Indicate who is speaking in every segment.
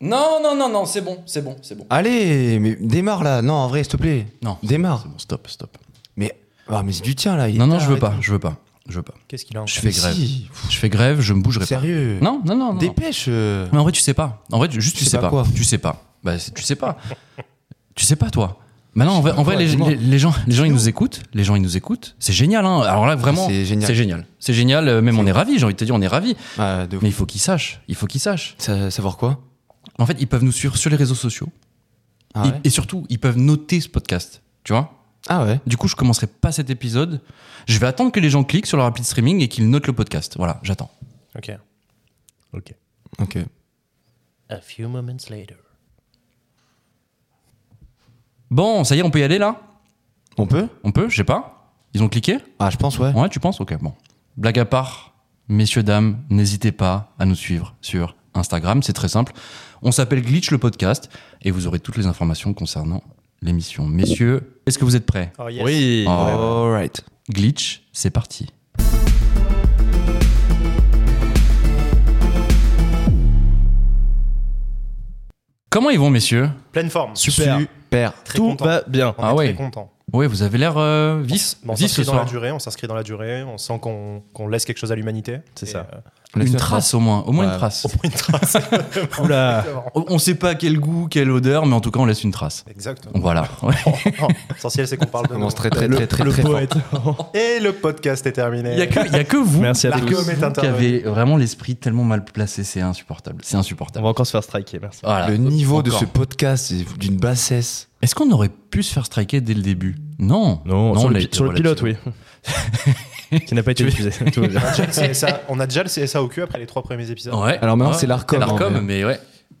Speaker 1: Non, non, non, non, c'est bon, c'est bon, c'est bon.
Speaker 2: Allez, mais démarre là. Non, en vrai, s'il te plaît.
Speaker 1: Non.
Speaker 2: Démarre.
Speaker 3: Bon, stop, stop.
Speaker 2: Mais, ah, mais c'est du tien là. il est
Speaker 1: Non, non,
Speaker 2: tard,
Speaker 1: je veux
Speaker 2: et
Speaker 1: pas,
Speaker 2: tout.
Speaker 1: je veux pas, je veux pas.
Speaker 4: Qu'est-ce qu'il a en
Speaker 1: Je
Speaker 4: fait
Speaker 1: fais
Speaker 2: Mais
Speaker 1: grève.
Speaker 2: si.
Speaker 1: Je fais grève, je me bougerai pas.
Speaker 2: Sérieux.
Speaker 1: Non, non, non. non.
Speaker 2: Dépêche. euh.
Speaker 1: Mais en vrai, tu sais pas. En vrai, tu- juste, tu, sais, pas.
Speaker 2: quoi
Speaker 1: tu sais pas. Bah, c'est- tu sais pas. tu sais pas, toi. Bah non, en vrai, en vrai,
Speaker 2: quoi,
Speaker 1: les,
Speaker 2: dis-moi.
Speaker 1: les- les gens, les gens, ils nous écoutent. Les gens, ils nous écoutent. C'est génial, hein. Alors là, vraiment,
Speaker 2: C'est génial.
Speaker 1: C'est génial. C'est génial. euh, Même on est ravis. J'ai envie de te dire, on est ravis.
Speaker 2: Ah, de ouf.
Speaker 1: Mais il faut qu'ils sachent. Il faut qu'ils sachent.
Speaker 2: Ça- savoir quoi
Speaker 1: En fait, ils peuvent nous suivre sur les réseaux sociaux.
Speaker 2: ah
Speaker 1: Ils-
Speaker 2: ouais.
Speaker 1: Et surtout, ils peuvent noter ce podcast. Tu vois
Speaker 2: ah ouais.
Speaker 1: Du coup, je commencerai pas cet épisode. Je vais attendre que les gens cliquent sur leur appli de streaming et qu'ils notent le podcast. Voilà, j'attends.
Speaker 4: Ok.
Speaker 3: Ok.
Speaker 2: Ok.
Speaker 4: A few moments later.
Speaker 1: Bon, ça y est, on peut y aller là
Speaker 2: On peut
Speaker 1: On peut Je sais pas. Ils ont cliqué
Speaker 2: Ah, je pense ouais.
Speaker 1: Ouais, tu penses Ok, bon. Blague à part, messieurs, dames, n'hésitez pas à nous suivre sur Instagram, c'est très simple. On s'appelle Glitch le podcast et vous aurez toutes les informations concernant l'émission. Messieurs, est-ce que vous êtes prêts
Speaker 4: Oh, yes.
Speaker 2: Oui.
Speaker 1: Oh.
Speaker 2: Alright.
Speaker 1: Glitch, c'est parti. Comment ils vont, messieurs
Speaker 4: Pleine forme.
Speaker 2: Super. Super.
Speaker 4: Très
Speaker 3: Tout
Speaker 4: content.
Speaker 3: va bien.
Speaker 4: On
Speaker 1: Ah
Speaker 4: est
Speaker 1: ouais.
Speaker 4: très content.
Speaker 1: Ouais, vous avez l'air euh, vif,
Speaker 4: Bon, on
Speaker 1: vif ce
Speaker 4: s'inscrit dans la
Speaker 1: soir.
Speaker 4: durée, on s'inscrit dans la durée, on sent qu'on qu'on laisse quelque chose à l'humanité.
Speaker 3: C'est
Speaker 4: Et,
Speaker 3: ça.
Speaker 4: euh,
Speaker 1: Une trace au moins, au moins
Speaker 2: Ouais.
Speaker 1: une trace.
Speaker 4: au moins une trace.
Speaker 3: Oula.
Speaker 1: On on sait pas quel goût, quelle odeur, mais en tout cas, on laisse une trace.
Speaker 4: Exactement. Oh,
Speaker 1: Voilà. Ouais.
Speaker 4: L'essentiel, c'est qu'on parle de
Speaker 2: Commence
Speaker 4: nous.
Speaker 2: très très très très, très fort.
Speaker 4: Et le podcast est terminé.
Speaker 1: Il n'y a, que- il y a que vous,
Speaker 3: Merci à
Speaker 4: La
Speaker 3: tous.
Speaker 4: com est
Speaker 1: vous qui
Speaker 4: intervenue.
Speaker 1: avez vraiment l'esprit tellement mal placé, c'est insupportable. C'est
Speaker 3: On
Speaker 1: insupportable.
Speaker 3: va encore se faire striker, merci.
Speaker 1: Voilà.
Speaker 2: Le niveau de
Speaker 1: Encore.
Speaker 2: ce podcast est d'une bassesse.
Speaker 1: Est-ce qu'on aurait pu se faire striker dès le début Non.
Speaker 3: sur,
Speaker 1: on
Speaker 3: le,
Speaker 1: l'a
Speaker 3: pi-
Speaker 1: été
Speaker 3: sur le pilote, oui.
Speaker 1: relativement.
Speaker 3: Qui n'a pas été diffusé. Tout va bien.
Speaker 4: On a déjà le CSA on a déjà le CSA au cul après les trois premiers épisodes.
Speaker 1: Ouais.
Speaker 2: Alors maintenant,
Speaker 1: Ouais.
Speaker 2: c'est l'Arcom, hein, en vrai.
Speaker 1: mais ouais.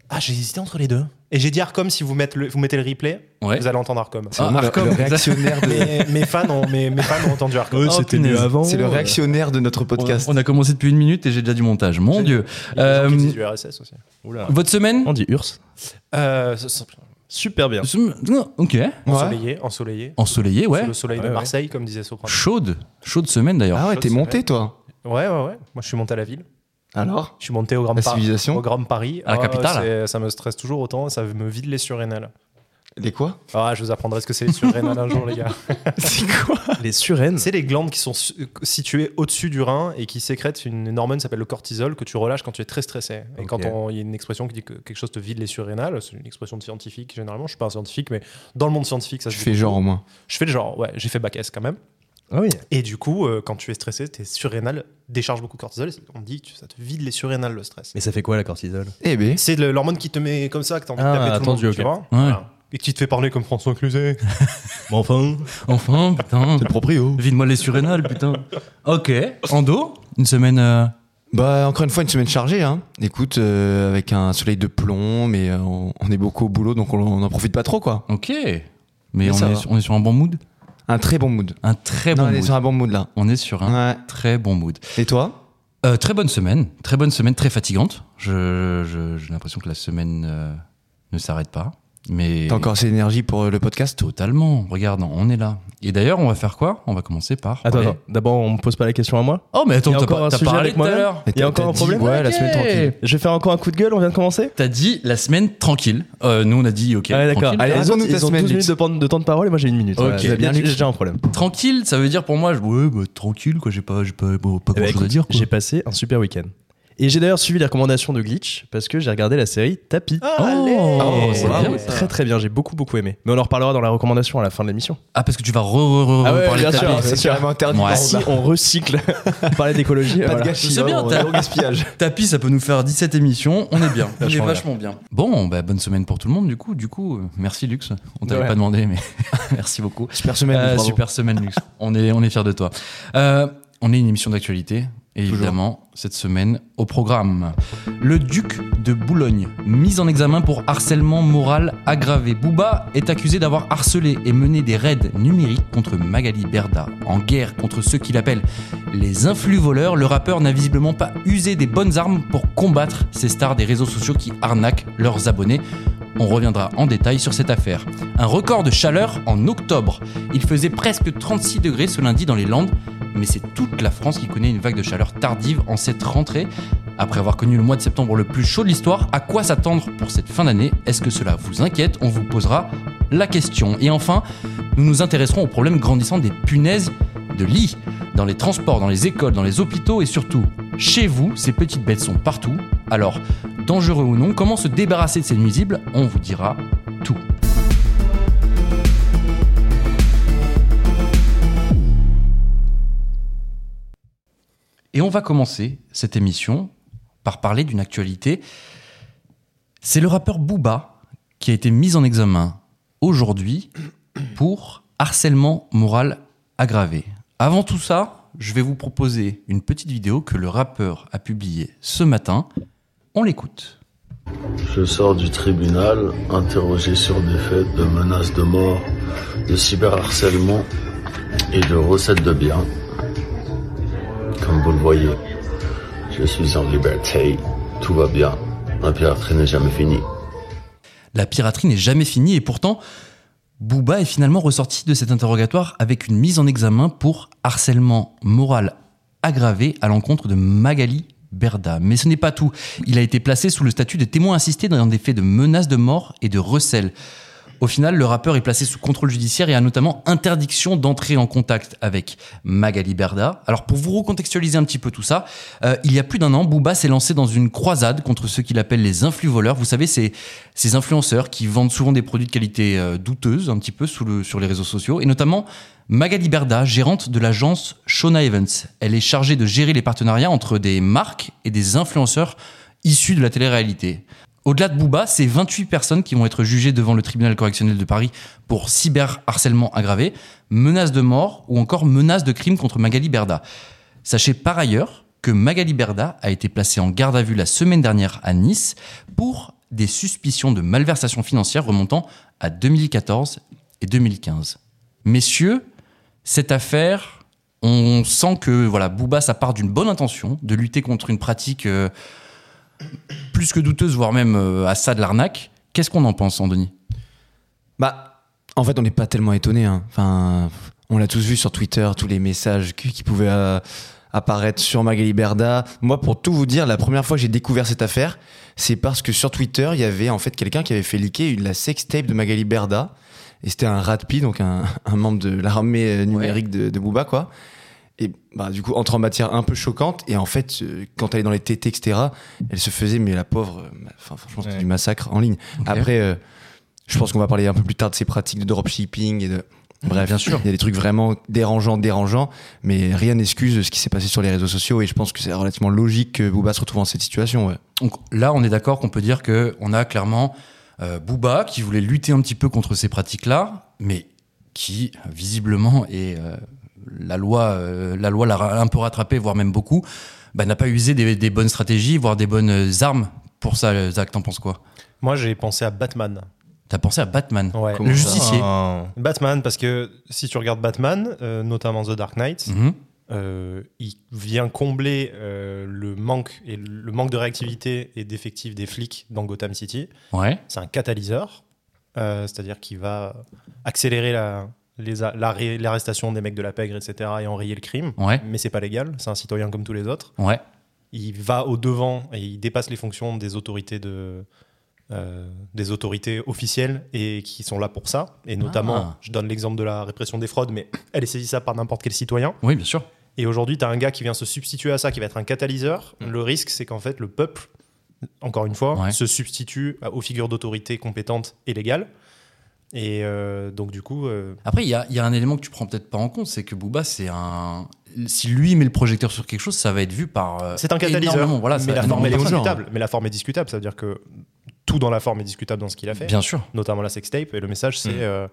Speaker 4: Ah, j'ai hésité entre les deux. Et j'ai dit Arcom, si vous mettez le, vous mettez le replay,
Speaker 1: Ouais.
Speaker 4: vous allez entendre Arcom.
Speaker 2: C'est
Speaker 1: Ah,
Speaker 2: vraiment le-
Speaker 1: Arcom,
Speaker 2: le
Speaker 1: exact.
Speaker 2: réactionnaire de.
Speaker 4: mes, mes fans ont, mes, mes fans ont entendu Arcom.
Speaker 3: Eux,
Speaker 1: Oh,
Speaker 3: c'était
Speaker 1: punaise.
Speaker 3: mieux avant.
Speaker 2: C'est le
Speaker 3: euh,
Speaker 2: réactionnaire de notre
Speaker 1: On-
Speaker 2: podcast.
Speaker 1: On a commencé depuis une minute et j'ai déjà du montage. Mon
Speaker 4: C'est-
Speaker 1: Dieu.
Speaker 4: Il y a des gens qui
Speaker 1: Euh,
Speaker 4: disent du RSS aussi.
Speaker 3: Oula.
Speaker 1: Votre semaine
Speaker 3: On dit URSS.
Speaker 4: Euh, ce- ce-
Speaker 3: Super bien.
Speaker 1: Ok.
Speaker 2: Ouais.
Speaker 4: ensoleillé, ensoleillé.
Speaker 1: Ensoleillé,
Speaker 4: Sous
Speaker 1: ouais.
Speaker 4: le soleil de
Speaker 3: Ouais, ouais.
Speaker 4: Marseille, comme disait Soprano.
Speaker 1: Chaude. Chaude semaine d'ailleurs.
Speaker 2: Ah ouais, t'es
Speaker 4: Chose,
Speaker 2: monté
Speaker 4: ouais.
Speaker 2: toi.
Speaker 4: Ouais, ouais, ouais. Moi, je suis monté à la ville.
Speaker 2: Alors
Speaker 4: Je suis monté au Grand,
Speaker 2: La
Speaker 4: Par-
Speaker 2: civilisation
Speaker 4: au Grand Paris.
Speaker 1: À la
Speaker 4: Ah,
Speaker 1: capitale.
Speaker 4: c'est- Ça me stresse toujours autant. Ça me vide les surrénales.
Speaker 2: Des quoi
Speaker 4: Ah, je vous apprendrai ce que c'est les surrénales un jour, les gars.
Speaker 2: C'est quoi
Speaker 3: Les surennes.
Speaker 4: C'est les glandes qui sont su- situées au-dessus du rein et qui sécrètent une, une hormone qui s'appelle le cortisol que tu relâches quand tu es très stressé. Et
Speaker 3: Ok.
Speaker 4: quand on- il y a une expression qui dit que quelque chose te vide les surrénales, c'est une expression de scientifique généralement. Je suis pas un scientifique, mais dans le monde scientifique, ça se
Speaker 2: Je
Speaker 4: dit
Speaker 2: fais
Speaker 4: beaucoup.
Speaker 2: genre au moins.
Speaker 4: Je fais le genre, ouais. J'ai fait bac S quand même.
Speaker 3: Ah oui.
Speaker 4: Et du coup, euh, quand tu es stressé, tes surrénales déchargent beaucoup de cortisol. et On dit que ça te vide les surrénales le stress.
Speaker 3: Mais ça fait quoi la cortisol
Speaker 2: Eh ben.
Speaker 4: C'est le- l'hormone qui te met comme ça, que t'as envie de
Speaker 3: Ah,
Speaker 4: taper tout le monde,
Speaker 3: attendu,
Speaker 4: tu
Speaker 3: ok.
Speaker 4: vois. Voilà. Et qui te fait parler comme François Cluzet.
Speaker 3: Bon, enfin.
Speaker 1: Enfin, putain.
Speaker 2: le proprio.
Speaker 1: Vide-moi les surrénales, putain. Ok. Endo Une semaine. euh,
Speaker 2: Bah encore une fois une semaine chargée hein. Écoute euh, avec un soleil de plomb mais euh, on, on est beaucoup au boulot donc on, on en profite pas trop quoi.
Speaker 1: Ok. Mais
Speaker 2: Mais
Speaker 1: on
Speaker 2: ça
Speaker 1: est,
Speaker 2: va.
Speaker 1: sur- on est sur un bon mood
Speaker 2: Un très bon mood.
Speaker 1: Un très
Speaker 2: non,
Speaker 1: bon
Speaker 2: on est
Speaker 1: mood.
Speaker 2: sur un bon mood là.
Speaker 1: On est sur un
Speaker 2: Ouais.
Speaker 1: très bon mood.
Speaker 2: Et toi
Speaker 1: Euh, très bonne semaine, très bonne semaine, très fatigante. Je- je- J'ai l'impression que la semaine euh, ne s'arrête pas. Mais
Speaker 2: T'as encore assez d'énergie pour euh, le podcast
Speaker 1: totalement. Regarde, on est là. Et d'ailleurs, on va faire quoi On va commencer par.
Speaker 3: Attends,
Speaker 1: parler-
Speaker 3: attends. D'abord, on me pose pas la question à moi.
Speaker 1: Oh, mais attends,
Speaker 3: Il y a
Speaker 1: t'as
Speaker 3: encore
Speaker 1: pas-
Speaker 3: un
Speaker 1: t'as
Speaker 3: sujet
Speaker 1: parlé
Speaker 3: avec
Speaker 1: tout à
Speaker 3: moi-même
Speaker 1: l'heure.
Speaker 2: Et
Speaker 3: Il y a
Speaker 2: t'as-
Speaker 3: encore
Speaker 2: t'as
Speaker 3: un
Speaker 2: dit,
Speaker 3: problème
Speaker 2: Ouais, la semaine tranquille.
Speaker 3: Je vais faire encore un coup de gueule, on vient de commencer
Speaker 1: T'as dit la semaine tranquille. Euh, nous, on a dit ok.
Speaker 3: Ah ouais, d'accord.
Speaker 1: tranquille.
Speaker 2: Allez,
Speaker 3: Les
Speaker 2: raconte-nous
Speaker 3: autres,
Speaker 2: ta
Speaker 3: ils ont
Speaker 2: semaine,
Speaker 3: 12
Speaker 2: Lux.
Speaker 3: minutes de, pan- de temps de parole et moi j'ai une minute.
Speaker 1: Ok,
Speaker 3: Voilà,
Speaker 1: bien,
Speaker 3: j'ai bien,
Speaker 2: Lux.
Speaker 3: j'ai déjà un problème.
Speaker 1: Tranquille, ça veut dire pour moi, je- ouais, bah, tranquille, quoi. J'ai pas, j'ai pas, bon, pas
Speaker 3: Eh ben,
Speaker 1: grand chose à
Speaker 3: écoute,
Speaker 1: dire. quoi.
Speaker 3: J'ai passé un super week-end. Et j'ai d'ailleurs suivi les recommandations de Glitch parce que j'ai regardé la série Tapi.
Speaker 2: Ah.
Speaker 4: Allez
Speaker 1: Oh,
Speaker 2: c'est bien,
Speaker 4: Ouais.
Speaker 3: très très bien, j'ai beaucoup beaucoup aimé. Mais on en reparlera dans la recommandation à la fin de l'émission.
Speaker 1: Ah, parce que tu vas re, re, re,
Speaker 3: Ah ouais,
Speaker 1: reparler
Speaker 3: bien
Speaker 1: de ta
Speaker 3: sûr.
Speaker 1: vie.
Speaker 3: Ah, c'est
Speaker 2: carrément interdit.
Speaker 1: Ouais.
Speaker 2: par
Speaker 3: Si
Speaker 2: contre, là.
Speaker 3: on recycle, on parlait d'écologie.
Speaker 2: bah. Pas de
Speaker 3: voilà.
Speaker 2: gâchis.
Speaker 1: C'est bien,
Speaker 2: on
Speaker 1: t'as-
Speaker 2: est au gaspillage.
Speaker 1: Tapis, ça peut nous faire 17 émissions. On est bien. on est
Speaker 3: Vachement
Speaker 1: vachement bien. Bon, bah, bonne semaine pour tout le monde, du coup. Du coup, euh, merci, Lux. On t'avait
Speaker 3: Ouais.
Speaker 1: pas demandé, mais merci beaucoup.
Speaker 2: Super semaine.
Speaker 1: Euh,
Speaker 2: bravo.
Speaker 1: super semaine, Lux. On est, on est fiers de toi. Euh, on est une émission d'actualité. Et
Speaker 2: Toujours.
Speaker 1: évidemment, cette semaine, au programme, le duc de Boulogne, mis en examen pour harcèlement moral aggravé. Bouba est accusé d'avoir harcelé et mené des raids numériques contre Magali Berda, en guerre contre ceux qu'il appelle les influx voleurs. Le rappeur n'a visiblement pas usé des bonnes armes pour combattre ces stars des réseaux sociaux qui arnaquent leurs abonnés. On reviendra en détail sur cette affaire. Un record de chaleur en octobre. Il faisait presque 36 degrés ce lundi dans les Landes, mais c'est toute la France qui connaît une vague de chaleur tardive en cette rentrée. Après avoir connu le mois de septembre le plus chaud de l'histoire, à quoi s'attendre pour cette fin d'année Est-ce que cela vous inquiète On vous posera la question. Et enfin, nous nous intéresserons au problème grandissant des punaises de lit dans les transports, dans les écoles, dans les hôpitaux et surtout chez vous, ces petites bêtes sont partout. Alors, dangereux ou non, comment se débarrasser de ces nuisibles On vous dira tout. Et on va commencer cette émission par parler d'une actualité. C'est le rappeur Booba qui a été mis en examen aujourd'hui pour harcèlement moral aggravé. Avant tout ça, je vais vous proposer une petite vidéo que le rappeur a publiée ce matin. On l'écoute.
Speaker 5: Je sors du tribunal interrogé sur des faits de menaces de mort, de cyberharcèlement et de recettes de biens. Comme vous le voyez, je suis en liberté, tout va bien. Ma piraterie n'est jamais finie.
Speaker 1: La piraterie n'est jamais finie et pourtant, Booba est finalement ressorti de cet interrogatoire avec une mise en examen pour harcèlement moral aggravé à l'encontre de Magali Berda. Mais ce n'est pas tout. Il a été placé sous le statut de témoin assisté dans des faits de menaces de mort et de recel. Au final, le rappeur est placé sous contrôle judiciaire et a notamment interdiction d'entrer en contact avec Magali Berda. Alors pour vous recontextualiser un petit peu tout ça, euh, il y a plus d'un an, Booba s'est lancé dans une croisade contre ce qu'il appelle les influx voleurs. Vous savez, c'est ces influenceurs qui vendent souvent des produits de qualité euh, douteuse un petit peu sous le- sur les réseaux sociaux et notamment Magali Berda, gérante de l'agence Shona Evans. Elle est chargée de gérer les partenariats entre des marques et des influenceurs issus de la télé-réalité. Au-delà de Booba, c'est 28 personnes qui vont être jugées devant le tribunal correctionnel de Paris pour cyberharcèlement aggravé, menace de mort ou encore menace de crime contre Magali Berda. Sachez par ailleurs que Magali Berda a été placée en garde à vue la semaine dernière à Nice pour des suspicions de malversation financière remontant à 2014 et 2015. Messieurs, cette affaire, on sent que voilà, Booba, ça part d'une bonne intention de lutter contre une pratique euh, plus que douteuse, voire même euh, à ça de l'arnaque. Qu'est-ce qu'on en pense, Anthony
Speaker 2: Bah, en fait, on n'est pas tellement étonné. hein. Enfin, on l'a tous vu sur Twitter, tous les messages qui, qui pouvaient euh, apparaître sur Magali Berda. Moi, pour tout vous dire, la première fois que j'ai découvert cette affaire, c'est parce que sur Twitter, il y avait en fait quelqu'un qui avait fait liquer une- la sextape de Magali Berda. Et c'était un ratpi, donc un, un membre de l'armée euh, numérique de, de Booba, quoi. Et bah, du coup, entre en matière un peu choquante. Et en fait, euh, quand elle est dans les TT, etc., elle se faisait, mais la pauvre, euh, ma- enfin, franchement, c'était
Speaker 4: Ouais.
Speaker 2: du massacre en ligne. Après, euh, je pense qu'on va parler un peu plus tard de ces pratiques de dropshipping et de. Bref,
Speaker 1: Bien sûr.
Speaker 2: Il y a des trucs vraiment dérangeants, dérangeants, mais rien n'excuse ce qui s'est passé sur les réseaux sociaux et je pense que c'est relativement logique que Booba se retrouve dans cette situation. Ouais.
Speaker 1: Donc là, on est d'accord qu'on peut dire que on a clairement euh, Booba qui voulait lutter un petit peu contre ces pratiques-là, mais qui visiblement et euh, la loi, euh, la loi l'a ra- un peu rattrapé, voire même beaucoup, bah, n'a pas usé des, des bonnes stratégies, voire des bonnes armes pour ça. euh, Zach, t'en penses quoi
Speaker 4: Moi, j'ai pensé à Batman.
Speaker 1: T'as pensé à Batman,
Speaker 4: Ouais.
Speaker 1: le justicier.
Speaker 3: Oh.
Speaker 4: Batman, parce que si tu regardes Batman, euh, notamment The Dark
Speaker 3: Mm.
Speaker 4: Knight,
Speaker 1: Mhm.
Speaker 4: euh, il vient combler euh, le manque et le manque de réactivité et d'effectifs des flics dans Gotham City.
Speaker 1: Ouais.
Speaker 4: C'est un catalyseur, euh, c'est-à-dire qu'il va accélérer la- les a- la ré- l'arrestation des mecs de la pègre, etc., et enrayer le crime.
Speaker 1: Ouais.
Speaker 4: Mais c'est pas légal, c'est un citoyen comme tous les autres.
Speaker 1: Ouais.
Speaker 4: il va au devant et il dépasse les fonctions des autorités de euh, des autorités officielles et qui sont là pour ça et notamment
Speaker 1: Ah.
Speaker 4: je donne l'exemple de la répression des fraudes mais elle est saisissable par n'importe quel citoyen
Speaker 1: Oui, bien sûr.
Speaker 4: et aujourd'hui tu as un gars qui vient se substituer à ça qui va être un catalyseur le risque c'est qu'en fait le peuple encore une fois
Speaker 1: Mm. Ouais.
Speaker 4: se substitue à- aux figures d'autorité compétentes et légales et euh, donc du coup euh,
Speaker 1: Après, il y a, il y a un élément que tu prends peut-être pas en compte, c'est que Booba, c'est un. Si lui met le projecteur sur quelque chose, ça va être vu par. euh,
Speaker 4: C'est un catalyseur.
Speaker 1: énormément, Voilà, ça
Speaker 4: mais,
Speaker 1: va
Speaker 4: la forme, elle est
Speaker 1: énormément de gens.
Speaker 4: discutable. mais la forme est discutable. Ça veut dire que tout dans la forme est discutable dans ce qu'il a fait,
Speaker 1: Bien Mm. sûr.
Speaker 4: notamment la sextape. Et le message, c'est euh,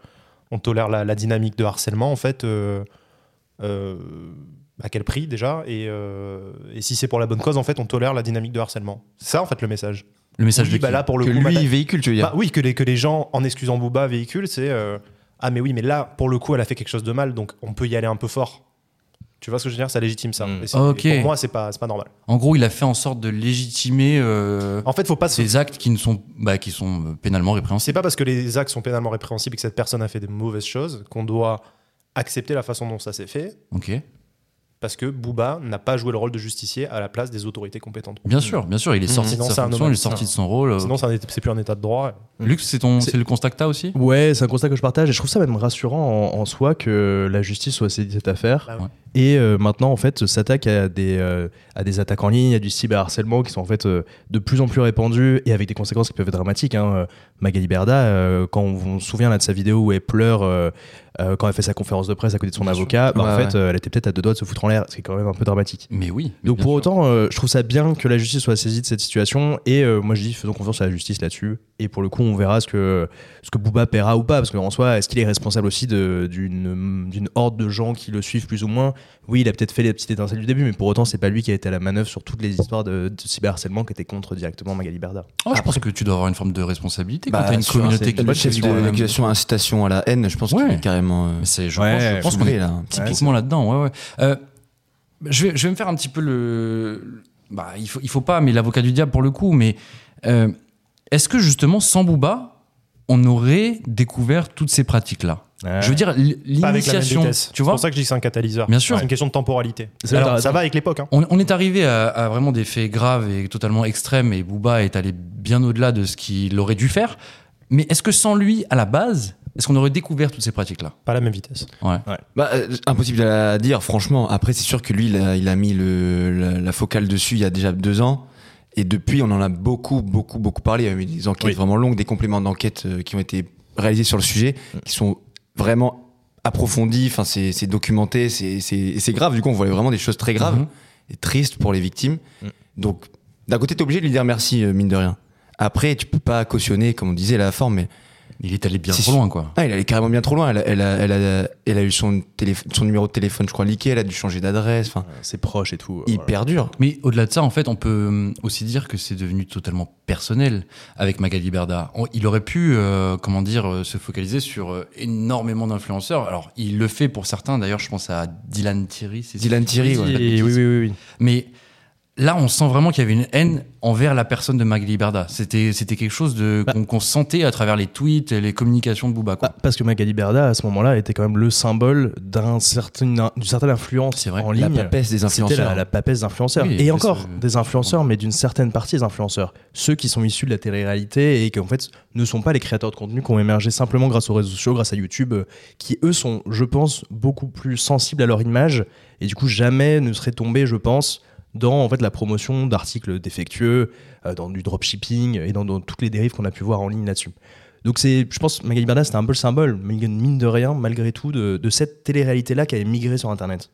Speaker 4: on tolère la, la dynamique de harcèlement, en fait. euh, euh, à quel prix déjà et, euh, et si c'est pour la bonne cause, en fait, on tolère la dynamique de harcèlement. C'est ça, en fait, le message.
Speaker 1: Le message
Speaker 4: Oui,
Speaker 1: de
Speaker 4: bah
Speaker 1: qui
Speaker 4: là, pour le
Speaker 2: que
Speaker 4: coup,
Speaker 2: lui
Speaker 4: Mata-
Speaker 2: il véhicule, tu veux dire
Speaker 4: bah oui, que les, que les gens, en excusant Booba, véhiculent, c'est euh, Ah, mais oui, mais là, pour le coup, elle a fait quelque chose de mal, donc on peut y aller un peu fort. Tu vois ce que je veux dire Ça légitime ça.
Speaker 2: Mm.
Speaker 4: Et c'est-
Speaker 1: Ok.
Speaker 4: et Pour moi, c'est pas, c'est pas normal.
Speaker 1: En gros, il a fait en sorte de légitimer euh,
Speaker 4: En fait, faut pas se
Speaker 1: ces actes qui ne sont, bah, qui sont euh, pénalement
Speaker 4: C'est
Speaker 1: répréhensibles.
Speaker 4: pas parce que les actes sont pénalement répréhensibles et que cette personne a fait des mauvaises choses qu'on doit accepter la façon dont ça s'est fait
Speaker 1: Ok.
Speaker 4: parce que Booba n'a pas joué le rôle de justicier à la place des autorités compétentes.
Speaker 1: Bien sûr, bien sûr, il est sorti
Speaker 4: Mhm. Sinon,
Speaker 1: de
Speaker 4: c'est
Speaker 1: sa
Speaker 4: un
Speaker 1: fonction, il est
Speaker 4: hommage.
Speaker 1: sorti de son rôle. euh.
Speaker 4: Sinon, c'est un état- c'est plus un état de droit.
Speaker 1: Luc, c'est ton,
Speaker 3: C'est-
Speaker 1: c'est le constat que t'as aussi
Speaker 3: Ouais, c'est un constat que je partage et je trouve ça même rassurant en, en soi que la justice soit saisie de cette affaire
Speaker 4: Ah ouais.
Speaker 3: et euh, maintenant en fait s'attaque à des euh, à des attaques en ligne, à du cyberharcèlement qui sont en fait euh, de plus en plus répandues et avec des conséquences qui peuvent être dramatiques. Hein. Euh, Magali Berda, euh, quand on, on se souvient là de sa vidéo où elle pleure euh, euh, quand elle fait sa conférence de presse à côté de son
Speaker 1: Bien sûr.
Speaker 3: avocat, bah, en
Speaker 2: Ouais,
Speaker 3: fait euh, elle était peut-être à deux doigts de se foutre en l'air, ce qui est quand même un peu dramatique.
Speaker 1: Mais oui. mais
Speaker 3: Donc
Speaker 1: bien
Speaker 3: pour
Speaker 1: sûr.
Speaker 3: autant, euh, je trouve ça bien que la justice soit saisie de cette situation et euh, moi je dis faisons confiance à la justice là-dessus et pour le coup on verra ce que ce que Booba paiera ou pas parce qu'en soi est-ce qu'il est responsable aussi de- d'une d'une horde de gens qui le suivent plus ou moins Oui il a peut-être fait les petites étincelles du début mais pour autant c'est pas lui qui a été à la manœuvre sur toutes les histoires de, de cyberharcèlement qui étaient contre directement Magali Berda.
Speaker 1: Oh, je pense que tu dois avoir une forme de responsabilité
Speaker 2: Bah,
Speaker 1: quand t'as une
Speaker 2: sur
Speaker 1: communauté
Speaker 2: un-
Speaker 1: qui
Speaker 2: le
Speaker 1: te
Speaker 2: chef
Speaker 1: suit
Speaker 2: de
Speaker 1: quand même.
Speaker 2: l'accusation incitation à la haine, je pense qu'il
Speaker 1: Ouais.
Speaker 2: est carrément. euh,
Speaker 1: euh, Mais c'est, je
Speaker 3: Ouais,
Speaker 1: pense, je
Speaker 2: je
Speaker 1: pense
Speaker 2: pense
Speaker 1: qu'on est
Speaker 2: là. un petit peu.
Speaker 1: typiquement là-dedans. Ouais, ouais. Euh, je, vais, je vais me faire un petit peu le. Bah, il faut, il faut pas, mais l'avocat du diable pour le coup. Mais euh, est-ce que justement, sans Booba, on aurait découvert toutes ces pratiques-là
Speaker 3: Ah,
Speaker 1: Je veux dire, l-
Speaker 4: Pas avec la même
Speaker 1: l'initiation.
Speaker 4: vitesse.
Speaker 1: Tu
Speaker 4: C'est
Speaker 1: vois
Speaker 4: pour ça que je dis que c'est un catalyseur.
Speaker 1: Bien sûr.
Speaker 4: C'est une question de temporalité.
Speaker 3: C'est
Speaker 4: Alors,
Speaker 3: vrai, t'as
Speaker 4: ça
Speaker 3: raison.
Speaker 4: va avec l'époque. hein.
Speaker 1: on, on est arrivé à, à vraiment des faits graves et totalement extrêmes, et Booba est allé bien au-delà de ce qu'il aurait dû faire. Mais est-ce que sans lui, à la base, est-ce qu'on aurait découvert toutes ces pratiques-là
Speaker 4: Pas à la même vitesse.
Speaker 2: Bah, euh, impossible à dire, franchement. Après, c'est sûr que lui, il a, il a mis le, la, la focale dessus il y a déjà deux ans. Et depuis, on en a beaucoup, beaucoup, beaucoup parlé. Il y a eu des enquêtes
Speaker 3: Oui.
Speaker 2: vraiment longues, des compléments d'enquête euh, qui ont été réalisés sur le sujet,
Speaker 1: Mm.
Speaker 2: qui sont vraiment approfondis. Enfin, c'est c'est documenté, c'est- c'est et c'est grave. Du coup, on voit vraiment des choses très graves
Speaker 1: Mhm.
Speaker 2: et tristes pour les victimes.
Speaker 1: Mm.
Speaker 3: Mhm.
Speaker 2: Donc, d'un côté, t'es obligé de lui dire merci, euh, mine de rien. Après, tu peux pas cautionner, comme on disait, la forme, mais
Speaker 1: Il est allé bien
Speaker 2: C'est
Speaker 1: trop
Speaker 2: sûr.
Speaker 1: loin, quoi.
Speaker 2: ah, il allait carrément bien trop loin. Elle a, elle a, elle a, elle a eu son, télé- son numéro de téléphone, je crois, leaké. Elle a dû changer d'adresse. Enfin,
Speaker 3: C'est proche et tout. euh, voilà.
Speaker 2: hyper dur.
Speaker 1: Mais au-delà de ça, en fait, on peut hum, aussi dire que c'est devenu totalement personnel avec Magali Berda. On- il aurait pu, euh, comment dire, euh, se focaliser sur euh, énormément d'influenceurs. Alors, il le fait pour certains. D'ailleurs, je pense à Dylan Thierry. c'est-
Speaker 2: Dylan Thierry, ouais.
Speaker 1: pas de
Speaker 3: Et-
Speaker 1: bêtises.
Speaker 3: oui, oui, oui, oui.
Speaker 1: Mais là, on sent vraiment qu'il y avait une haine envers la personne de Magali Berda. C'était, c'était quelque chose de,
Speaker 3: Bah.
Speaker 1: qu'on, qu'on sentait à travers les tweets et les communications de Booba. Quoi.
Speaker 3: Ah, parce que Magali Berda à ce moment-là était quand même le symbole d'un certain, d'une certaine influence
Speaker 1: C'est vrai.
Speaker 3: en
Speaker 2: La
Speaker 3: ligne.
Speaker 2: papesse des
Speaker 3: C'était
Speaker 2: influenceurs.
Speaker 3: la, la papesse d'influenceurs.
Speaker 1: Oui,
Speaker 3: et
Speaker 1: c'est
Speaker 3: encore,
Speaker 1: ça, je-
Speaker 3: des influenceurs, mais d'une certaine partie des influenceurs. Ceux qui sont issus de la télé-réalité et qui, en fait, ne sont pas les créateurs de contenu qui ont émergé simplement grâce aux réseaux sociaux, grâce à YouTube, euh, qui, eux, sont, je pense, beaucoup plus sensibles à leur image et, du coup, jamais ne seraient tombés, je pense, dans en fait, la promotion d'articles défectueux, euh, dans du dropshipping et dans, dans toutes les dérives qu'on a pu voir en ligne là-dessus. Donc, c'est, je pense, Magali Berda, c'était un peu le symbole, mine de rien, malgré tout, de, de cette télé-réalité-là qui a migré sur Internet.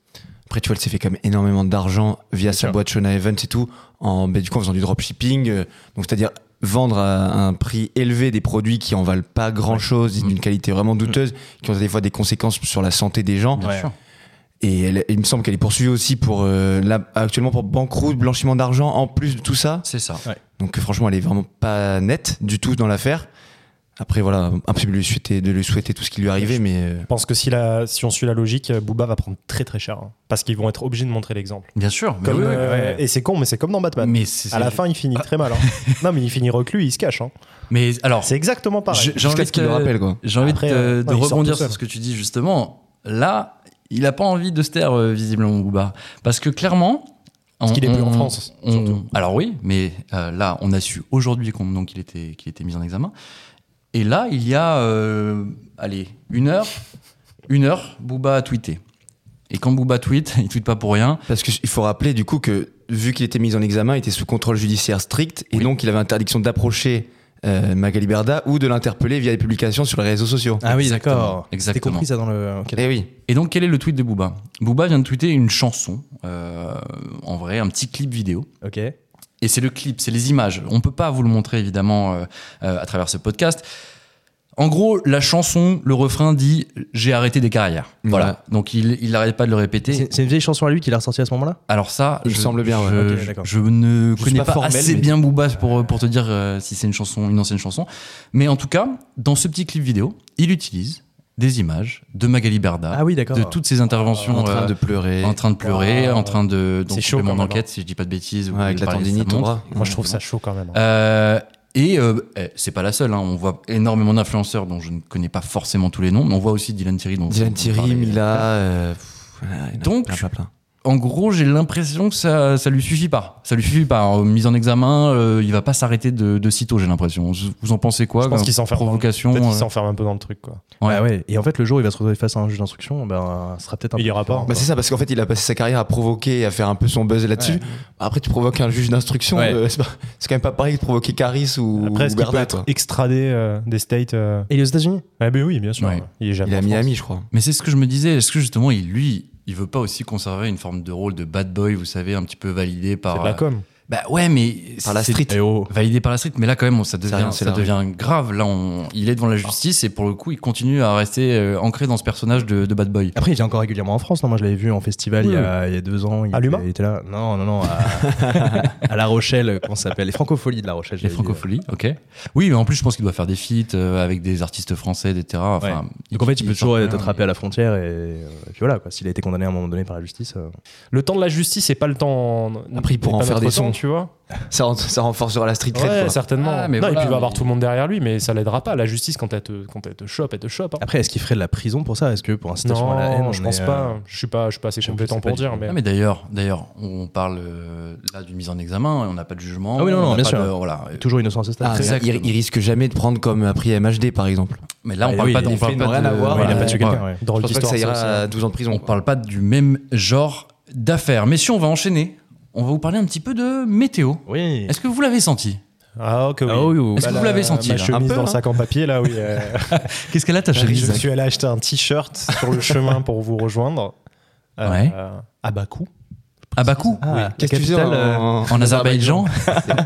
Speaker 2: Après, tu vois, elle s'est fait quand même énormément d'argent via sa
Speaker 3: sûr.
Speaker 2: boîte Shona Evans et tout. En, ben, du coup, en faisant du dropshipping. euh, donc, c'est-à-dire vendre à un prix élevé des produits qui en valent pas grand-chose,
Speaker 1: Mhm.
Speaker 3: Mm.
Speaker 2: d'une qualité vraiment douteuse, qui ont des fois des conséquences sur la santé des gens.
Speaker 1: Bien
Speaker 3: Ouais.
Speaker 1: sûr.
Speaker 2: Et elle- il me semble qu'elle est poursuivie aussi pour, euh, là, actuellement pour banqueroute, blanchiment d'argent, en plus de tout ça.
Speaker 1: C'est ça.
Speaker 2: Donc euh, franchement, elle est vraiment pas nette du tout dans l'affaire. Après voilà, impossible de lui souhaiter, de lui souhaiter tout ce qui lui arrivait, mais euh,
Speaker 4: Je pense que si, la- si on suit la logique, euh, Booba va prendre très très cher. hein, parce qu'ils vont être obligés de montrer l'exemple.
Speaker 1: Bien sûr. Mais,
Speaker 4: Comme,
Speaker 1: oui, oui.
Speaker 4: euh, Et c'est con, mais c'est comme dans Batman.
Speaker 1: Mais c'est-
Speaker 4: à la fin, il finit très mal. hein. non, mais il finit reclus, il se cache. hein.
Speaker 1: Mais alors,
Speaker 4: C'est exactement pareil.
Speaker 1: j'ai- j'ai envie
Speaker 2: jusqu'à ce qu'il le
Speaker 1: de-
Speaker 2: rappelle quoi.
Speaker 1: J'ai envie
Speaker 4: Après,
Speaker 1: de,
Speaker 4: euh,
Speaker 1: de
Speaker 4: non, il sort
Speaker 1: rebondir
Speaker 4: tout seul.
Speaker 1: sur ce que tu dis justement. Là, il n'a pas envie de se taire, euh, visiblement, Booba. Parce que clairement. on-
Speaker 4: qu'il est
Speaker 1: on-
Speaker 4: plus en France,
Speaker 1: on-
Speaker 4: surtout.
Speaker 1: alors oui, mais euh, là, on a su aujourd'hui qu'on- donc, qu'il était, qu'il était mis en examen. Et là, il y a, euh, allez, une heure, une heure, Booba a tweeté. Et quand Booba tweet, il tweete pas pour rien.
Speaker 2: Parce qu'il faut rappeler du coup que vu qu'il était mis en examen, il était sous contrôle judiciaire strict et donc il avait interdiction d'approcher euh, Magali Berda ou de l'interpeller via les publications sur les réseaux sociaux.
Speaker 3: Ah oui,
Speaker 1: Exactement.
Speaker 3: d'accord. T'as
Speaker 1: Exactement.
Speaker 3: compris ça dans le. ok.
Speaker 2: Eh oui.
Speaker 1: Et donc, quel est le tweet de Booba Booba vient de tweeter une chanson, euh, en vrai, un petit clip vidéo.
Speaker 3: Ok.
Speaker 1: Et c'est le clip, c'est les images. On peut pas vous le montrer évidemment euh, euh, à travers ce podcast. En gros, la chanson, le refrain dit J'ai arrêté des carrières. Voilà.
Speaker 2: Voilà.
Speaker 1: Donc il il n'arrête pas de le répéter.
Speaker 3: C'est c'est une vieille chanson à lui qu'il a ressortie à ce moment-là
Speaker 1: Alors ça,
Speaker 2: Il me semble bien, ouais.
Speaker 1: Je,
Speaker 3: Ok,
Speaker 1: je-
Speaker 3: d'accord.
Speaker 1: je ne
Speaker 2: suis
Speaker 1: connais pas,
Speaker 2: pas formel,
Speaker 1: assez
Speaker 2: mais-
Speaker 1: bien Booba pour pour te dire euh, si c'est une chanson, une ancienne chanson. Mais en tout cas, dans ce petit clip vidéo, il utilise des images de Magali Berda,
Speaker 3: Ah oui, d'accord.
Speaker 1: de toutes ses interventions
Speaker 2: En train
Speaker 1: euh,
Speaker 2: de Ah. pleurer.
Speaker 1: en train de pleurer,
Speaker 4: Wow.
Speaker 1: en train de
Speaker 4: C'est chaud
Speaker 1: mon
Speaker 4: quand même,
Speaker 1: enquête si je dis pas de bêtises ou
Speaker 2: hein. Ouais, avec
Speaker 1: de
Speaker 2: la
Speaker 1: parler de sa
Speaker 2: tendinite au
Speaker 1: montre.
Speaker 2: bras.
Speaker 4: Moi, je trouve ça chaud quand même.
Speaker 2: Ah,
Speaker 4: hein.
Speaker 1: Euh, et euh, eh, c'est pas la seule, hein. on voit énormément d'influenceurs dont je ne connais pas forcément tous les noms, mais on voit aussi Dylan Thierry. Dont
Speaker 2: Dylan
Speaker 1: dont on parlait.
Speaker 2: Thierry, Mila. euh, pff, ouais, il y en a
Speaker 1: Donc,
Speaker 2: plein, plein, plein.
Speaker 1: en gros, j'ai l'impression que ça, ça lui suffit pas. Ça lui suffit pas. En mise en examen, euh, il va pas s'arrêter de, de sitôt, j'ai l'impression. Vous en pensez quoi
Speaker 4: Je pense
Speaker 1: comme
Speaker 4: qu'il s'enferme.
Speaker 1: Provocation.
Speaker 4: Peut-être qu'il
Speaker 1: euh,
Speaker 4: s'enferme un peu dans le truc, quoi.
Speaker 1: Ouais.
Speaker 3: Bah ouais. Et en fait, le jour où il va se retrouver face à un juge d'instruction, ben, ce sera peut-être un
Speaker 4: Il
Speaker 3: peu
Speaker 4: ira pas,
Speaker 3: différent,
Speaker 4: hein.
Speaker 2: Bah c'est ça, parce qu'en fait, il a passé sa carrière à provoquer et à faire un peu son buzz là-dessus. Bah, Après, tu provoques un juge d'instruction.
Speaker 1: Ouais.
Speaker 2: euh, c'est pas- c'est quand même pas pareil que de provoquer Caris ou,
Speaker 4: Après,
Speaker 2: ou
Speaker 4: est-ce qu'il peut
Speaker 2: Berda,
Speaker 4: être
Speaker 2: quoi.
Speaker 4: extradé euh, des States euh
Speaker 3: Et les États-Unis
Speaker 4: Ah, ben oui, bien sûr.
Speaker 1: Ouais.
Speaker 4: Il est jamais
Speaker 2: Il est
Speaker 4: en
Speaker 2: à
Speaker 4: France.
Speaker 2: Miami, je crois.
Speaker 1: Mais c'est ce que je me disais. Est-ce que justement, il, lui, il veut pas aussi conserver une forme de rôle de bad boy, vous savez, un petit peu validé
Speaker 4: C'est
Speaker 1: par.
Speaker 2: Ah.
Speaker 4: de la
Speaker 1: euh,
Speaker 4: com.
Speaker 1: Bah ouais, mais.
Speaker 2: Par la
Speaker 1: c'est-
Speaker 2: street.
Speaker 3: Eh oh.
Speaker 1: Validé par la street, mais là quand même ça devient,
Speaker 2: rien, c'est
Speaker 1: ça
Speaker 2: la
Speaker 1: devient grave. Là, on- il est devant la justice et pour le coup, il continue à rester euh, ancré dans ce personnage de, de bad
Speaker 2: Ah,
Speaker 1: boy.
Speaker 3: Après, il vient encore régulièrement en France. Non, moi, je l'avais vu en festival il, y a, il y a deux ans. Il,
Speaker 4: À Luma
Speaker 3: était- il était là. Non, non, non. À, à La Rochelle, comment ça s'appelle Les Francopholies de La Rochelle.
Speaker 1: Les
Speaker 3: j'avais vu.
Speaker 1: francopholies, ok. Oui, mais en plus, je pense qu'il doit faire des feats euh, avec des artistes français, etc. Enfin,
Speaker 3: Ouais. Donc en fait,
Speaker 1: il
Speaker 3: il peut toujours
Speaker 1: sort
Speaker 3: être
Speaker 1: plein,
Speaker 3: attrapé à la frontière. Et, euh, et puis voilà, quoi. S'il a été condamné à un moment donné par la justice. euh,
Speaker 4: Le temps de la justice, c'est pas le temps.
Speaker 2: Après, il pourra
Speaker 4: est
Speaker 2: en
Speaker 4: pas
Speaker 2: faire
Speaker 4: notre
Speaker 2: des
Speaker 4: temps,
Speaker 2: sons.
Speaker 4: tu vois.
Speaker 2: Ça, ren- ça renforcera la street cred,
Speaker 4: Ouais,
Speaker 2: quoi.
Speaker 4: certainement.
Speaker 1: Ah, mais
Speaker 4: non,
Speaker 1: voilà,
Speaker 4: et puis il
Speaker 1: mais-
Speaker 4: va avoir tout le monde derrière lui, mais ça l'aidera pas. La justice, quand elle te, quand elle te chope, elle te chope. hein.
Speaker 3: Après, est-ce qu'il ferait de la prison pour ça Est-ce que pour incitation
Speaker 4: Non,
Speaker 3: à la haine on
Speaker 4: je
Speaker 3: est,
Speaker 4: pense
Speaker 3: euh,
Speaker 4: pas. Je suis pas, je suis pas assez
Speaker 3: je sais
Speaker 4: compétent
Speaker 3: pas
Speaker 4: pour
Speaker 3: du
Speaker 4: dire,
Speaker 3: tout.
Speaker 4: mais.
Speaker 1: Ah, mais d'ailleurs, d'ailleurs, on parle euh, là d'une mise en examen, on n'a pas de jugement.
Speaker 3: Ah oui, non,
Speaker 1: on
Speaker 3: non,
Speaker 1: n'a
Speaker 3: bien
Speaker 1: pas
Speaker 3: sûr.
Speaker 1: de- voilà.
Speaker 3: Toujours innocent à ce stade.
Speaker 2: Ah,
Speaker 1: Exactement.
Speaker 2: il, il risque jamais de prendre comme a pris MHD, par exemple.
Speaker 1: Mais là, on
Speaker 3: Ah,
Speaker 1: parle
Speaker 3: oui,
Speaker 1: pas, de-
Speaker 3: les
Speaker 1: on parle
Speaker 2: faits
Speaker 1: pas
Speaker 2: n'ont rien
Speaker 1: de-
Speaker 2: à voir,
Speaker 3: Ouais, il a
Speaker 1: voilà,
Speaker 3: pas
Speaker 1: on
Speaker 3: tué
Speaker 1: parle-
Speaker 3: quelqu'un. ouais.
Speaker 4: Drôle
Speaker 2: Je pense pas que
Speaker 4: d'histoire,
Speaker 2: ça ira
Speaker 4: ça
Speaker 2: à 12 ans de prison.
Speaker 1: On
Speaker 2: quoi.
Speaker 1: parle pas du même genre d'affaires. Mais si on va enchaîner, on va vous parler un petit peu de météo.
Speaker 3: Oui.
Speaker 1: Est-ce que vous l'avez senti
Speaker 4: aussi. Ah, ok, oui.
Speaker 3: Ah oui, oui, oui.
Speaker 1: Est-ce que vous l'avez senti,
Speaker 4: Ma
Speaker 1: là
Speaker 4: chemise
Speaker 2: Un peu,
Speaker 4: dans le
Speaker 2: hein
Speaker 4: sac en papier, là, oui. euh,
Speaker 1: Qu'est-ce qu'elle a ta chemise
Speaker 4: Bah, je suis allé acheter un t-shirt sur le chemin pour vous rejoindre. Euh,
Speaker 1: Ouais.
Speaker 4: À Bakou.
Speaker 1: À Bakou
Speaker 3: Ah, la
Speaker 2: Qu'est-ce que tu faisais
Speaker 3: capitale, euh,
Speaker 2: en,
Speaker 1: En Azerbaïdjan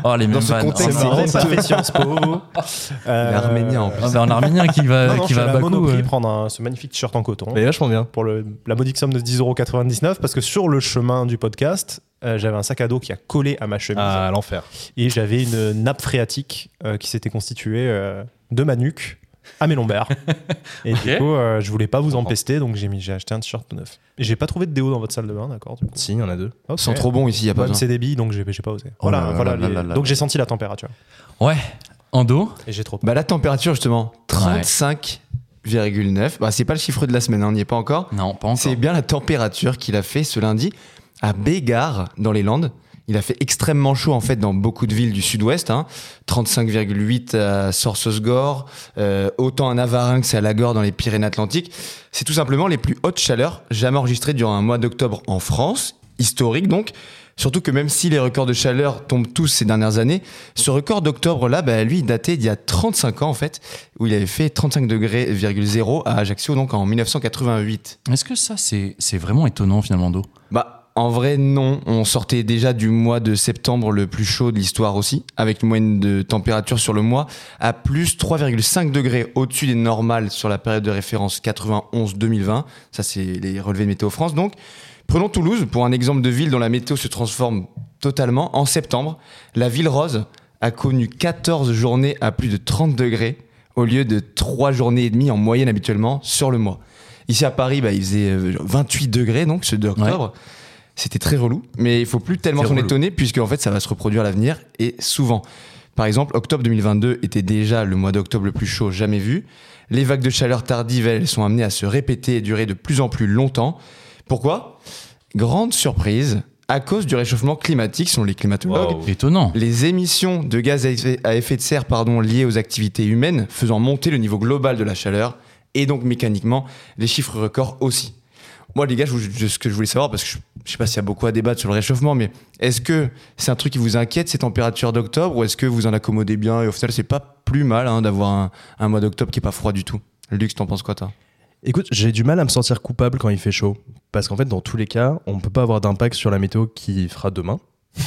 Speaker 1: Oh, les mêmes
Speaker 2: ce
Speaker 1: vannes.
Speaker 2: contexte,
Speaker 1: Oh,
Speaker 2: c'est
Speaker 1: non.
Speaker 2: vrai.
Speaker 4: ça fait Sciences Po. Euh,
Speaker 2: L'arménien, en plus.
Speaker 1: Ah, bah, en arménien qui va,
Speaker 4: Non, non,
Speaker 1: qui
Speaker 4: je suis
Speaker 1: va
Speaker 4: allé
Speaker 1: à
Speaker 4: à
Speaker 1: Bakou.
Speaker 4: Monoprix
Speaker 1: euh.
Speaker 4: prendre un- ce magnifique t-shirt en coton.
Speaker 3: Mais vachement bien.
Speaker 4: pour le, la modique somme de 10,99€ parce que sur le chemin du podcast, euh, j'avais un sac à dos qui a collé à ma chemise
Speaker 3: Ah, l'enfer.
Speaker 4: et j'avais une nappe phréatique euh, qui s'était constituée euh, de ma nuque à mes lombaires. et
Speaker 1: Ok.
Speaker 4: du coup, euh, je voulais pas vous
Speaker 3: Comprends.
Speaker 4: empester donc j'ai mis- j'ai acheté un t-shirt tout neuf. Et j'ai pas trouvé de déo dans votre salle de bain, d'accord du coup.
Speaker 3: Si, il y en a deux.
Speaker 4: Ok.
Speaker 2: Ils sont trop bons ici, il a pas
Speaker 4: Ouais, mais
Speaker 2: besoin.
Speaker 4: c'est des billes donc j'ai j'ai pas osé.
Speaker 1: Oh là
Speaker 4: voilà,
Speaker 1: là
Speaker 4: voilà.
Speaker 1: là là
Speaker 4: les-
Speaker 1: là là.
Speaker 4: donc j'ai senti la température
Speaker 1: euh. Ouais, en dos.
Speaker 4: et j'ai trop peur.
Speaker 2: Bah, la température, justement, 35,9. Bah, c'est pas le chiffre de la semaine, hein, on n'y est pas encore.
Speaker 1: Non, pas encore.
Speaker 2: C'est bien la température qu'il a fait ce lundi à Bégard, dans les Landes. Il a fait extrêmement chaud, en fait, dans beaucoup de villes du sud-ouest. hein. 35,8 à Sorsosgor, euh, autant à Navarinx et à Lagor dans les Pyrénées-Atlantiques. C'est tout simplement les plus hautes chaleurs jamais enregistrées durant un mois d'octobre en France, historique donc. Surtout que même si les records de chaleur tombent tous ces dernières années, ce record d'octobre-là, bah, lui, il datait d'il y a 35 ans, en fait, où il avait fait 35 degrés,0 à Ajaccio, donc en 1988.
Speaker 1: Est-ce que ça, c'est c'est vraiment étonnant finalement d'eau
Speaker 2: Bah, en vrai, non. On sortait déjà du mois de septembre le plus chaud de l'histoire aussi, avec une moyenne de température sur le mois à plus 3,5 degrés au-dessus des normales sur la période de référence 91-2020. Ça, c'est les relevés de Météo France. Donc, prenons Toulouse pour un exemple de ville dont la météo se transforme totalement. En septembre, la ville rose a connu 14 journées à plus de 30 degrés au lieu de 3 journées et demie en moyenne habituellement sur le mois. Ici à Paris, bah, il faisait euh, 28 degrés, donc ce 2 octobre. C'était très relou, mais il faut plus tellement
Speaker 1: C'est
Speaker 2: s'en
Speaker 1: relou.
Speaker 2: étonner puisque en fait ça va se reproduire à l'avenir et souvent. Par exemple, octobre 2022 était déjà le mois d'octobre le plus chaud jamais vu. Les vagues de chaleur tardives, elles, sont amenées à se répéter et durer de plus en plus longtemps. Pourquoi Grande surprise, à cause du réchauffement climatique, selon les climatologues,
Speaker 1: Étonnant.
Speaker 2: les émissions de gaz à effet, à effet de serre pardon, liées aux activités humaines faisant monter le niveau global de la chaleur et donc mécaniquement les chiffres records aussi. Moi les gars, je vous- je- ce que je voulais savoir, parce que je, je sais pas s'il y a beaucoup à débattre sur le réchauffement, mais est-ce que c'est un truc qui vous inquiète, ces températures d'octobre, ou est-ce que vous en accommodez bien et au final c'est pas plus mal hein, d'avoir un, un mois d'octobre qui est pas froid du tout Lux, t'en penses quoi toi
Speaker 3: Écoute, j'ai du mal à me sentir coupable quand il fait chaud. Parce qu'en fait, dans tous les cas, on ne peut pas avoir d'impact sur la météo qui fera demain.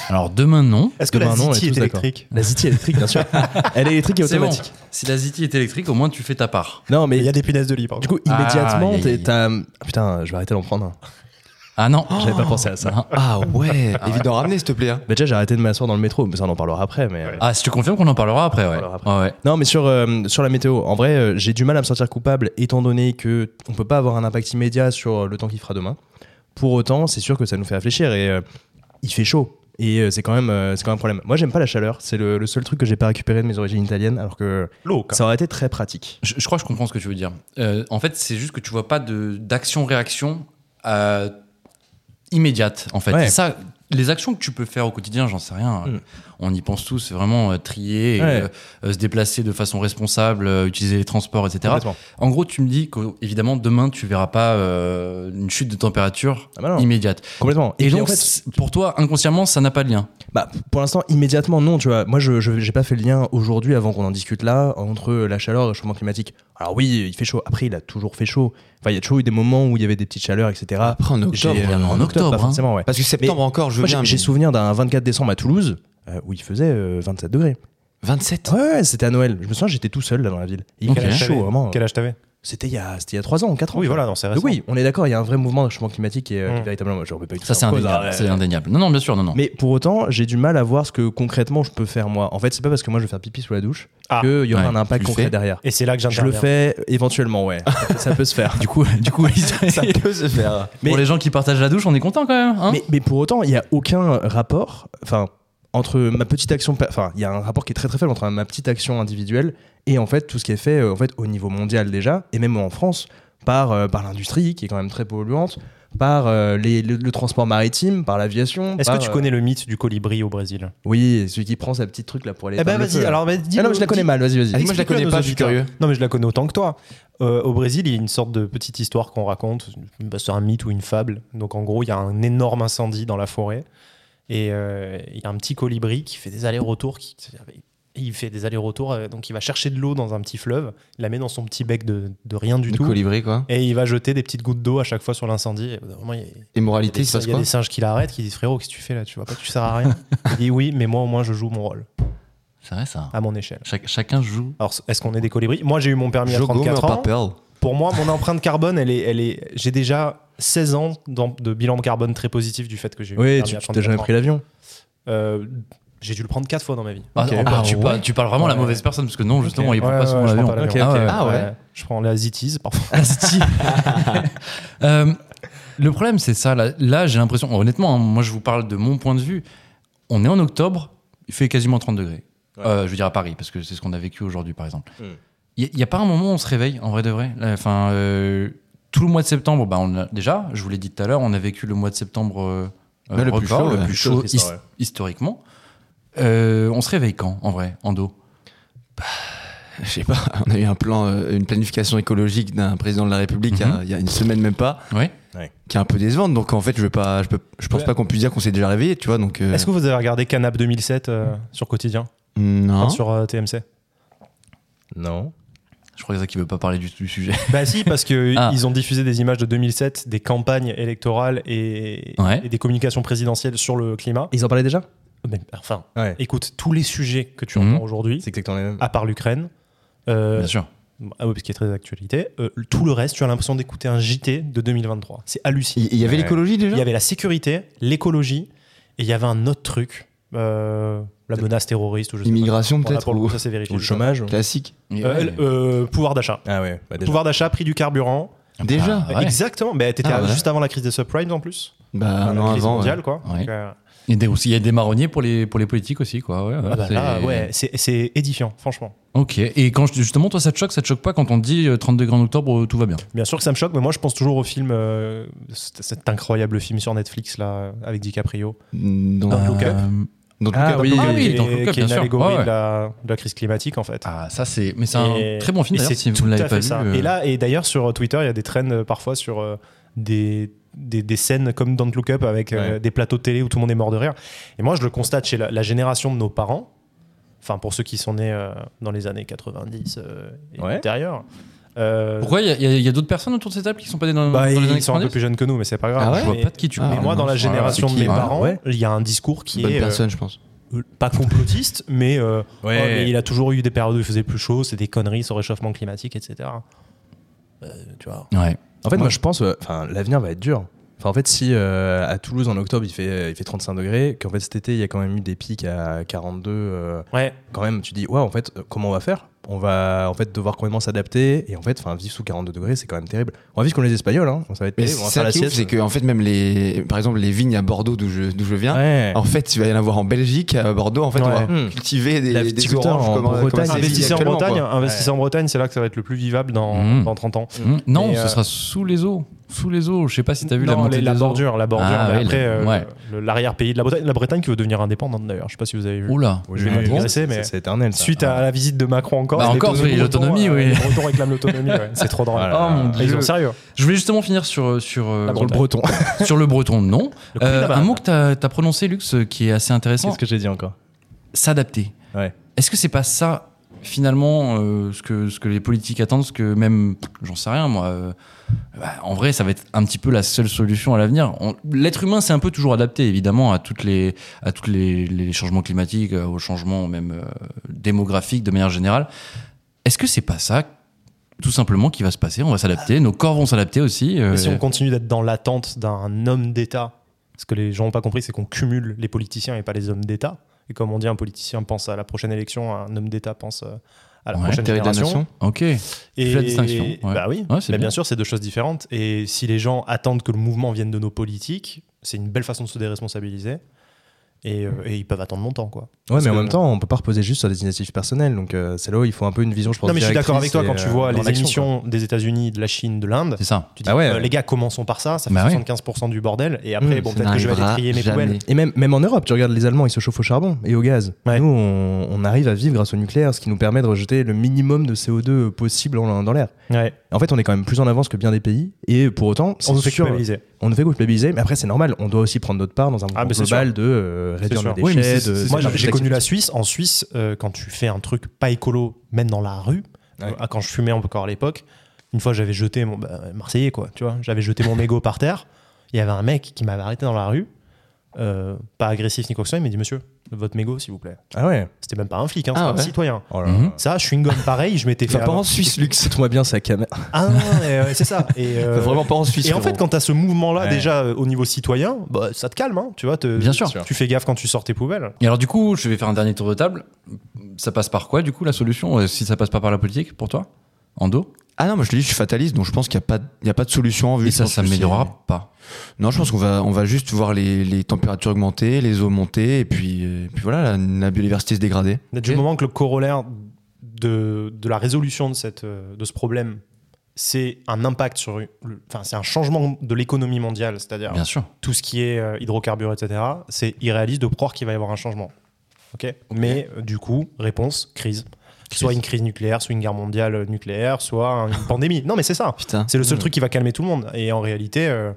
Speaker 1: Alors demain, non.
Speaker 4: Est-ce que la
Speaker 3: Demain, non, on est
Speaker 4: Ziti est
Speaker 3: tous d'accord.
Speaker 4: électrique
Speaker 3: La Ziti électrique, bien sûr. Elle est électrique et
Speaker 1: C'est bon.
Speaker 3: automatique.
Speaker 1: Si la Ziti est électrique, au moins tu fais ta part.
Speaker 3: Non, mais
Speaker 4: Il y a des punaises de lit, par
Speaker 3: du
Speaker 4: contre.
Speaker 3: coup, immédiatement,
Speaker 1: Ah, aïe,
Speaker 3: t'es-
Speaker 1: aïe.
Speaker 3: t'as. Ah, putain, je vais arrêter d'en prendre un.
Speaker 1: Ah non,
Speaker 3: J'avais pas pensé à ça.
Speaker 1: Non.
Speaker 2: Ah ouais, évite d'en ramener s'il te plaît. hein.
Speaker 3: Bah, déjà, j'ai arrêté de m'asseoir dans le métro, mais ça, on en parlera après. Mais...
Speaker 1: Ah, si tu confirmes qu'on en parlera après, ouais.
Speaker 3: parlera après.
Speaker 1: Ouais, ouais.
Speaker 3: Non, mais sur, euh, sur la météo, en vrai, euh, j'ai du mal à me sentir coupable étant donné que on peut pas avoir un impact immédiat sur euh, le temps qu'il fera demain. Pour autant, c'est sûr que ça nous fait réfléchir et euh, il fait chaud. Et euh, c'est quand, même, euh, c'est quand même un problème. Moi, j'aime pas la chaleur. C'est le, le seul truc que j'ai pas récupéré de mes origines italiennes, alors que
Speaker 4: L'eau, quoi.
Speaker 3: ça aurait été très pratique.
Speaker 1: Je, je crois que je comprends ce que tu veux dire. Euh, en fait, c'est juste que tu vois pas de- d'action-réaction euh, immédiate, en fait.
Speaker 3: Ouais.
Speaker 1: Et ça, les actions que tu peux faire au quotidien, j'en sais rien.
Speaker 3: Mm.
Speaker 1: On y pense tous, c'est vraiment euh, trier,
Speaker 3: Ouais.
Speaker 1: euh, euh, se déplacer de façon responsable, euh, utiliser les transports, etc.
Speaker 3: Complètement.
Speaker 1: En gros, tu me dis qu'évidemment, demain, tu verras pas euh, une chute de température
Speaker 3: Ah bah non.
Speaker 1: immédiate.
Speaker 3: Complètement.
Speaker 1: Et,
Speaker 3: puis,
Speaker 1: donc,
Speaker 3: en fait,
Speaker 1: c'est- pour toi, inconsciemment, ça n'a pas de lien.
Speaker 3: Bah, pour l'instant, immédiatement, non. Tu vois, moi, je je- j'ai pas fait le lien aujourd'hui avant qu'on en discute là entre la chaleur et le changement climatique. Alors oui, il fait chaud. Après, il a toujours fait chaud. Enfin, il y a toujours eu des moments où il y avait des petites chaleurs, etc.
Speaker 2: Après, en
Speaker 3: J'ai-
Speaker 2: octobre.
Speaker 1: on est en
Speaker 3: euh,
Speaker 1: octobre,
Speaker 3: pas
Speaker 1: hein.
Speaker 3: forcément, ouais.
Speaker 2: Parce que septembre
Speaker 3: Mais-
Speaker 2: encore, je veux
Speaker 3: Moi,
Speaker 2: bien.
Speaker 3: j'ai- j'ai
Speaker 2: mais-
Speaker 3: souvenir d'un 24 décembre à Toulouse euh, où il faisait euh, 27 degrés.
Speaker 2: 27
Speaker 3: Ouais, ouais, c'était à Noël. Je me souviens, j'étais tout seul là dans la ville. Il
Speaker 1: Quel
Speaker 3: faisait
Speaker 1: âge
Speaker 3: chaud, vraiment.
Speaker 4: Quel âge t'avais Ah
Speaker 3: C'était il y a c'était il y a 3 ans, 4 ans.
Speaker 4: Oui,
Speaker 3: tu vois.
Speaker 4: voilà, non, c'est
Speaker 3: Donc
Speaker 4: récent.
Speaker 3: oui, on est d'accord, il y a un vrai mouvement de changement climatique et euh, qui
Speaker 4: Mm.
Speaker 3: véritablement, je ne pas du tout
Speaker 1: Ça, c'est
Speaker 3: faire pause,
Speaker 1: indéniable.
Speaker 3: hein.
Speaker 1: c'est indéniable. Non, non, bien sûr, non, non.
Speaker 3: Mais pour autant, j'ai du mal à voir ce que concrètement je peux faire moi. En fait, c'est pas parce que moi je vais faire pipi sous la douche
Speaker 4: Ah.
Speaker 3: qu'il y aura
Speaker 1: Ouais,
Speaker 3: un impact
Speaker 2: tu le
Speaker 3: concret
Speaker 2: fais.
Speaker 3: derrière.
Speaker 4: Et c'est là que
Speaker 3: Je le
Speaker 4: j'interviens.
Speaker 3: fais éventuellement, ouais. ça peut se faire.
Speaker 1: Du coup, du coup
Speaker 2: Ça peut se faire.
Speaker 1: pour les gens qui partagent la douche, on est content quand même. Hein
Speaker 3: Mais, mais pour autant, il n'y a aucun rapport, enfin, entre ma petite action, pa- enfin, il y a un rapport qui est très très faible entre ma petite action individuelle et en fait tout ce qui est fait euh, en fait au niveau mondial déjà et même en France par euh, par l'industrie qui est quand même très polluante, par euh, les- le, le transport maritime, par l'aviation.
Speaker 4: Est-ce
Speaker 3: par,
Speaker 4: que tu
Speaker 3: euh,
Speaker 4: connais le mythe du colibri au Brésil
Speaker 3: Oui, celui qui prend sa petite truc là pour aller.
Speaker 4: Eh ben
Speaker 3: éteindre le
Speaker 4: vas-y,
Speaker 3: feu, là.
Speaker 4: alors bah, dis
Speaker 3: Ah non, mais je la connais mal, vas-y, vas-y.
Speaker 2: Allez, moi, je la
Speaker 4: Explique-le
Speaker 2: connais
Speaker 4: à
Speaker 2: pas,
Speaker 4: nos
Speaker 2: je suis
Speaker 4: auditeurs.
Speaker 2: curieux.
Speaker 4: Non, mais je la connais autant que toi. Euh, au Brésil, il y a une sorte de petite histoire qu'on raconte. Bah, c'est un mythe ou une fable. Donc, en gros, il y a un énorme incendie dans la forêt. Et euh, il y a un petit colibri qui fait des allers-retours. Qui... Il fait des allers-retours. euh, donc, il va chercher de l'eau dans un petit fleuve. Il la met dans son petit bec de, de rien du
Speaker 2: Du
Speaker 4: tout.
Speaker 2: colibri, quoi.
Speaker 4: Et il va jeter des petites gouttes d'eau à chaque fois sur l'incendie. Et au bout d'un moment, il y a-
Speaker 2: Et
Speaker 4: il y a
Speaker 2: moralité,
Speaker 4: des
Speaker 2: il se passe
Speaker 4: singes- il y a
Speaker 2: quoi
Speaker 4: des singes qui l'arrêtent, qui disent Frérot, qu'est-ce que tu fais là Tu vois pas, que tu sers à rien. il dit Oui, mais moi, au moins, je joue mon rôle
Speaker 1: C'est vrai ça.
Speaker 4: à mon échelle.
Speaker 1: Chac- chacun joue.
Speaker 4: Alors, est-ce qu'on est des colibris Moi, j'ai eu mon permis à
Speaker 2: Jogo, mais
Speaker 4: 34
Speaker 2: pas
Speaker 4: ans.
Speaker 2: Pearl.
Speaker 4: Pour moi, mon empreinte carbone, elle est, elle est. J'ai déjà 16 ans d'em- de bilan carbone très positif du fait que j'ai eu.
Speaker 3: Oui,
Speaker 4: le permis
Speaker 3: tu
Speaker 4: à
Speaker 3: t'as jamais
Speaker 4: 34 ans.
Speaker 3: pris l'avion.
Speaker 4: Euh, J'ai dû le prendre 4 fois dans ma vie.
Speaker 1: Ah,
Speaker 3: Ok.
Speaker 1: en-
Speaker 2: Ah
Speaker 1: tu,
Speaker 2: ouais.
Speaker 1: parles, tu parles vraiment à la
Speaker 4: Ouais.
Speaker 1: mauvaise personne parce que non, justement, il prend pas son
Speaker 4: je prends
Speaker 1: avion.
Speaker 4: pas
Speaker 1: Ah
Speaker 4: l'avion.
Speaker 1: ouais.
Speaker 2: Ah ouais.
Speaker 4: Je prends la Zitiz parfois.
Speaker 1: Ah, si. Euh, le problème, c'est ça. Là, Là, j'ai l'impression, honnêtement, hein, moi, je vous parle de mon point de vue. On est en octobre, il fait quasiment 30 degrés.
Speaker 3: Ouais.
Speaker 1: Euh, je veux dire à Paris, parce que c'est ce qu'on a vécu aujourd'hui, par exemple.
Speaker 3: Mm.
Speaker 1: Il n'y a, pas un moment où on se réveille, en vrai de vrai. Là, Enfin, euh, tout le mois de septembre, bah, on a- déjà, je vous l'ai dit tout à l'heure, on a vécu le mois de septembre euh,
Speaker 2: Bah, le plus
Speaker 1: record,
Speaker 2: chaud,
Speaker 1: le
Speaker 2: ouais.
Speaker 1: plus chaud
Speaker 3: Histoire,
Speaker 1: his-
Speaker 3: ouais.
Speaker 1: historiquement. Euh, on se réveille quand, en vrai, en dos
Speaker 2: Je sais pas, on a eu un plan, euh, une planification écologique d'un président de la République il y a-
Speaker 1: Mhm.
Speaker 2: il y, a une semaine même pas,
Speaker 1: Ouais.
Speaker 2: qui est un peu décevante. Donc en fait, je, vais pas, je, peux, je pense
Speaker 4: Ouais.
Speaker 2: pas qu'on puisse dire qu'on s'est déjà réveillé, tu vois. Donc, euh,
Speaker 4: Est-ce que vous avez regardé Canap 2007 euh, sur Quotidien
Speaker 2: Non.
Speaker 1: Hein
Speaker 4: Enfin, Sur euh, TMC
Speaker 3: Non.
Speaker 1: Je crois que c'est ça qui veut pas parler du tout du sujet.
Speaker 4: Bah si, parce que
Speaker 1: Ah.
Speaker 4: ils ont diffusé des images de 2007, des campagnes électorales et,
Speaker 1: Ouais.
Speaker 4: et des communications présidentielles sur le climat.
Speaker 3: Ils en parlaient déjà
Speaker 4: Mais, enfin,
Speaker 3: Ouais.
Speaker 4: écoute, tous les sujets que tu
Speaker 1: Mhm.
Speaker 4: entends aujourd'hui,
Speaker 3: C'est exactement les mêmes.
Speaker 4: à part l'Ukraine, euh,
Speaker 1: Bien sûr.
Speaker 4: ah oui, parce qu'il est très d'actualité, euh, tout le reste, tu as l'impression d'écouter un JT de 2023. C'est hallucinant.
Speaker 2: Il il y avait
Speaker 3: Ouais.
Speaker 2: l'écologie déjà
Speaker 4: Il y avait la sécurité, l'écologie, et il y avait un autre truc, euh, la menace terroriste ou je sais pas.
Speaker 2: Immigration
Speaker 4: Voilà,
Speaker 2: peut-être
Speaker 4: pour le
Speaker 2: ou-
Speaker 4: coup, ça c'est vérifié.
Speaker 3: Ou le chômage.
Speaker 2: Classique.
Speaker 1: Mais
Speaker 4: Euh,
Speaker 1: ouais.
Speaker 4: elle- euh, pouvoir d'achat.
Speaker 3: Ah ouais, bah déjà.
Speaker 4: Pouvoir d'achat, prix du carburant.
Speaker 2: Déjà
Speaker 1: Ah ouais.
Speaker 4: Exactement. Bah, t'étais
Speaker 2: Ah ouais.
Speaker 4: juste avant la crise des subprimes en plus.
Speaker 2: Bah,
Speaker 4: Enfin,
Speaker 2: un
Speaker 4: la
Speaker 2: an
Speaker 4: crise
Speaker 2: avant.
Speaker 4: mondiale,
Speaker 2: ouais.
Speaker 4: quoi.
Speaker 1: Ouais.
Speaker 4: Donc, euh,
Speaker 1: Il y a des, aussi- il y a des marronniers pour les, pour les politiques aussi, quoi. Ouais, ouais,
Speaker 4: ah bah
Speaker 1: c'est-
Speaker 4: là, ouais, c'est c'est édifiant, franchement.
Speaker 1: Ok. Et quand je- justement, toi, ça te choque, ça te choque pas quand on te dit euh, 30 degrés en octobre, euh, tout va bien.
Speaker 4: Bien sûr que ça me choque, mais moi je pense toujours au film, euh, cet cet incroyable film sur Netflix là, avec DiCaprio.
Speaker 2: Donc,
Speaker 4: Dans Look Up.
Speaker 2: donc,
Speaker 3: Ah,
Speaker 2: Look Up,
Speaker 3: oui,
Speaker 1: Euh, ah
Speaker 4: qui
Speaker 1: oui,
Speaker 4: est-
Speaker 1: dans Look Up,
Speaker 4: qui est
Speaker 1: bien
Speaker 4: une
Speaker 1: sûr.
Speaker 4: allégorie
Speaker 1: Ouais, ouais.
Speaker 4: de, la, de la crise climatique en fait.
Speaker 1: Ah, ça, c'est. Mais c'est un
Speaker 4: Et-
Speaker 1: très bon film
Speaker 4: et
Speaker 1: d'ailleurs,
Speaker 4: c'est
Speaker 1: si vous
Speaker 4: tout
Speaker 1: ne
Speaker 4: à
Speaker 1: l'avez
Speaker 4: fait
Speaker 1: pas vu.
Speaker 4: ça.
Speaker 1: euh,
Speaker 4: Et là, et d'ailleurs sur Twitter, il y a des trends euh, parfois sur euh, des, des, des scènes comme Don't Look Up avec euh,
Speaker 3: Ouais.
Speaker 4: des plateaux de télé où tout le monde est mort de rire. Et moi je le constate chez la, la génération de nos parents, enfin pour ceux qui sont nés euh, dans les années 90 euh, et
Speaker 3: Ouais.
Speaker 4: antérieures. euh,
Speaker 1: Pourquoi il y a- il y a, il y a d'autres personnes autour de cette table qui sont pas nées dans,
Speaker 4: bah,
Speaker 1: dans les années
Speaker 4: ils sont un peu
Speaker 1: 90
Speaker 4: plus jeunes que nous, mais c'est pas grave.
Speaker 2: Ah ouais
Speaker 1: Je vois
Speaker 4: Mais-
Speaker 1: pas de qui tu
Speaker 2: Ah,
Speaker 1: parles.
Speaker 4: mais moi, dans la
Speaker 2: mince, voilà,
Speaker 4: génération
Speaker 2: c'est
Speaker 4: de
Speaker 2: qui,
Speaker 4: mes
Speaker 2: ouais.
Speaker 4: parents,
Speaker 3: Ouais.
Speaker 4: il y a un discours qui
Speaker 2: bonne
Speaker 4: est euh,
Speaker 2: personne, je pense.
Speaker 4: euh, pas complotiste, mais, euh,
Speaker 3: Ouais.
Speaker 4: oh, mais il a toujours eu des périodes où il faisait plus chaud, c'est des conneries sur le réchauffement climatique, etc. Euh, tu vois.
Speaker 1: Ouais.
Speaker 3: En fait, moi, je pense, euh, enfin, l'avenir va être dur. Enfin, en fait, si euh, à Toulouse en octobre il fait, euh, il fait 35 degrés, qu'en fait cet été il y a quand même eu des pics à 42, euh,
Speaker 4: Ouais.
Speaker 3: quand même, tu dis, ouais, en fait, euh, comment on va faire On va en fait devoir complètement s'adapter et en fait, enfin, vivre sous 42 degrés, c'est quand même terrible. On va vivre comme les Espagnols, hein. Ça va être
Speaker 2: Mais
Speaker 3: terrible. On va faire
Speaker 2: ça
Speaker 3: la
Speaker 2: qui est ouf,
Speaker 3: sieste.
Speaker 2: c'est
Speaker 4: euh.
Speaker 2: que en fait, même les. Par exemple, les vignes à Bordeaux d'où je, d'où je viens.
Speaker 3: Ouais.
Speaker 2: En fait, il va y en avoir en Belgique, à Bordeaux. En fait, on
Speaker 4: Ouais.
Speaker 2: va
Speaker 3: Hmm.
Speaker 2: cultiver
Speaker 3: La
Speaker 2: des, des
Speaker 3: viticulture
Speaker 2: oranges
Speaker 3: en
Speaker 2: comme, euh, comme
Speaker 3: Bretagne.
Speaker 2: c'est
Speaker 4: Investissez en
Speaker 2: actuellement,
Speaker 4: Bretagne,
Speaker 2: quoi.
Speaker 4: investissez en Bretagne, c'est là que ça va être le plus vivable dans,
Speaker 1: Mhm.
Speaker 4: dans 30 ans.
Speaker 1: Mmh. Non,
Speaker 4: Mais,
Speaker 1: ce
Speaker 4: euh,
Speaker 1: sera sous les eaux. sous les eaux. Je sais pas si t'as vu la
Speaker 4: Non,
Speaker 1: montée
Speaker 4: les- la
Speaker 1: des eaux.
Speaker 4: bordure, la bordure.
Speaker 1: Ah,
Speaker 4: mais
Speaker 1: oui,
Speaker 4: après,
Speaker 1: la-
Speaker 4: euh,
Speaker 1: ouais.
Speaker 4: le- l'arrière-pays de la Bretagne, la Bretagne qui veut devenir indépendante d'ailleurs. Je sais pas si vous avez vu.
Speaker 1: Oula. Ah.
Speaker 4: je vais
Speaker 3: Oui,
Speaker 4: pas
Speaker 3: oui,
Speaker 4: digresser, mais
Speaker 3: c'est- C'est éternel. ça.
Speaker 4: suite à la visite de Macron encore.
Speaker 1: Bah,
Speaker 4: les
Speaker 1: encore,
Speaker 4: Bretons-
Speaker 1: oui,
Speaker 4: les Bretons,
Speaker 1: l'autonomie,
Speaker 4: euh,
Speaker 1: oui.
Speaker 4: Les Bretons réclament l'autonomie. ouais. C'est trop drôle.
Speaker 1: Oh mon
Speaker 4: Ils
Speaker 1: dieu.
Speaker 4: sont sérieux.
Speaker 1: Je voulais justement finir sur, sur, euh,
Speaker 4: La
Speaker 1: sur le,
Speaker 4: Bretagne.
Speaker 3: breton.
Speaker 1: bre- sur le breton, non.
Speaker 4: Le coup
Speaker 1: Euh,
Speaker 4: de la
Speaker 1: un
Speaker 4: barbe.
Speaker 1: mot que t'as as prononcé, Lux, euh, qui est assez intéressant.
Speaker 3: Qu'est-ce que j'ai dit encore
Speaker 1: S'adapter.
Speaker 3: Ouais.
Speaker 1: Est-ce que c'est pas ça, finalement, euh, ce, que, ce que les politiques attendent, ce que même, j'en sais rien, moi. euh, bah, en vrai, ça va être un petit peu la seule solution à l'avenir. On- L'être humain s'est un peu toujours adapté, évidemment, à toutes les, à tous les, les changements climatiques, euh, aux changements même euh, démographiques de manière générale. Est-ce que c'est pas ça, tout simplement, qui va se passer On va s'adapter, nos corps vont s'adapter aussi. euh,
Speaker 4: Mais si on continue d'être dans l'attente d'un homme d'État, ce que les gens n'ont pas compris, c'est qu'on cumule les politiciens et pas les hommes d'État. Et comme on dit, un politicien pense à la prochaine élection, un homme d'État pense euh, à la
Speaker 1: Ouais,
Speaker 4: prochaine
Speaker 2: Intérêt de la
Speaker 4: génération.
Speaker 2: nation.
Speaker 1: Ok.
Speaker 4: Et,
Speaker 1: Fais la distinction, ouais.
Speaker 4: Bah oui,
Speaker 1: Ouais, c'est
Speaker 4: mais
Speaker 1: bien.
Speaker 4: bien sûr, c'est deux choses différentes. Et si les gens attendent que le mouvement vienne de nos politiques, c'est une belle façon de se déresponsabiliser. Et, euh, et ils peuvent attendre longtemps, quoi.
Speaker 3: Ouais,
Speaker 4: Parce
Speaker 3: mais en
Speaker 4: que-
Speaker 3: même temps, on peut pas reposer juste sur des initiatives personnelles. Donc euh, c'est là où il faut un peu une vision, je pense.
Speaker 4: Non, mais je suis d'accord avec
Speaker 3: directrice
Speaker 4: toi quand
Speaker 3: et,
Speaker 4: tu
Speaker 3: euh,
Speaker 4: vois
Speaker 3: dans
Speaker 4: les
Speaker 3: l'action, quoi.
Speaker 4: émissions des États-Unis, de la Chine, de l'Inde.
Speaker 1: C'est ça.
Speaker 4: Tu dis,
Speaker 3: Ah ouais,
Speaker 4: euh,
Speaker 3: ouais.
Speaker 4: les gars, commençons par ça, ça fait
Speaker 1: Bah ouais.
Speaker 4: 75% du bordel. Et après,
Speaker 3: Mmh,
Speaker 4: bon,
Speaker 3: ça
Speaker 4: peut-être que je vais aller
Speaker 2: n'arrivera
Speaker 4: trier mes
Speaker 2: Ah, jamais.
Speaker 4: poubelles.
Speaker 3: Et même, même en Europe, tu regardes les Allemands, ils se chauffent au charbon et au gaz.
Speaker 4: Ouais.
Speaker 3: Nous, on, on arrive à vivre grâce au nucléaire, ce qui nous permet de rejeter le minimum de CO2 possible en- dans l'air.
Speaker 4: Ouais.
Speaker 3: En fait, on est quand même plus en avance que bien des pays, et pour autant, c'est
Speaker 4: On nous fait
Speaker 3: sûr-
Speaker 4: culpabiliser.
Speaker 3: on ne fait que culpabiliser, mais après, c'est normal, on doit aussi prendre notre part dans un mouvement
Speaker 4: Ah, mais c'est
Speaker 3: global de euh, réduire
Speaker 4: C'est
Speaker 3: nos
Speaker 4: sûr.
Speaker 3: déchets.
Speaker 1: Oui, mais c'est-
Speaker 3: de-
Speaker 1: c'est-
Speaker 3: de-
Speaker 4: Moi,
Speaker 3: de-
Speaker 4: j'ai- j'ai
Speaker 3: de-
Speaker 4: connu la Suisse. En Suisse, euh, quand tu fais un truc pas écolo, même dans la rue,
Speaker 3: Ouais.
Speaker 4: euh, quand je fumais encore à l'époque, une fois j'avais jeté mon. bah, Marseillais, quoi, tu vois. J'avais jeté mon mégot par terre. Il y avait un mec qui m'avait arrêté dans la rue, euh, pas agressif ni quoi que ce soit. Il m'a dit Monsieur, votre mégot, s'il vous plaît.
Speaker 3: Ah ouais.
Speaker 4: C'était même pas un flic, hein,
Speaker 2: Ah
Speaker 4: c'était
Speaker 2: ouais.
Speaker 4: un citoyen.
Speaker 3: Oh là là.
Speaker 1: Mhm.
Speaker 4: Ça, chewing-gum pareil, je m'étais fait.
Speaker 2: Enfin, pas en Suisse, luxe.
Speaker 3: Toi bien sa caméra.
Speaker 4: Ah non, non, mais, euh, c'est ça. Et, euh,
Speaker 2: Vraiment pas en Suisse.
Speaker 4: et en fait,
Speaker 2: frérot.
Speaker 4: quand t'as ce mouvement-là,
Speaker 3: Ouais.
Speaker 4: déjà euh, au niveau citoyen, bah, ça te calme, hein, tu vois. te-
Speaker 1: Bien sûr.
Speaker 4: Tu fais gaffe quand tu sors tes poubelles.
Speaker 1: Et alors du coup, je vais faire un dernier tour de table. Ça passe par quoi du coup la solution euh, Si ça passe pas par la politique pour toi En dos
Speaker 2: Ah non, moi je te dis, je suis fataliste, donc je pense qu'il n'y a, pas- il y a pas de solution en vue.
Speaker 1: Et
Speaker 2: Je
Speaker 1: ça
Speaker 2: pense que c'est-
Speaker 1: s'améliorera pas.
Speaker 2: Non, je pense qu'on va, on va juste voir les, les températures augmenter, les eaux monter, et puis, euh, puis voilà, la, la biodiversité se dégrader.
Speaker 4: Du
Speaker 1: Ok.
Speaker 4: moment que le corollaire de, de la résolution de, cette, euh, de ce problème, c'est un impact sur. une- le- Enfin, c'est un changement de l'économie mondiale, c'est-à-dire
Speaker 1: Bien sûr.
Speaker 4: tout ce qui est euh, hydrocarbures, etc. C'est irréaliste de croire qu'il va y avoir un changement. Ok. Mais euh, du coup, réponse crise. Soit une crise nucléaire, soit une guerre mondiale euh, nucléaire, soit une pandémie. Non, mais c'est ça.
Speaker 2: Putain.
Speaker 4: C'est le
Speaker 1: Hmm.
Speaker 4: seul truc qui va calmer tout le monde. Et en réalité, euh,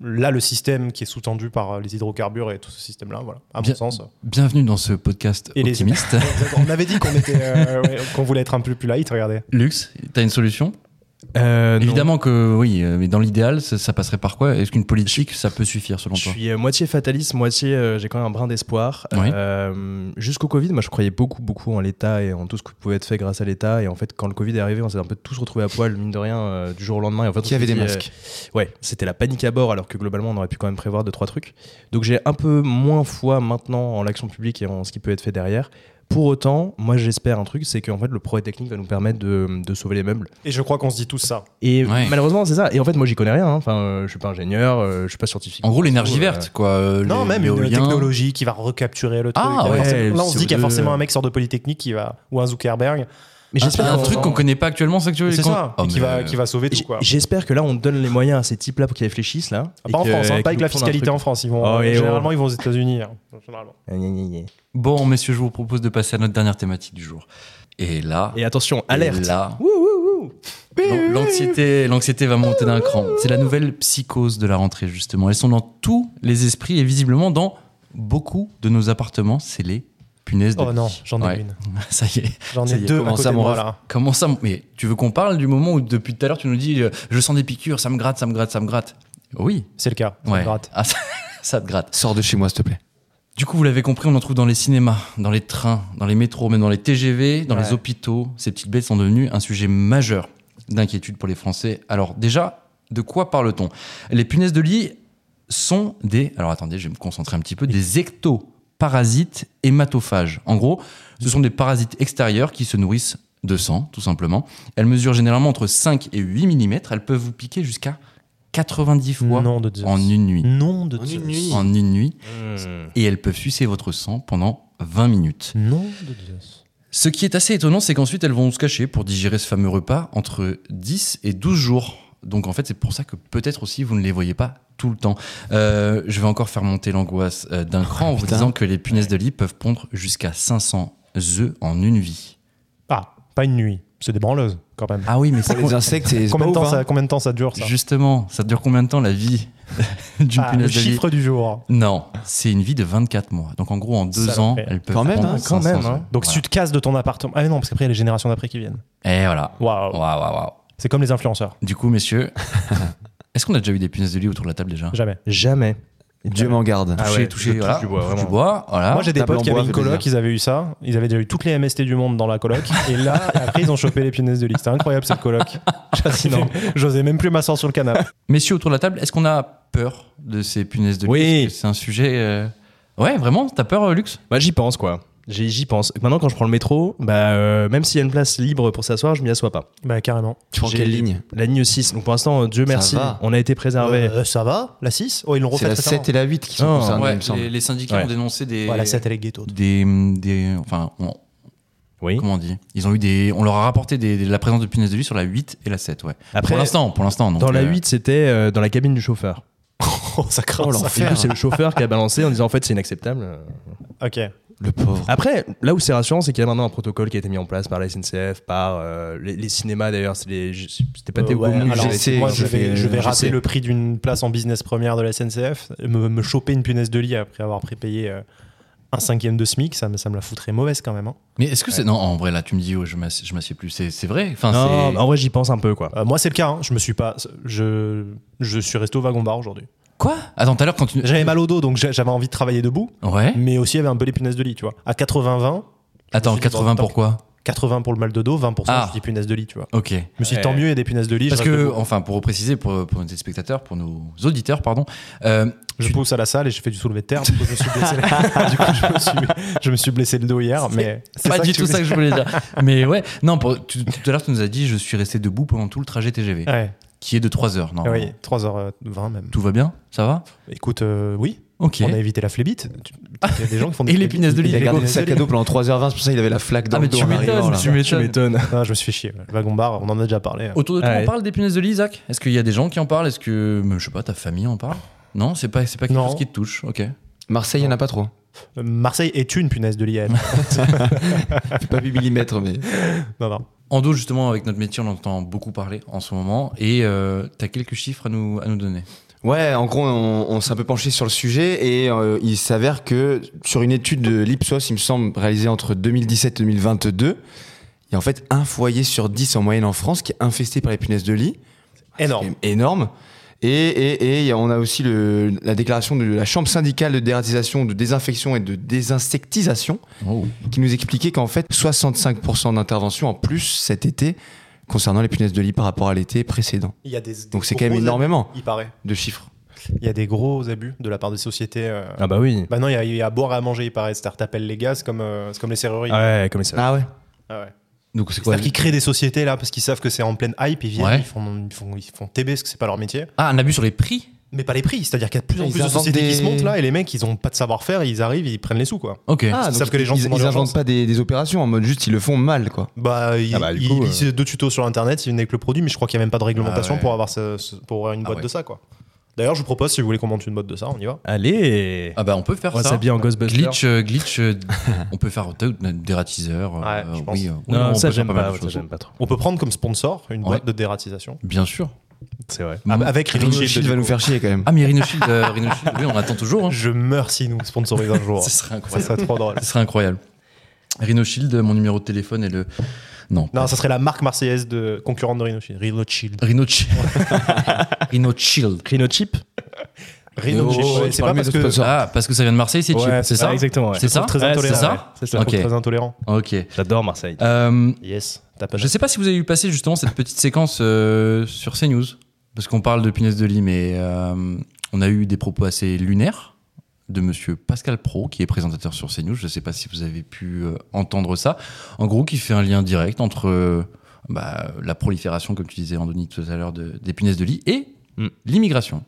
Speaker 4: là, le système qui est sous-tendu par euh, les hydrocarbures et tout ce système-là, voilà, à
Speaker 1: Bien-
Speaker 4: mon sens.
Speaker 1: Bienvenue dans ce podcast
Speaker 4: Et les-
Speaker 1: optimiste.
Speaker 4: On avait dit qu'on était, euh, ouais, qu'on voulait être un peu plus light, regardez.
Speaker 1: Lux, t'as une solution
Speaker 3: Euh, non.
Speaker 1: Évidemment que oui, euh, mais dans l'idéal, ça, ça passerait par quoi Est-ce qu'une politique, ça peut suffire selon
Speaker 3: Je
Speaker 1: toi
Speaker 3: suis euh, moitié fataliste, moitié euh, j'ai quand même un brin d'espoir.
Speaker 1: Oui.
Speaker 3: Euh, Jusqu'au Covid, moi je croyais beaucoup beaucoup en l'État et en tout ce qui pouvait être fait grâce à l'État. Et en fait, quand le Covid est arrivé, on s'est un peu tous retrouvés à poil, mine de rien, euh, du jour au lendemain. Et en fait, on
Speaker 2: Qui avait
Speaker 3: s'est
Speaker 2: des
Speaker 3: dit, euh,
Speaker 2: masques.
Speaker 3: ouais, c'était la panique à bord, alors que globalement on aurait pu quand même prévoir deux trois trucs. Donc j'ai un peu moins foi maintenant en l'action publique et en ce qui peut être fait derrière. Pour autant, moi j'espère un truc, c'est qu'en fait le progrès technique va nous permettre de- de sauver les meubles.
Speaker 4: Et je crois qu'on se dit tous ça.
Speaker 3: Et
Speaker 1: Ouais.
Speaker 3: malheureusement, c'est ça. Et en fait, moi, j'y connais rien. hein. Enfin, euh, je suis pas ingénieur, euh, je suis pas scientifique.
Speaker 1: En gros, l'énergie
Speaker 3: Ouais.
Speaker 1: verte, quoi. euh,
Speaker 4: non,
Speaker 1: les-
Speaker 4: même une
Speaker 1: l'éolien.
Speaker 4: technologie qui va recapturer le truc.
Speaker 1: Ah,
Speaker 4: Là,
Speaker 1: ouais,
Speaker 4: forcément-
Speaker 3: le
Speaker 4: là, on se dit qu'il y a
Speaker 3: CO2,
Speaker 4: forcément
Speaker 3: euh.
Speaker 4: un mec qui sort de Polytechnique qui va, ou un Zuckerberg.
Speaker 3: Mais
Speaker 1: Ah, Il y a un
Speaker 3: qu'on-
Speaker 1: truc qu'on connaît pas actuellement, c'est que tu veux
Speaker 4: C'est
Speaker 1: qu'on-
Speaker 4: ça.
Speaker 1: Oh,
Speaker 4: et qui va,
Speaker 1: mais-
Speaker 4: qui va sauver tout,
Speaker 3: j-
Speaker 4: quoi.
Speaker 3: J'espère que là, on donne les moyens à ces types-là pour qu'ils réfléchissent là.
Speaker 4: Ah,
Speaker 3: et
Speaker 4: pas en
Speaker 3: que-
Speaker 4: France, hein,
Speaker 3: qu'ils
Speaker 4: pas avec
Speaker 3: nous
Speaker 4: la
Speaker 3: font un
Speaker 4: fiscalité
Speaker 3: truc.
Speaker 4: en France. Ils
Speaker 1: Ah,
Speaker 4: vont, euh,
Speaker 3: Oh, et
Speaker 4: généralement,
Speaker 3: oh.
Speaker 4: ils vont aux États-Unis. hein, généralement.
Speaker 3: Gna, gna, gna.
Speaker 1: Bon, messieurs, je vous propose de passer à notre dernière thématique du jour. Et là,
Speaker 3: Et attention, alerte.
Speaker 1: Et là,
Speaker 4: Mmh.
Speaker 1: l'an- l'anxiété, l'anxiété va monter d'un cran. C'est la nouvelle psychose de la rentrée justement. Elles sont dans tous les esprits et visiblement dans beaucoup de nos appartements, c'est les punaises de
Speaker 4: Oh
Speaker 1: lit.
Speaker 4: non, j'en ai
Speaker 1: Ouais.
Speaker 4: une.
Speaker 1: Ça y est.
Speaker 4: J'en
Speaker 1: Ça
Speaker 4: ai
Speaker 1: y est,
Speaker 4: deux à
Speaker 2: comment
Speaker 4: côté
Speaker 2: ça,
Speaker 4: de
Speaker 2: mon
Speaker 4: moi,
Speaker 2: ref
Speaker 4: là.
Speaker 1: Comment ça Mais tu veux qu'on parle du moment où depuis tout à l'heure tu nous dis euh, je sens des piqûres, ça me gratte, ça me gratte, ça me gratte. Oui.
Speaker 4: C'est le cas. Ça me
Speaker 1: Ouais.
Speaker 4: gratte.
Speaker 1: Ah, ça, ça te gratte.
Speaker 2: Sors de chez moi, s'il te plaît.
Speaker 1: Du coup, vous l'avez compris, on en trouve dans les cinémas, dans les trains, dans les métros, même dans les TGV, dans les
Speaker 4: Ouais.
Speaker 1: hôpitaux. Ces petites bêtes sont devenues un sujet majeur d'inquiétude pour les Français. Alors déjà, de quoi parle-t-on Les punaises de lit sont des... Alors attendez, je vais me concentrer un petit peu. Des ectoparasites hématophages. En gros, ce sont des parasites extérieurs qui se nourrissent de sang, tout simplement. Elles mesurent généralement entre 5 et 8 mm. Elles peuvent vous piquer jusqu'à 90 fois
Speaker 4: Non de Zeus.
Speaker 1: en une nuit.
Speaker 4: Non de
Speaker 2: En
Speaker 4: Zeus.
Speaker 2: une nuit.
Speaker 1: En une nuit
Speaker 3: Hmm.
Speaker 1: et elles peuvent sucer votre sang pendant 20 minutes.
Speaker 4: Non de Zeus.
Speaker 1: Ce qui est assez étonnant, c'est qu'ensuite elles vont se cacher pour digérer ce fameux repas entre 10 et 12 jours Donc en fait, c'est pour ça que peut-être aussi vous ne les voyez pas tout le temps. Euh, je vais encore faire monter l'angoisse euh, d'un cran en vous
Speaker 2: Putain.
Speaker 1: disant que les punaises de lit peuvent pondre jusqu'à 500 œufs en une vie.
Speaker 4: Ah, pas une nuit. C'est des branleuses, quand même.
Speaker 1: Ah oui, mais c'est
Speaker 2: Pour les insectes, c'est
Speaker 4: combien, de
Speaker 2: pas
Speaker 4: temps
Speaker 2: ouf, hein.
Speaker 4: ça, combien de temps ça dure, ça
Speaker 1: Justement, ça dure combien de temps la vie d'une
Speaker 4: Ah, Le
Speaker 1: punaise de lit
Speaker 4: chiffre du jour.
Speaker 1: Non, c'est une vie de 24 mois. Donc en gros, en deux
Speaker 4: Salopée.
Speaker 1: ans, elle peut
Speaker 2: Quand même,
Speaker 1: prendre
Speaker 2: hein,
Speaker 1: 500
Speaker 3: quand même, hein.
Speaker 1: œufs.
Speaker 4: Donc
Speaker 1: Voilà.
Speaker 4: si tu te casses de ton appartement. Ah mais non, parce qu'après, il y a les générations d'après qui viennent.
Speaker 1: Et Eh, voilà.
Speaker 4: Waouh.
Speaker 1: Waouh, waouh, waouh.
Speaker 4: C'est comme les influenceurs.
Speaker 1: Du coup, messieurs, est-ce qu'on a déjà eu des punaises de lit autour de la table déjà
Speaker 4: Jamais.
Speaker 3: Jamais.
Speaker 2: hein. Dieu m'en garde.
Speaker 3: Ah
Speaker 1: Touché,
Speaker 3: ouais,
Speaker 1: touché,
Speaker 3: je touche
Speaker 1: voilà.
Speaker 3: du bois,
Speaker 1: Touche
Speaker 3: vraiment.
Speaker 1: bois, voilà.
Speaker 4: Moi, j'ai des
Speaker 2: Ah, table en
Speaker 4: potes qui
Speaker 2: bois
Speaker 4: avaient une
Speaker 2: fait plaisir.
Speaker 4: coloc, ils avaient eu ça. Ils avaient déjà eu toutes les MST du monde dans la coloc. et là, après, ils ont chopé les punaises de lit. C'était incroyable cette coloc. Fascinant. J'osais même plus m'asseoir sur le canapé.
Speaker 1: Messieurs autour de la table, est-ce qu'on a peur de ces punaises de lit
Speaker 3: Oui.
Speaker 1: Parce que C'est un sujet. euh, Ouais, vraiment T'as peur, euh, Lux
Speaker 3: Bah, j'y pense, quoi. J'y j'y pense. Maintenant, quand je prends le métro, bah, euh, même s'il y a une place libre pour s'asseoir, je m'y assois pas.
Speaker 4: Bah carrément.
Speaker 2: Tu prends
Speaker 3: J'ai-
Speaker 2: quelle ligne
Speaker 3: La ligne 6. Donc pour l'instant, euh, Dieu
Speaker 2: Ça
Speaker 3: merci,
Speaker 2: va.
Speaker 3: on a été
Speaker 4: Ah,
Speaker 3: préservé.
Speaker 4: Euh, ça va La 6 Oh, ils l'ont
Speaker 2: C'est
Speaker 4: refait
Speaker 2: la 7 et la 8 qui sont
Speaker 3: Non,
Speaker 2: concernées, il me semble.
Speaker 1: Oh, les, les syndicats
Speaker 3: Ouais.
Speaker 1: ont dénoncé des.
Speaker 4: la 7 elle est ghetto.
Speaker 1: des, des. Enfin, on-
Speaker 3: Oui.
Speaker 1: comment on dit Ils ont eu des. On leur a rapporté des- des- la présence de punaises de lit sur la 8 et la 7, ouais.
Speaker 3: Après,
Speaker 1: pour l'instant, pour l'instant. donc,
Speaker 3: dans la
Speaker 1: euh,
Speaker 3: 8, c'était euh, dans la cabine du chauffeur.
Speaker 4: Oh, ça craint.
Speaker 2: Oh,
Speaker 4: ça.
Speaker 3: Et du
Speaker 2: l'enfer.
Speaker 3: coup, c'est le chauffeur qui a balancé en disant en fait, c'est inacceptable.
Speaker 4: Ok.
Speaker 2: Le pauvre.
Speaker 3: Après, là où c'est rassurant, c'est qu'il y a maintenant un protocole qui a été mis en place par la SNCF, par euh, les, les cinémas d'ailleurs. c'est les- je- C'était pas
Speaker 4: Euh,
Speaker 3: des
Speaker 4: ouais,
Speaker 3: Gaumont,
Speaker 4: alors,
Speaker 3: j'ai-
Speaker 2: GC,
Speaker 4: moi, je
Speaker 2: je
Speaker 4: vais,
Speaker 2: fais-
Speaker 4: je vais
Speaker 2: je
Speaker 4: rater
Speaker 2: sais.
Speaker 4: le prix d'une place en business première de la SNCF, me, me choper une punaise de lit après avoir prépayé euh, un cinquième de SMIC, ça me, ça me la foutrait mauvaise quand même. hein.
Speaker 1: Mais est-ce que c'est. Non, en vrai, là, tu me dis, oh, je m'assieds je m'assieds plus. C'est c'est vrai enfin,
Speaker 3: Non, bah,
Speaker 1: c'est-
Speaker 3: en vrai, j'y pense un peu quoi.
Speaker 4: Euh, moi, c'est le cas, hein. je me suis pas. Je, je suis resté au wagon-bar aujourd'hui.
Speaker 1: Quoi Attends, tout à l'heure, quand tu.
Speaker 4: J'avais mal au dos, donc j'a- j'avais envie de travailler debout,
Speaker 1: Ouais.
Speaker 4: mais aussi il y avait un peu les punaises de lit, tu vois. À 80-20,
Speaker 1: Attends,
Speaker 4: suis dit,
Speaker 1: 80
Speaker 4: bon,
Speaker 1: pourquoi
Speaker 4: 80 pour le mal de dos, 20%
Speaker 1: Ah.
Speaker 4: je dis punaises de lit, tu vois.
Speaker 1: Ok.
Speaker 4: Je me suis dit, tant mieux, il y a des punaises de lit.
Speaker 1: Parce
Speaker 4: je, reste
Speaker 1: que,
Speaker 4: debout.
Speaker 1: enfin, pour préciser, pour, pour nos téléspectateurs, pour nos auditeurs, pardon, euh,
Speaker 4: je pousse à la salle et je fais du soulevé de terre. Du coup, je me suis blessé, du coup, je me suis- je me suis blessé le dos hier, mais c'est
Speaker 1: pas
Speaker 4: ça
Speaker 1: du
Speaker 4: que tu
Speaker 1: tout
Speaker 4: voulais
Speaker 1: ça que je voulais dire. Mais ouais, non, pour- tu- tout à l'heure, tu nous as dit, je suis resté debout pendant tout le trajet TGV,
Speaker 4: dire. Ouais.
Speaker 1: qui est de 3 heures, non
Speaker 4: Oui, 3h20 même.
Speaker 1: Tout va bien Ça va
Speaker 4: Écoute, euh, oui,
Speaker 1: Ok.
Speaker 4: on a évité la flébite. Tu- Il y a des gens qui font des
Speaker 1: Et les punaises de
Speaker 2: Il
Speaker 1: lit,
Speaker 2: a
Speaker 1: les
Speaker 2: gardé
Speaker 1: gars.
Speaker 2: le sac à dos pendant 3h20, c'est pour ça qu'il avait la flaque dans
Speaker 1: Ah,
Speaker 2: le
Speaker 1: mais
Speaker 2: dos
Speaker 1: tu
Speaker 2: en arrivant,
Speaker 1: m'étonnes,
Speaker 2: là.
Speaker 1: tu m'étonnes.
Speaker 3: m'étonnes.
Speaker 4: Ah, je me suis fait chier. Le wagon bar, on en a déjà parlé.
Speaker 1: Autour de toi,
Speaker 3: Ouais.
Speaker 1: on parle des punaises de lit, Isaac Est-ce qu'il y a des gens qui en parlent Est-ce que, euh, je sais pas, ta famille en parle Non, c'est pas, c'est pas quelque
Speaker 4: Non.
Speaker 1: chose qui te touche. Ok.
Speaker 2: Marseille, il n'y en a pas trop.
Speaker 4: Euh, Marseille est une punaise de l'IAM. Ah,
Speaker 2: Fait pas 8 mm, mais.
Speaker 4: non, non.
Speaker 1: Endo, justement, avec notre métier, on entend beaucoup parler en ce moment. Et tu t'as quelques chiffres à nous, à nous donner.
Speaker 2: Ouais, en gros, on, on s'est un peu penché sur le sujet et euh, il s'avère que sur une étude de l'Ipsos, il me semble, réalisée entre 2017 et 2022, il y a en fait un foyer sur dix en moyenne en France qui est infesté par les punaises de lit.
Speaker 4: Énorme.
Speaker 2: É- Énorme. Et, et- et il y a- on a aussi le- la déclaration de la Chambre syndicale de dératisation, de désinfection et de désinsectisation
Speaker 4: Oh.
Speaker 2: qui nous expliquait qu'en fait 65% d'interventions en plus cet été concernant les punaises de lit par rapport à l'été précédent.
Speaker 4: Il y a des, des
Speaker 2: Donc c'est quand même
Speaker 4: gros
Speaker 2: énormément
Speaker 4: abus, Il paraît.
Speaker 2: de chiffres.
Speaker 4: Il y a des gros abus de la part des sociétés. euh.
Speaker 3: Ah bah oui.
Speaker 4: Bah non, il y, a- il y a à boire et à manger, il paraît. C'est-à-dire, t'appelles les gaz comme, euh, c'est comme les serrureries.
Speaker 3: Ouais, comme ça.
Speaker 2: Ah ouais
Speaker 4: Ah ouais.
Speaker 1: Donc c'est quoi
Speaker 4: C'est-à-dire qu'ils créent des sociétés là parce qu'ils savent que c'est en pleine hype. Ils viennent,
Speaker 1: Ouais.
Speaker 4: ils, font, ils, font, ils font TB parce que c'est pas leur métier.
Speaker 1: Ah, un abus sur les prix
Speaker 4: Mais pas les prix. C'est-à-dire qu'il y a de plus en
Speaker 2: Ils
Speaker 4: plus de
Speaker 2: inventent
Speaker 4: sociétés qui
Speaker 2: des-
Speaker 4: se montent là et les mecs, ils ont pas de savoir-faire. Ils arrivent, ils prennent les sous quoi.
Speaker 1: Ok.
Speaker 3: Ah,
Speaker 4: Ils savent
Speaker 2: donc
Speaker 4: que les gens
Speaker 2: ils,
Speaker 4: sont dans
Speaker 2: ils
Speaker 4: l'urgence.
Speaker 2: inventent pas des, des opérations en mode juste ils le font mal quoi.
Speaker 4: Bah, il,
Speaker 3: Ah bah, du
Speaker 4: il
Speaker 3: coup,
Speaker 4: lit deux tutos sur internet, il venait avec le produit, mais je crois qu'il n'y a même pas de réglementation
Speaker 1: Ah ouais.
Speaker 4: pour avoir ce- ce- pour avoir une boîte
Speaker 1: ouais.
Speaker 4: de ça, quoi. D'ailleurs, je vous propose, si vous voulez qu'on monte une boîte de ça, on y va.
Speaker 3: Allez
Speaker 1: Ah bah on peut faire
Speaker 3: On va
Speaker 1: ça.
Speaker 3: s'habiller en Ghostbusters.
Speaker 1: Glitch, euh, glitch, euh, on peut faire des dératiseurs. euh,
Speaker 4: Ouais, je pense.
Speaker 1: oui, euh, oui,
Speaker 3: Non,
Speaker 1: on
Speaker 3: ça
Speaker 1: peut faire
Speaker 3: j'aime
Speaker 1: pas mal
Speaker 3: pas,
Speaker 1: de
Speaker 3: ça,
Speaker 1: choses.
Speaker 3: j'aime pas trop.
Speaker 4: On peut prendre comme sponsor une
Speaker 1: Ouais.
Speaker 4: boîte de dératisation.
Speaker 1: Bien sûr.
Speaker 3: C'est vrai.
Speaker 1: Mm.
Speaker 4: Ah, Avec Rhino Shield,
Speaker 2: Shield
Speaker 4: du
Speaker 2: va
Speaker 4: coup.
Speaker 2: nous faire chier quand même.
Speaker 1: Ah mais Rhino Shield, euh, Rhino Shield, oui, on attend toujours. hein.
Speaker 4: Je meurs si nous sponsorise un jour.
Speaker 1: Ce serait
Speaker 4: ça
Speaker 1: incroyable.
Speaker 4: serait trop drôle.
Speaker 1: Ce serait incroyable. Rhino Shield, mon numéro de téléphone est le. Non.
Speaker 4: Non, ça serait la marque marseillaise de concurrente de Rhino Shield. Rhino Shield.
Speaker 1: Rhino Shield. Rhino Shield.
Speaker 3: Rhino Chip
Speaker 4: Rhino
Speaker 1: Oh,
Speaker 4: Shield.
Speaker 1: oh,
Speaker 4: Ouais,
Speaker 2: tu
Speaker 4: C'est
Speaker 2: parles
Speaker 4: pas
Speaker 2: mieux
Speaker 4: parce
Speaker 2: de
Speaker 4: que.
Speaker 2: sponsor.
Speaker 1: Ah, parce que ça vient de Marseille, c'est cheap.
Speaker 3: Ouais,
Speaker 1: C'est ça
Speaker 3: Exactement, ouais.
Speaker 1: C'est ça
Speaker 4: Je trouve très
Speaker 3: Ouais,
Speaker 4: intolérant.
Speaker 1: c'est ça
Speaker 4: Je trouve
Speaker 1: Ok.
Speaker 4: très intolérant.
Speaker 1: Ok.
Speaker 3: J'adore Marseille.
Speaker 1: Euh,
Speaker 4: Yes. T'as pas
Speaker 1: je sais pas si vous avez vu passer justement cette petite séquence euh, sur CNews. Parce qu'on parle de punaises de lit, mais euh, on a eu des propos assez lunaires de monsieur Pascal Pro, qui est présentateur sur CNews. Je ne sais pas si vous avez pu euh, entendre ça. En gros, qui fait un lien direct entre euh, bah, la prolifération, comme tu disais, Andoni, tout à l'heure, de- des punaises de lit et
Speaker 3: Mm.
Speaker 1: l'immigration.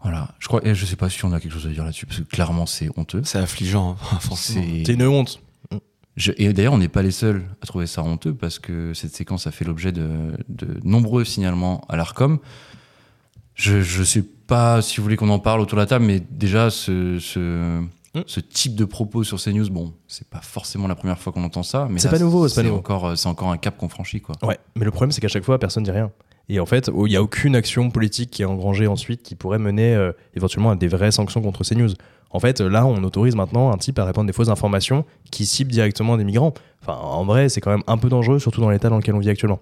Speaker 1: Voilà. Je crois, et je sais pas si on a quelque chose à dire là-dessus, parce que clairement, c'est honteux.
Speaker 2: C'est affligeant. hein, franchement.
Speaker 1: C'est
Speaker 3: C'est une honte.
Speaker 1: Je- et d'ailleurs, on n'est pas les seuls à trouver ça honteux parce que cette séquence a fait l'objet de, de nombreux signalements à l'ARCOM. Je ne sais pas si vous voulez qu'on en parle autour de la table, mais déjà, ce, ce,
Speaker 3: Mmh.
Speaker 1: ce type de propos sur CNews, bon, c'est pas forcément la première fois qu'on entend ça, mais
Speaker 3: C'est
Speaker 1: là,
Speaker 3: pas nouveau, c'est pas nouveau.
Speaker 1: encore, euh, c'est encore un cap qu'on franchit, quoi.
Speaker 3: Ouais, mais le problème, c'est qu'à chaque fois, personne dit rien. Et en fait, il n'y a aucune action politique qui est engrangée ensuite qui pourrait mener euh, éventuellement à des vraies sanctions contre CNews. En fait, là, on autorise maintenant un type à répandre des fausses informations qui ciblent directement des migrants. Enfin, en vrai, c'est quand même un peu dangereux, surtout dans l'état dans lequel on vit actuellement.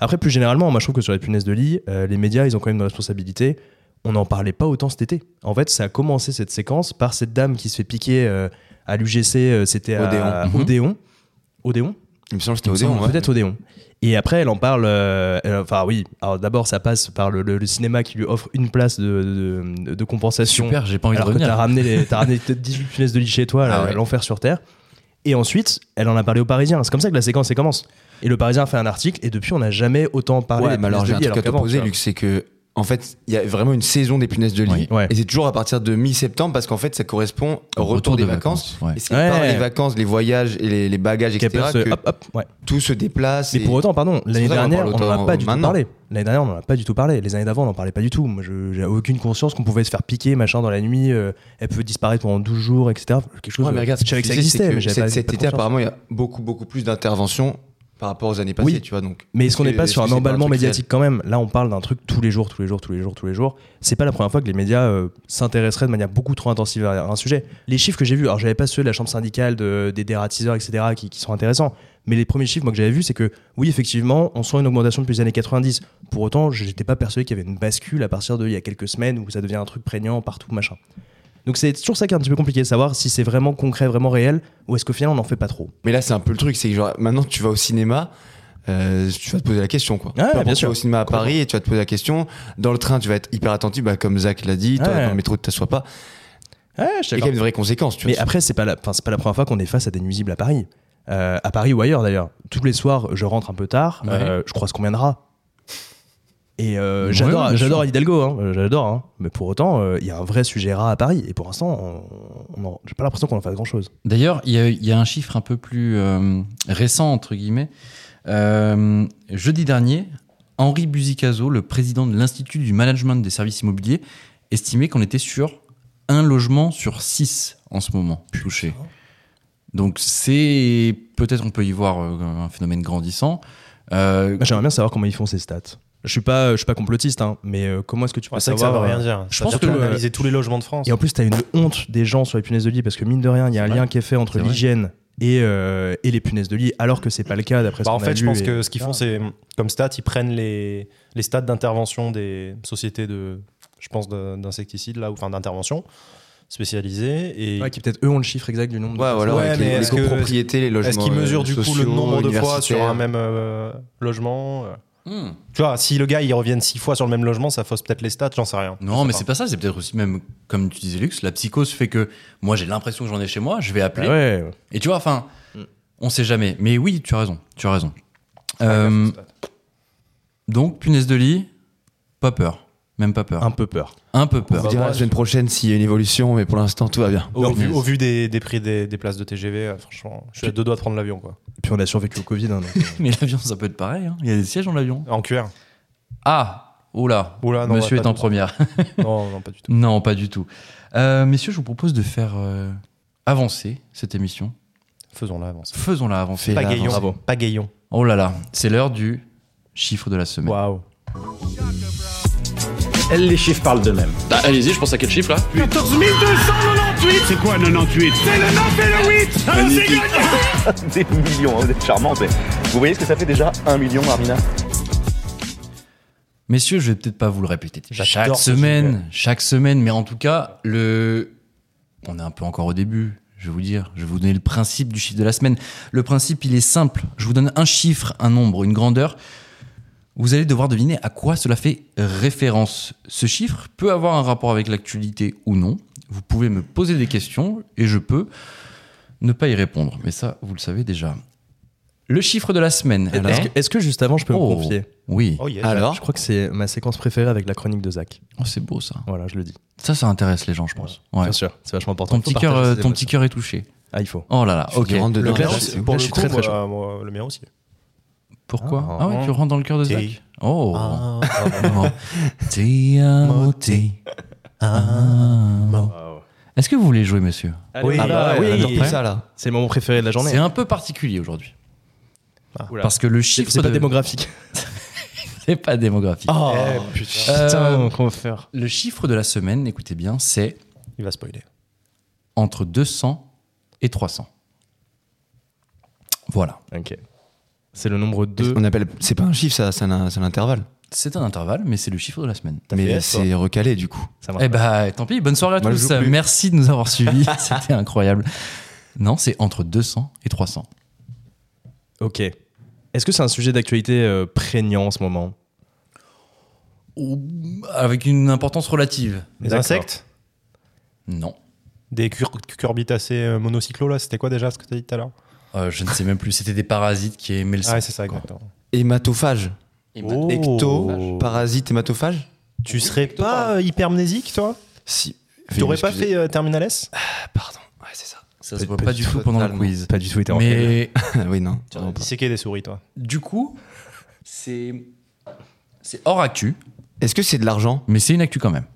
Speaker 3: Après, plus généralement, moi, je trouve que sur les punaises de lit, euh, les médias, ils ont quand même une responsabilité. On n'en parlait pas autant cet été. En fait, ça a commencé cette séquence par cette dame qui se fait piquer euh, à l'UGC, euh, c'était à
Speaker 1: Odéon. Mhm.
Speaker 3: Odéon. Odéon
Speaker 2: Il me semble que c'était
Speaker 3: il me
Speaker 2: Odéon,
Speaker 3: semble,
Speaker 2: ouais.
Speaker 3: Peut-être Odéon. Et après, elle en parle. euh, elle- enfin, oui. Alors, d'abord, ça passe par le, le- le cinéma qui lui offre une place de, de- de compensation.
Speaker 1: Super, j'ai pas envie
Speaker 3: alors
Speaker 1: de
Speaker 3: que t'as
Speaker 1: revenir.
Speaker 3: ramené, les- t'as ramené peut-être 18 punaises de lit chez toi,
Speaker 1: Ah
Speaker 3: là,
Speaker 1: ouais.
Speaker 3: l'enfer sur terre. Et ensuite, elle en a parlé au Parisien. C'est comme ça que la séquence elle commence. Et le Parisien a fait un article, et depuis, on n'a jamais autant parlé.
Speaker 2: Ouais,
Speaker 3: des
Speaker 2: mais alors j'ai
Speaker 3: punaises
Speaker 2: un
Speaker 3: de lit,
Speaker 2: truc à
Speaker 3: alors
Speaker 2: t'opposer,
Speaker 3: qu'avant,
Speaker 2: Luc, c'est que en fait, il y a vraiment une saison des punaises de lit.
Speaker 1: Oui.
Speaker 3: Ouais.
Speaker 2: Et c'est toujours à partir de mi-septembre parce qu'en fait, ça correspond au retour, des, vacances.
Speaker 1: ouais.
Speaker 2: Et c'est
Speaker 3: Ouais.
Speaker 2: par les vacances, les voyages et les, les bagages,
Speaker 3: tu vois.
Speaker 2: etc.
Speaker 3: Qu'elle passe, euh,
Speaker 2: que
Speaker 3: hop, hop, ouais.
Speaker 2: tout se déplace.
Speaker 3: Mais
Speaker 2: et-
Speaker 3: pour autant, pardon, l'année
Speaker 2: pour ça qu'on en
Speaker 3: dernière,
Speaker 2: parle
Speaker 3: on n'en
Speaker 2: autant
Speaker 3: a pas du tout
Speaker 2: maintenant.
Speaker 3: parlé. L'année dernière, on n'en a pas du tout parlé. Les années d'avant, on n'en parlait pas du tout. Moi, je- j'ai aucune conscience qu'on pouvait se faire piquer, machin, dans la nuit. euh, elle peut disparaître pendant 12 jours, etc. Quelque chose.
Speaker 2: Ouais, mais regarde,
Speaker 3: je
Speaker 2: ce
Speaker 3: savais
Speaker 2: que
Speaker 3: que
Speaker 2: tu
Speaker 3: ça
Speaker 2: disais, c'est
Speaker 3: existait,
Speaker 2: que
Speaker 3: mais j'avais
Speaker 2: cet-
Speaker 3: pas,
Speaker 2: Cet
Speaker 3: pas
Speaker 2: été,
Speaker 3: conscience.
Speaker 2: apparemment, il y a beaucoup, beaucoup plus d'interventions par rapport aux années passées,
Speaker 3: Oui.
Speaker 2: tu vois. Donc,
Speaker 3: Mais est-ce qu'on
Speaker 2: Et-
Speaker 3: n'est pas
Speaker 2: et
Speaker 3: sur
Speaker 2: c'est
Speaker 3: un
Speaker 2: pas un
Speaker 3: emballement
Speaker 2: truc
Speaker 3: médiatique quand même Là, on parle d'un truc tous les jours, tous les jours, tous les jours, tous les jours. C'est pas la première fois que les médias euh, s'intéresseraient de manière beaucoup trop intensive à un sujet. Les chiffres que j'ai vus, alors j'avais pas ceux de la chambre syndicale, de- des dératiseurs, etc., qui, qui sont intéressants. Mais les premiers chiffres moi, que j'avais vus, c'est que oui, effectivement, on sent une augmentation depuis les années 90. Pour autant, je n'étais pas persuadé qu'il y avait une bascule à partir de il y a quelques semaines où ça devient un truc prégnant partout, machin. Donc c'est toujours ça qui est un petit peu compliqué de savoir si c'est vraiment concret, vraiment réel, ou est-ce qu'au final on n'en fait pas trop.
Speaker 2: mais là, c'est un peu le truc, c'est que genre, maintenant, tu vas au cinéma. euh, tu vas te poser la question quoi.
Speaker 3: Ouais,
Speaker 2: Peu importe,
Speaker 3: bien
Speaker 2: tu
Speaker 3: sûr.
Speaker 2: vas au cinéma à Paris et tu vas te poser la question. Dans le train, tu vas être hyper attentif, bah, comme Zach l'a dit. Toi,
Speaker 3: Ouais.
Speaker 2: dans le métro, tu t'assois pas.
Speaker 3: Ouais, je
Speaker 2: Il y a quand même une vraie conséquence. Tu
Speaker 3: Mais
Speaker 2: vois.
Speaker 3: après, c'est pas la, enfin, c'est pas la première fois qu'on est face à des nuisibles à Paris. Euh, à Paris ou ailleurs d'ailleurs. Tous les soirs, je rentre un peu tard,
Speaker 1: Ouais.
Speaker 3: euh, je croise combien de rats. Et euh,
Speaker 1: Ouais,
Speaker 3: j'adore,
Speaker 1: ouais, bien
Speaker 3: j'adore
Speaker 1: sûr.
Speaker 3: Hidalgo, hein, euh, j'adore. hein. Mais pour autant, euh, il y a un vrai sujet rat à Paris. Et pour l'instant, on, on en- j'ai pas l'impression qu'on en fasse grand chose.
Speaker 1: D'ailleurs, il y, a- il y a un chiffre un peu plus euh, récent, entre guillemets. Euh, jeudi dernier, Henri Buzicazo, le président de l'Institut du Management des Services Immobiliers, estimait qu'on était sur un logement sur six en ce moment touché. Donc c'est peut-être on peut y voir euh, un phénomène grandissant. Euh,
Speaker 4: Bah,
Speaker 3: J'aimerais bien savoir comment ils font ces stats. Je suis pas, je suis pas complotiste, hein, mais euh, comment est-ce que tu peux
Speaker 4: Ouais, c'est vrai
Speaker 3: savoir
Speaker 4: que ça veut rien
Speaker 3: euh,
Speaker 4: dire.
Speaker 3: je
Speaker 4: Ça
Speaker 3: pense
Speaker 4: veut
Speaker 3: que
Speaker 4: dire
Speaker 3: le-
Speaker 4: analyser tous les logements de France.
Speaker 3: Et en plus, t'as une honte des gens sur les punaises de lit parce que mine de rien, il y a un
Speaker 1: vrai.
Speaker 3: lien qui est fait entre
Speaker 1: C'est vrai.
Speaker 3: l'hygiène et, euh, et les punaises de lit, alors que c'est pas le cas d'après ce
Speaker 4: Bah, en
Speaker 3: qu'on a
Speaker 4: fait, je
Speaker 3: lu
Speaker 4: pense
Speaker 3: et-
Speaker 4: que ce qu'ils font, c'est hum, comme stats, ils prennent les, les stats d'intervention des sociétés de, je pense, de- d'insecticides là, ou enfin d'intervention spécialisées. Et
Speaker 3: Ouais, qui peut-être eux ont le chiffre exact du nombre. de
Speaker 2: Ouais, voilà,
Speaker 4: Ouais,
Speaker 2: avec les-
Speaker 4: mais
Speaker 2: les,
Speaker 4: est-ce que-
Speaker 2: copropriétés, les logements.
Speaker 4: est-ce qu'ils mesurent
Speaker 2: euh,
Speaker 4: du coup le
Speaker 2: sociaux,
Speaker 4: nombre de fois sur un
Speaker 2: universitaires.
Speaker 4: même euh, logement euh.
Speaker 1: hmm.
Speaker 4: Tu vois, si le gars il revienne six fois sur le même logement, ça fausse peut-être les stats, j'en sais rien.
Speaker 1: Non,
Speaker 4: Je
Speaker 1: mais
Speaker 4: sais
Speaker 1: c'est
Speaker 4: pas.
Speaker 1: pas ça. C'est peut-être aussi même comme tu disais, Lux, la psychose fait que moi j'ai l'impression que j'en ai chez moi. Je vais
Speaker 3: Ah
Speaker 4: Bah
Speaker 1: appeler.
Speaker 3: ouais. ouais.
Speaker 1: Et tu vois, enfin, on sait jamais. Mais oui, tu as raison. Tu as raison.
Speaker 4: Ah,
Speaker 1: Euh,
Speaker 4: grave, c'est
Speaker 1: Donc, punaise de lit, pas peur. Même pas peur.
Speaker 3: Un
Speaker 1: Un,
Speaker 3: peu peur.
Speaker 1: peu
Speaker 2: On
Speaker 1: peur.
Speaker 2: vous dira la semaine prochaine s'il y a une évolution, mais pour l'instant, tout va bien.
Speaker 3: Oh,
Speaker 4: Au,
Speaker 1: Non,
Speaker 4: vu,
Speaker 1: mais-
Speaker 4: au vu des, des prix des, des places de TGV, euh, franchement, je suis à deux doigts de prendre l'avion. quoi.
Speaker 3: Et Puis on a survécu au Covid. hein, donc, euh,
Speaker 1: Mais l'avion, ça peut être pareil. hein. Il y a des sièges dans l'avion.
Speaker 4: En QR
Speaker 1: Ah Oula
Speaker 4: Oula, non,
Speaker 1: Monsieur
Speaker 4: ouais,
Speaker 1: est
Speaker 4: pas
Speaker 1: en
Speaker 4: tout.
Speaker 1: première.
Speaker 4: Non, non, pas du tout.
Speaker 1: non, pas du tout. Euh, messieurs, je vous propose de faire euh, avancer cette émission.
Speaker 4: Faisons-la avancer.
Speaker 1: Faisons-la avancer.
Speaker 4: Pagayon.
Speaker 1: Bravo.
Speaker 4: Pagayon.
Speaker 1: Oh là là, c'est l'heure du chiffre de la semaine.
Speaker 4: Waouh.
Speaker 6: Elle, les chiffres parlent d'eux-mêmes.
Speaker 7: Allez-y, je pense à quel chiffre là
Speaker 8: 14 298 C'est quoi 98 C'est le 9 et le 8 Allons, c'est gagné
Speaker 9: des millions, hein, vous êtes charmants, mais vous voyez ce que ça fait déjà un million, Armina
Speaker 1: Messieurs, je vais peut-être pas vous le répéter. Chaque
Speaker 4: J'adore ce
Speaker 1: semaine, chaque semaine, mais en tout cas, le... on est un peu encore au début. Je vais vous dire, je vais vous donner le principe du chiffre de la semaine. Le principe, il est simple. Je vous donne un chiffre, un nombre, une grandeur. Vous allez devoir deviner à quoi cela fait référence. Ce chiffre peut avoir un rapport avec l'actualité ou non. Vous pouvez me poser des questions et je peux ne pas y répondre. Mais ça, vous le savez déjà. Le chiffre de la semaine. Alors-
Speaker 3: Est-ce que, est-ce que juste avant, je peux
Speaker 1: Eh ben. Oh,
Speaker 3: me confier
Speaker 1: Oui.
Speaker 4: Oh, yes.
Speaker 2: Alors,
Speaker 3: Je crois que c'est ma séquence préférée avec la chronique de Zach.
Speaker 1: Oh, c'est beau ça.
Speaker 3: Voilà, je le dis.
Speaker 1: Ça, ça intéresse les gens, je pense. Ouais.
Speaker 3: Bien sûr, c'est vachement important.
Speaker 1: Ton petit
Speaker 3: Faut
Speaker 1: cœur,
Speaker 3: partager
Speaker 1: euh,
Speaker 3: ses
Speaker 1: ton petit
Speaker 3: émotions.
Speaker 1: cœur est touché.
Speaker 3: Ah, il faut.
Speaker 1: Oh là là, ok.
Speaker 2: Tu rentres dedans,
Speaker 3: Leclerc,
Speaker 2: là,
Speaker 3: c'est-
Speaker 2: c'est ouf.
Speaker 3: pour le
Speaker 4: je suis
Speaker 3: coup, euh,
Speaker 4: très
Speaker 3: moi,
Speaker 4: très chaud. le mien aussi.
Speaker 1: Pourquoi
Speaker 3: Ah,
Speaker 1: Ah ouais, tu rentres dans le cœur de
Speaker 4: T'es-
Speaker 1: Zach Oh
Speaker 4: Ah,
Speaker 1: Oh. Te amo, te amo. Ah. Est-ce que vous voulez jouer, monsieur
Speaker 3: oui,
Speaker 2: Ah bah ouais, j'adore tout ça là.
Speaker 3: c'est le moment préféré de la journée.
Speaker 1: C'est un peu particulier aujourd'hui.
Speaker 3: Oula.
Speaker 1: Parce que le
Speaker 3: C'est
Speaker 1: chiffre
Speaker 3: c'est pas
Speaker 1: de-
Speaker 3: démographique.
Speaker 1: c'est pas démographique.
Speaker 3: Oh,
Speaker 4: putain.
Speaker 1: Euh,
Speaker 3: qu'on va faire.
Speaker 1: le chiffre de la semaine, écoutez bien, c'est
Speaker 4: Il va spoiler.
Speaker 1: entre 200 et 300. Voilà.
Speaker 3: Ok. C'est le nombre 2.
Speaker 2: On appelle. C'est pas un chiffre, ça, c'est un, c'est un intervalle.
Speaker 1: C'est un intervalle, mais c'est le chiffre de la semaine.
Speaker 4: fait
Speaker 2: Mais
Speaker 4: F, toi
Speaker 2: c'est recalé du coup.
Speaker 3: Ça marche.
Speaker 1: Eh bah, tant pis, bonne soirée à
Speaker 2: Moi, je
Speaker 1: tous.
Speaker 2: joue plus.
Speaker 1: Merci de nous avoir suivis. C'était incroyable. Non, c'est entre 200 et 300.
Speaker 3: Ok. Est-ce que c'est un sujet d'actualité euh, prégnant en ce moment
Speaker 1: Ou- Avec une importance relative.
Speaker 4: Les
Speaker 3: D'accord.
Speaker 4: insectes
Speaker 1: Non.
Speaker 4: Des cur- cucurbitacées euh, monocyclo, là, c'était quoi déjà ce que t'as dit tout à l'heure
Speaker 1: Euh, je ne sais même plus. C'était des parasites qui aimaient le sang.
Speaker 4: Ah, c'est ça,
Speaker 1: quoi.
Speaker 4: exactement.
Speaker 3: Oh.
Speaker 2: Hématophage.
Speaker 1: Et maintenant-
Speaker 4: Oh.
Speaker 2: Ecto, parasite, hématophage
Speaker 4: Tu serais pas euh, hypermnésique, toi
Speaker 2: Si.
Speaker 4: Tu aurais pas
Speaker 2: Excusez.
Speaker 4: fait euh, Terminal S
Speaker 2: Ah, Pardon. Ouais, c'est ça.
Speaker 1: ça se voit
Speaker 2: Pe-
Speaker 1: pas du tout pendant le
Speaker 2: totalement.
Speaker 1: quiz.
Speaker 3: Pas du tout été en fait.
Speaker 1: Mais
Speaker 2: oui, non.
Speaker 4: Tu aurais disséqué des souris, toi.
Speaker 1: du coup, c'est c'est hors actu,
Speaker 2: Est-ce que c'est de l'argent
Speaker 1: mais c'est une actu quand même.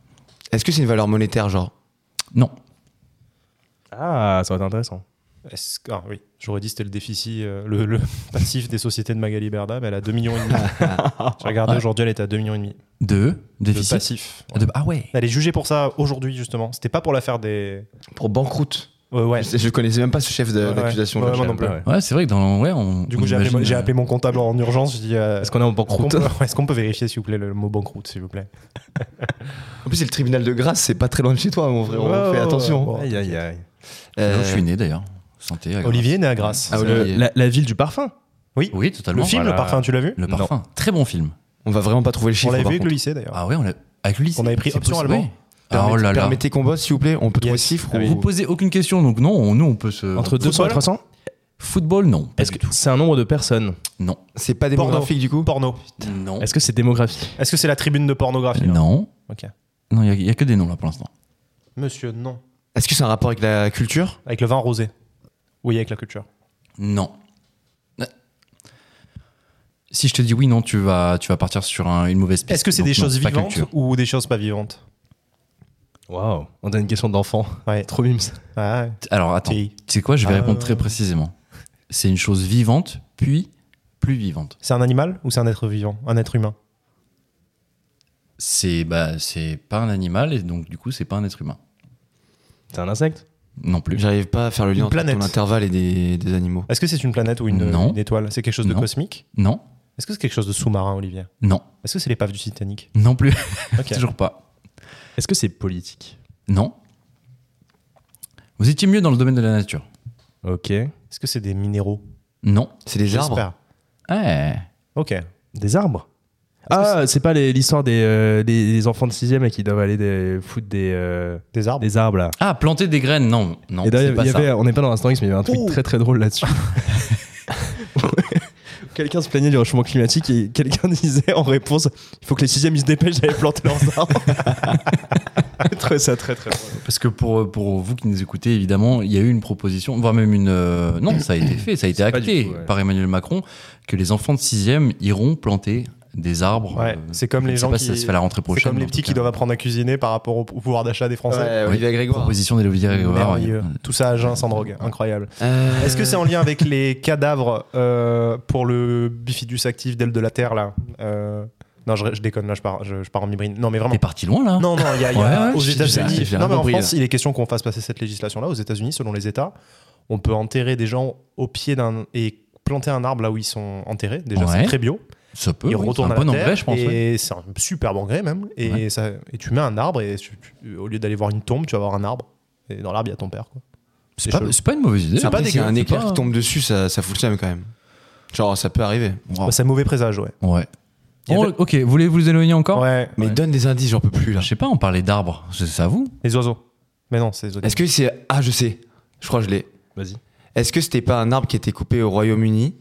Speaker 2: Est-ce que c'est une valeur monétaire, genre
Speaker 1: Non.
Speaker 3: Ah, ça aurait été intéressant.
Speaker 4: Est-ce que- Ah oui, j'aurais dit c'était le déficit, euh, le, le passif des sociétés de Magali Berda, mais elle a 2 millions et demi. J'ai regardé
Speaker 1: Ouais.
Speaker 4: aujourd'hui, elle était à 2 millions et demi.
Speaker 1: De
Speaker 4: Le
Speaker 1: déficit.
Speaker 4: passif.
Speaker 1: Ah, de- Ah ouais.
Speaker 4: Elle est jugée pour ça aujourd'hui, justement. C'était pas pour l'affaire des.
Speaker 2: Pour banqueroute.
Speaker 4: Ouais, ouais.
Speaker 2: Je, je connaissais même pas ce chef de-
Speaker 4: Ouais,
Speaker 2: d'accusation.
Speaker 4: ouais,
Speaker 2: là.
Speaker 4: moi non plus.
Speaker 3: Ah ouais.
Speaker 1: Ouais, c'est vrai que dans ouais, on-
Speaker 4: Du
Speaker 1: on
Speaker 4: coup, j'ai appelé,
Speaker 1: imagine,
Speaker 4: j'ai
Speaker 1: euh,
Speaker 4: appelé mon comptable en urgence. Je dis euh,
Speaker 3: Est-ce qu'on est en banqueroute
Speaker 4: est-ce qu'on peut- Est-ce qu'on peut vérifier, s'il vous plaît, le, le mot banqueroute, s'il vous plaît
Speaker 2: En plus, c'est le tribunal de grâce, c'est pas très loin de chez toi, mon frère. on
Speaker 4: Ouais,
Speaker 2: fait
Speaker 4: ouais,
Speaker 2: attention.
Speaker 4: ouais.
Speaker 3: Aïe, aïe, aïe.
Speaker 1: là
Speaker 2: Euh,
Speaker 1: où je suis né d'ailleurs. Santé. agréable.
Speaker 4: Olivier est né à Grasse.
Speaker 2: Ah,
Speaker 4: C'est-
Speaker 2: Olivier.
Speaker 3: Le- la, la ville du parfum.
Speaker 1: Oui, totalement.
Speaker 4: Le film, le
Speaker 3: Voilà.
Speaker 4: parfum, tu l'as vu
Speaker 1: Le parfum. Très bon film.
Speaker 2: On va vraiment pas trouver le
Speaker 4: On
Speaker 2: chiffre.
Speaker 4: l'avait vu
Speaker 2: par
Speaker 4: avec le
Speaker 2: contre.
Speaker 4: lycée, d'ailleurs.
Speaker 1: Ah ouais, on l'a- avec le lycée.
Speaker 4: On avait pris
Speaker 1: c'est
Speaker 4: option
Speaker 1: possible,
Speaker 4: allemand.
Speaker 1: oui. Ah, oh là là.
Speaker 2: Permettez qu'on bosse, s'il vous plaît. On peut trouver le
Speaker 4: Yes.
Speaker 2: chiffre
Speaker 4: Ah oui.
Speaker 1: Vous
Speaker 2: ou-
Speaker 1: posez aucune question, donc non, on- nous on peut se.
Speaker 3: Entre 200 et 300
Speaker 1: Football, non. pas
Speaker 3: Est-ce
Speaker 1: du
Speaker 3: que c'est un nombre de personnes
Speaker 1: tout. Non.
Speaker 2: C'est pas démographique du coup
Speaker 4: Porno.
Speaker 1: Non.
Speaker 3: Est-ce que c'est démographique
Speaker 4: Est-ce que c'est la tribune de pornographie là
Speaker 1: Non.
Speaker 4: Ok.
Speaker 1: Non, il n'y a, que des noms là pour l'instant.
Speaker 4: Monsieur, non.
Speaker 2: Est-ce que c'est un rapport avec la culture
Speaker 4: Avec le vin rosé. Oui, avec la culture.
Speaker 1: Non. Euh, Si je te dis oui, non, tu vas, tu vas partir sur un- une mauvaise piste.
Speaker 4: Est-ce que c'est
Speaker 1: Donc,
Speaker 4: des
Speaker 1: non,
Speaker 4: choses
Speaker 1: pas
Speaker 4: vivantes
Speaker 1: culture.
Speaker 4: ou des choses pas vivantes
Speaker 3: Waouh. On a une question d'enfant.
Speaker 4: Ouais.
Speaker 3: Trop mimes.
Speaker 4: Ah,
Speaker 1: Alors attends, tu
Speaker 4: Si.
Speaker 1: sais quoi, je vais
Speaker 4: Ah.
Speaker 1: répondre très précisément. C'est une chose vivante, puis plus vivante.
Speaker 4: C'est un animal ou c'est un être vivant Un être humain
Speaker 1: C'est bah, c'est pas un animal, et donc du coup, c'est pas un être humain.
Speaker 3: C'est un insecte
Speaker 1: Non plus.
Speaker 2: J'arrive pas à faire le
Speaker 4: Une
Speaker 2: lien entre
Speaker 4: planète.
Speaker 2: ton intervalle et des, des animaux.
Speaker 4: Est-ce que c'est une planète ou une,
Speaker 1: Non.
Speaker 4: une étoile C'est quelque chose de
Speaker 1: Non.
Speaker 4: cosmique
Speaker 1: Non
Speaker 4: Est-ce que c'est quelque chose de sous-marin, Olivier
Speaker 1: Non.
Speaker 4: Est-ce que c'est l'épave du Titanic
Speaker 1: Non plus.
Speaker 4: Ok.
Speaker 1: Toujours pas.
Speaker 3: Est-ce que c'est politique
Speaker 1: Non. Vous étiez mieux dans le domaine de la nature
Speaker 3: Ok.
Speaker 4: Est-ce que c'est des minéraux
Speaker 1: Non. Eh.
Speaker 2: C'est des arbres
Speaker 4: J'espère.
Speaker 1: Ouais.
Speaker 4: Ok.
Speaker 3: Des arbres Ah, c'est pas les- l'histoire des, euh, des, des enfants de 6 et qui doivent aller des, foutre des, euh,
Speaker 4: Des arbres
Speaker 3: des arbres là.
Speaker 1: Ah, planter des graines, non. Non,
Speaker 3: et
Speaker 1: c'est
Speaker 3: d'ailleurs,
Speaker 1: pas
Speaker 3: il y
Speaker 1: ça.
Speaker 3: avait, on n'est pas dans l'instant X, mais il y avait un truc très très drôle là-dessus. quelqu'un se plaignait du réchauffement climatique et quelqu'un disait en réponse il faut que les sixièmes ils se dépêchent d'aller planter leurs arbres. Je trouvais ça très très drôle.
Speaker 1: Parce que pour, pour vous qui nous écoutez, évidemment, il y a eu une proposition, voire même une... euh, non, ça a été fait, ça a été
Speaker 3: pas du
Speaker 1: acté
Speaker 3: tout, ouais.
Speaker 1: par Emmanuel Macron, que les enfants de 6e iront planter des arbres.
Speaker 4: Ouais,
Speaker 1: euh,
Speaker 4: c'est comme
Speaker 1: je
Speaker 4: les
Speaker 1: sais
Speaker 4: gens
Speaker 1: pas
Speaker 4: qui-
Speaker 1: si ça se fait à la rentrée
Speaker 4: C'est
Speaker 1: prochaine.
Speaker 4: comme les
Speaker 1: en
Speaker 4: petits
Speaker 1: tout
Speaker 4: qui
Speaker 1: cas.
Speaker 4: doivent apprendre à cuisiner par rapport au, au pouvoir d'achat des Français.
Speaker 2: Ouais, Olivier Grégoire.
Speaker 1: Proposition d'Elodie Grégoire.
Speaker 4: Merveilleux. Tout ça à jeun, sans drogue. Incroyable.
Speaker 2: Euh,
Speaker 4: Est-ce que c'est en lien avec les cadavres euh, pour le bifidus actif d'aile de la terre là Euh, Non, je, je déconne là, je pars, je, je pars en mibrine. Non, mais vraiment.
Speaker 1: T'es parti loin, là
Speaker 4: Non, non, il y a, il y
Speaker 1: Ouais,
Speaker 4: a-
Speaker 1: ouais,
Speaker 4: aux
Speaker 1: j'ai-
Speaker 2: j'ai-
Speaker 4: États-Unis.
Speaker 2: j'ai
Speaker 4: Non,
Speaker 2: rien
Speaker 4: mais en
Speaker 2: compris,
Speaker 4: France, il est question qu'on fasse passer cette législation-là. Aux États-Unis, selon les États, on peut enterrer des gens au pied d'un et planter un arbre là où ils sont enterrés. Déjà,
Speaker 1: Ouais.
Speaker 4: c'est très bio.
Speaker 1: Ça peut,
Speaker 4: il
Speaker 1: oui, c'est
Speaker 4: retourne
Speaker 1: un
Speaker 4: à la
Speaker 1: bon
Speaker 4: terre,
Speaker 1: engrais, je pense. ouais.
Speaker 4: Et c'est un super bon engrais même. Et,
Speaker 1: Ouais.
Speaker 4: ça, et tu mets un arbre et tu- tu- au lieu d'aller voir une tombe, tu vas voir un arbre. Et dans l'arbre, il y a ton père. Quoi.
Speaker 1: C'est
Speaker 4: c'est
Speaker 1: pas,
Speaker 4: chelou.
Speaker 1: c'est pas une mauvaise idée.
Speaker 2: C'est pas
Speaker 1: Après,
Speaker 2: dégueu.
Speaker 1: c'est
Speaker 2: Un éclair
Speaker 1: pas-
Speaker 2: qui tombe dessus, ça, ça fout le seum quand même. Genre, ça peut arriver.
Speaker 1: Wow.
Speaker 4: Bah, c'est un mauvais présage, ouais.
Speaker 1: Ouais.
Speaker 4: Il y
Speaker 1: Oh,
Speaker 4: avait-
Speaker 1: ok, vous voulez vous éloigner encore
Speaker 4: Ouais.
Speaker 2: Mais donne des indices, j'en peux plus là.
Speaker 1: Je sais pas, on parlait d'arbres, c'est ça vous
Speaker 4: Les oiseaux. Mais non, c'est les oiseaux.
Speaker 2: Est-ce que c'est. Ah, je sais. Je crois que je l'ai.
Speaker 3: Vas-y.
Speaker 2: Est-ce que c'était pas un arbre qui était coupé au Royaume-Uni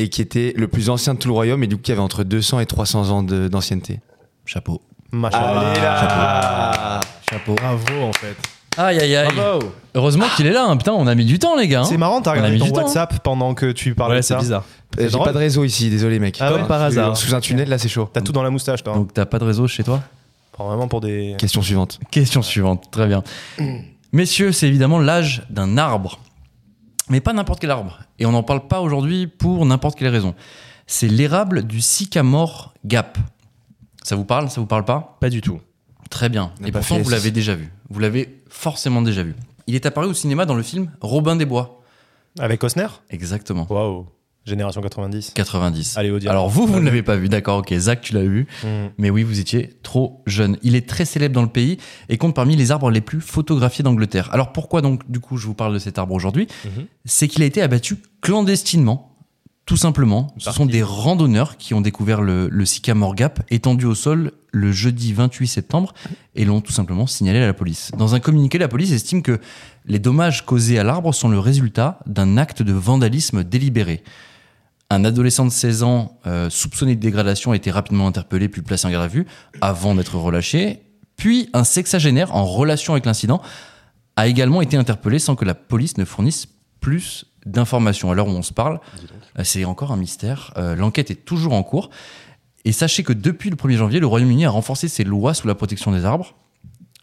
Speaker 2: et qui était le plus ancien de tout le royaume et du coup qui avait entre 200 et 300 ans de- d'ancienneté
Speaker 1: Chapeau.
Speaker 4: Machin.
Speaker 2: là
Speaker 1: Chapeau.
Speaker 3: Bravo en fait.
Speaker 1: Aïe, aïe, aïe. Heureusement qu'il est là, hein. putain, on a mis du temps, les gars. hein.
Speaker 4: C'est marrant, t'as
Speaker 1: On a
Speaker 4: regardé
Speaker 1: mis
Speaker 4: ton
Speaker 1: du temps, hein.
Speaker 4: WhatsApp pendant que tu parlais
Speaker 3: Ouais,
Speaker 4: de
Speaker 3: c'est
Speaker 4: ça.
Speaker 3: bizarre.
Speaker 4: C'est
Speaker 2: J'ai
Speaker 4: drôle.
Speaker 2: pas de réseau ici, désolé mec.
Speaker 4: Ah ouais,
Speaker 2: Putain,
Speaker 4: par
Speaker 2: sous-
Speaker 4: hasard.
Speaker 2: Sous un tunnel, là c'est chaud.
Speaker 4: T'as tout dans la moustache, toi. hein.
Speaker 1: Donc, t'as pas de réseau chez toi
Speaker 4: Pas Vraiment pour des.
Speaker 2: Question suivante.
Speaker 1: Question suivante, très bien. Messieurs, c'est évidemment l'âge d'un arbre. Mais pas n'importe quel arbre. Et on n'en parle pas aujourd'hui pour n'importe quelle raison. C'est l'érable du sycamore gap. Ça vous parle Ça vous parle pas
Speaker 3: Pas du tout.
Speaker 1: Très bien.
Speaker 2: On n'a
Speaker 1: Et
Speaker 2: pas
Speaker 1: pourtant,
Speaker 2: fait
Speaker 1: vous
Speaker 2: S.
Speaker 1: l'avez déjà vu. Vous l'avez forcément déjà vu. Il est apparu au cinéma dans le film Robin des Bois.
Speaker 4: Avec Osner
Speaker 1: Exactement.
Speaker 4: Waouh. Génération 90.
Speaker 1: 90.
Speaker 4: Allez, Audiard.
Speaker 1: Alors vous, vous ne l'avez pas vu, d'accord, ok. Zach, tu l'as vu.
Speaker 4: Hmm.
Speaker 1: Mm. Mais oui, vous étiez trop jeune. Il est très célèbre dans le pays et compte parmi les arbres les plus photographiés d'Angleterre. Alors pourquoi donc, du coup, je vous parle de cet arbre aujourd'hui
Speaker 3: Mhm.
Speaker 1: C'est qu'il a été abattu clandestinement, tout simplement. Ce sont des randonneurs qui ont découvert le, le sycamore gap étendu au sol le jeudi 28 septembre et l'ont tout simplement signalé à la police. Dans un communiqué, la police estime que les dommages causés à l'arbre sont le résultat d'un acte de vandalisme délibéré. Un adolescent de 16 ans euh, soupçonné de dégradation a été rapidement interpellé puis placé en garde à vue avant d'être relâché. Puis un sexagénaire en relation avec l'incident a également été interpellé sans que la police ne fournisse plus d'informations. À l'heure où on se parle, euh, c'est encore un mystère. Euh, L'enquête est toujours en cours. Et sachez que depuis le 1er janvier, le Royaume-Uni a renforcé ses lois sous la protection des arbres.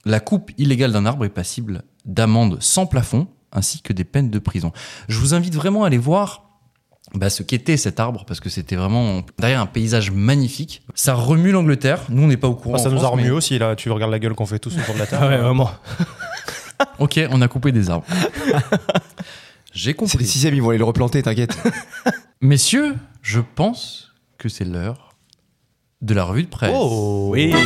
Speaker 1: La coupe illégale d'un arbre est passible d'amendes sans plafond ainsi que des peines de prison. Je vous invite vraiment à aller voir bah, ce qu'était cet arbre, parce que c'était vraiment derrière un paysage magnifique. Ça remue l'Angleterre. Nous, on n'est pas au courant.
Speaker 4: Ah, ça
Speaker 1: en
Speaker 4: nous a
Speaker 1: France, mais-
Speaker 4: remué aussi, là. Tu regardes la gueule qu'on fait tous autour de la
Speaker 3: Ah
Speaker 4: table.
Speaker 3: ouais, vraiment.
Speaker 1: Ok, on a coupé des arbres. J'ai
Speaker 2: C'est les
Speaker 1: compris.
Speaker 2: sixièmes, ils vont aller le replanter, t'inquiète.
Speaker 1: Messieurs, je pense que c'est l'heure de la revue de presse.
Speaker 4: Oh
Speaker 3: Oui.
Speaker 8: Même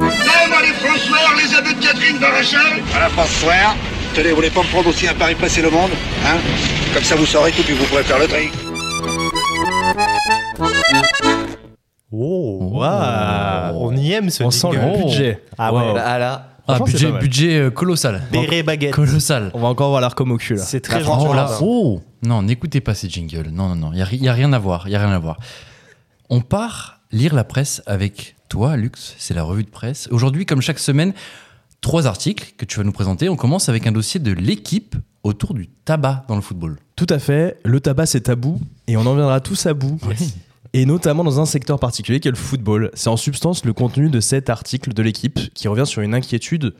Speaker 8: les François, les abus de Catherine Barachal
Speaker 6: Voilà, François. Tenez, vous voulez pas me prendre aussi un pari passer le monde Hein Comme ça, vous saurez tout, puis vous pourrez faire le tri.
Speaker 4: Oh,
Speaker 3: Waouh.
Speaker 4: On y aime ce
Speaker 3: On sent
Speaker 4: jingle.
Speaker 3: le
Speaker 1: Oh.
Speaker 3: budget.
Speaker 4: Ah ouais.
Speaker 2: Ah là.
Speaker 1: Ah,
Speaker 3: Franchement, c'est
Speaker 1: budget,
Speaker 3: pas mal.
Speaker 1: budget euh, colossal.
Speaker 4: Béret baguette.
Speaker 1: Colossal.
Speaker 3: On va encore voir l'arcom au cul là.
Speaker 4: C'est très
Speaker 1: Oh
Speaker 4: gentil.
Speaker 1: là, oh. Non, n'écoutez pas ces jingles. Non, non, non. Il n'y a, rien à voir. Il a rien à voir. On part lire la presse avec toi, Lux. C'est la revue de presse. Aujourd'hui, comme chaque semaine, trois articles que tu vas nous présenter. On commence avec un dossier de l'équipe autour du tabac dans le football.
Speaker 3: Tout à fait, le tabac c'est tabou et on en viendra tous à bout. Et notamment dans un secteur particulier qui est le football. C'est en substance le contenu de cet article de l'équipe qui revient sur une inquiétude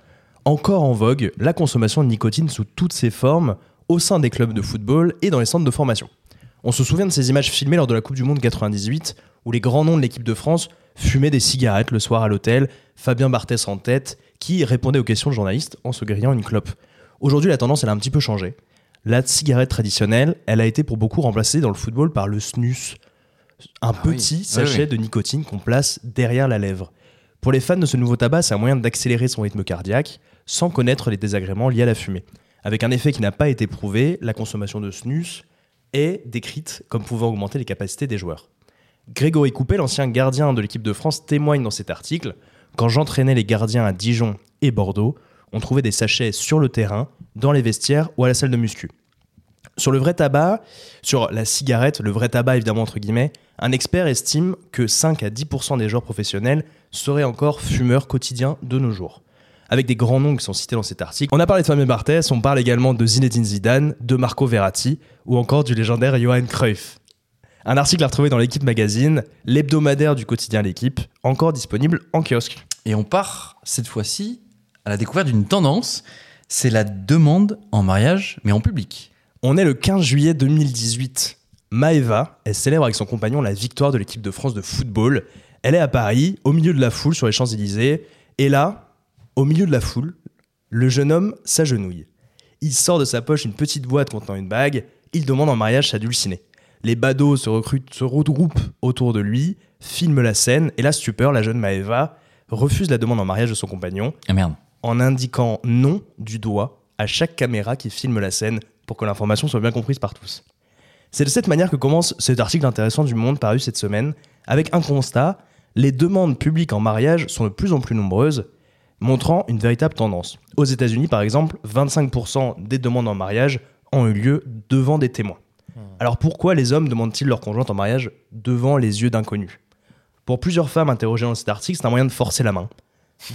Speaker 3: encore en vogue, la consommation de nicotine sous toutes ses formes au sein des clubs de football et dans les centres de formation. On se souvient de ces images filmées lors de la Coupe du Monde 98 où les grands noms de l'équipe de France fumaient des cigarettes le soir à l'hôtel, Fabien Barthès en tête, qui répondait aux questions de journalistes en se grillant une clope. Aujourd'hui, la tendance, elle a un petit peu changé. La cigarette traditionnelle, elle a été pour beaucoup remplacée dans le football par le snus, un
Speaker 1: Ah oui.
Speaker 3: petit
Speaker 1: Oui,
Speaker 3: sachet
Speaker 1: oui.
Speaker 3: de nicotine qu'on place derrière la lèvre. Pour les fans de ce nouveau tabac, c'est un moyen d'accélérer son rythme cardiaque sans connaître les désagréments liés à la fumée. Avec un effet qui n'a pas été prouvé, la consommation de snus est décrite comme pouvant augmenter les capacités des joueurs. Grégory Coupet, l'ancien gardien de l'équipe de France, témoigne dans cet article Quand j'entraînais les gardiens à Dijon et Bordeaux, on trouvait des sachets sur le terrain, dans les vestiaires ou à la salle de muscu. Sur le vrai tabac, sur la cigarette, le vrai tabac évidemment entre guillemets, un expert estime que 5 à 10% des joueurs professionnels seraient encore fumeurs quotidiens de nos jours. Avec des grands noms qui sont cités dans cet article. On a parlé de Fabien Barthès, on parle également de Zinedine Zidane, de Marco Verratti ou encore du légendaire Johan Cruyff. Un article à retrouver dans l'équipe magazine, l'hebdomadaire du quotidien L'équipe, encore disponible en kiosque.
Speaker 1: Et on part cette fois-ci à la découverte d'une tendance. C'est la demande en mariage, mais en public.
Speaker 3: On est le 15 juillet 2018. Maeva, elle célèbre avec son compagnon la victoire de l'équipe de France de football. Elle est à Paris, au milieu de la foule sur les Champs-Élysées. Et là, au milieu de la foule, le jeune homme s'agenouille. Il sort de sa poche une petite boîte contenant une bague. Il demande en mariage sa dulcinée. Les badauds se recrutent, se regroupent autour de lui, filment la scène. Et la stupeur, la jeune Maeva refuse la demande en mariage de son compagnon
Speaker 1: Ah merde.
Speaker 3: en indiquant non du doigt à chaque caméra qui filme la scène pour que l'information soit bien comprise par tous. C'est de cette manière que commence cet article intéressant du Monde paru cette semaine, avec un constat, les demandes publiques en mariage sont de plus en plus nombreuses, montrant une véritable tendance. Aux États-Unis, par exemple, 25% des demandes en mariage ont eu lieu devant des témoins. Alors pourquoi les hommes demandent-ils leur conjointe en mariage devant les yeux d'inconnus Pour plusieurs femmes interrogées dans cet article, c'est un moyen de forcer la main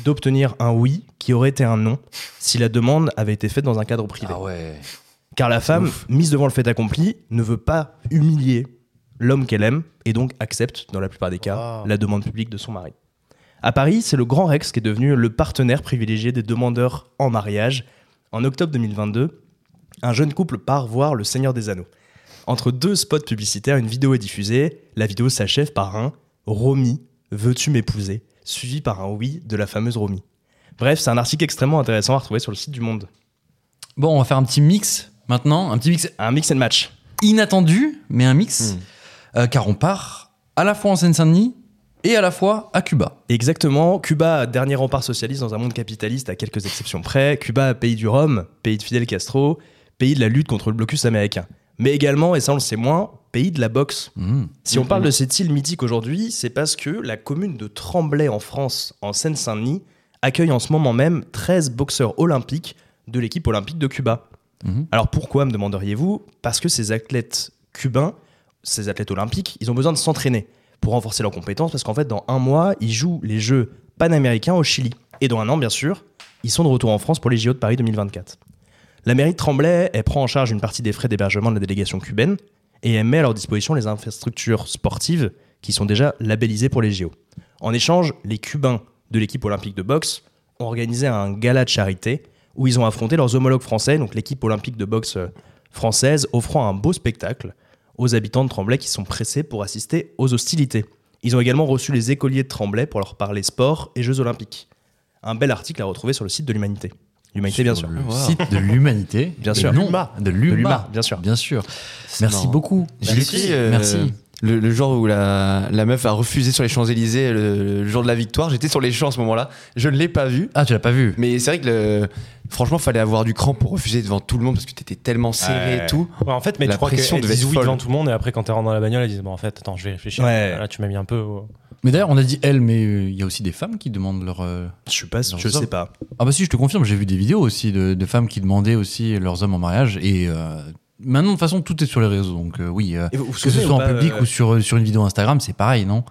Speaker 3: d'obtenir un oui qui aurait été un non si la demande avait été faite dans un cadre privé.
Speaker 1: Ah ouais.
Speaker 3: Car la femme, mise devant le fait accompli, ne veut pas humilier l'homme qu'elle aime et donc accepte, dans la plupart des cas,
Speaker 4: Wow.
Speaker 3: la demande publique de son mari. À Paris, c'est le Grand Rex qui est devenu le partenaire privilégié des demandeurs en mariage. En octobre 2022, un jeune couple part voir Le Seigneur des Anneaux. Entre deux spots publicitaires, une vidéo est diffusée. La vidéo s'achève par un Romy, veux-tu m'épouser suivi par un oui de la fameuse Romy. Bref, c'est un article extrêmement intéressant à retrouver sur le site du Monde.
Speaker 1: Bon, on va faire un petit mix maintenant, un petit mix
Speaker 3: Un mix and match.
Speaker 1: inattendu, mais un mix, euh, car on part à la fois en Seine-Saint-Denis et à la fois à Cuba.
Speaker 3: Exactement. Cuba, dernier rempart socialiste dans un monde capitaliste à quelques exceptions près. Cuba, pays du Rhum, pays de Fidel Castro, pays de la lutte contre le blocus américain. Mais également, et ça on le sait moins, pays de la boxe.
Speaker 1: Mmh.
Speaker 3: Si on parle de cette île mythique aujourd'hui, c'est parce que la commune de Tremblay en France, en Seine-Saint-Denis, accueille en ce moment même 13 boxeurs olympiques de l'équipe olympique de Cuba.
Speaker 1: Mhm.
Speaker 3: Alors pourquoi, me demanderiez-vous Parce que ces athlètes cubains, ces athlètes olympiques, ils ont besoin de s'entraîner pour renforcer leurs compétences parce qu'en fait, dans un mois, ils jouent les Jeux panaméricains au Chili. Et dans un an, bien sûr, ils sont de retour en France pour les JO de Paris 2024. La mairie de Tremblay, elle prend en charge une partie des frais d'hébergement de la délégation cubaine et elle met à leur disposition les infrastructures sportives qui sont déjà labellisées pour les JO. En échange, les Cubains de l'équipe olympique de boxe ont organisé un gala de charité où ils ont affronté leurs homologues français, donc l'équipe olympique de boxe euh, française, offrant un beau spectacle aux habitants de Tremblay qui sont pressés pour assister aux hostilités. Ils ont également reçu les écoliers de Tremblay pour leur parler sport et Jeux olympiques. Un bel article à retrouver sur le site de l'Humanité. L'Humanité, bien sûr.
Speaker 1: Le site de l'humanité.
Speaker 3: Bien
Speaker 1: Et
Speaker 3: sûr.
Speaker 1: non,
Speaker 4: L'Huma.
Speaker 1: De
Speaker 3: De l'Huma,
Speaker 1: l'UMA.
Speaker 3: bien sûr.
Speaker 1: Bien sûr. Merci
Speaker 2: marrant.
Speaker 1: beaucoup.
Speaker 2: J'ai
Speaker 1: Merci.
Speaker 2: dit, euh,
Speaker 1: Merci.
Speaker 2: Le, le jour où la, la meuf a refusé sur les Champs-Élysées le, le jour de la victoire, j'étais sur les champs à ce moment-là. Je ne l'ai pas vu.
Speaker 1: Ah, tu l'as pas vu
Speaker 2: Mais c'est vrai que le- franchement, fallait avoir du cran pour refuser devant tout le monde parce que t'étais tellement serré et
Speaker 4: Ouais.
Speaker 2: tout.
Speaker 4: Ouais, en fait, mais
Speaker 2: La
Speaker 4: tu crois
Speaker 2: pression
Speaker 4: qu'elles
Speaker 2: devait
Speaker 4: disent
Speaker 2: être
Speaker 4: oui
Speaker 2: folle.
Speaker 4: devant tout le monde et après, quand t'es rentré dans la bagnole, elles disent Bon, en fait, attends, je vais réfléchir.
Speaker 3: Ouais.
Speaker 4: Là, tu m'as mis un peu. au-
Speaker 1: Mais d'ailleurs, on a dit elle, mais euh, il y a aussi des femmes qui demandent leur. euh,
Speaker 3: Je suis pas, je
Speaker 1: Leurs hommes.
Speaker 3: sais pas.
Speaker 1: Ah, bah si, je te confirme, j'ai vu des vidéos aussi de, de femmes qui demandaient aussi leurs hommes en mariage. Et euh, maintenant, de toute façon, tout est sur les réseaux. Donc euh, oui, euh,
Speaker 3: Et vous vous
Speaker 1: que ce
Speaker 3: souvenez
Speaker 1: soit
Speaker 3: ou
Speaker 1: en
Speaker 3: pas,
Speaker 1: public
Speaker 3: euh,
Speaker 1: ou sur, euh, sur une vidéo Instagram, c'est pareil, non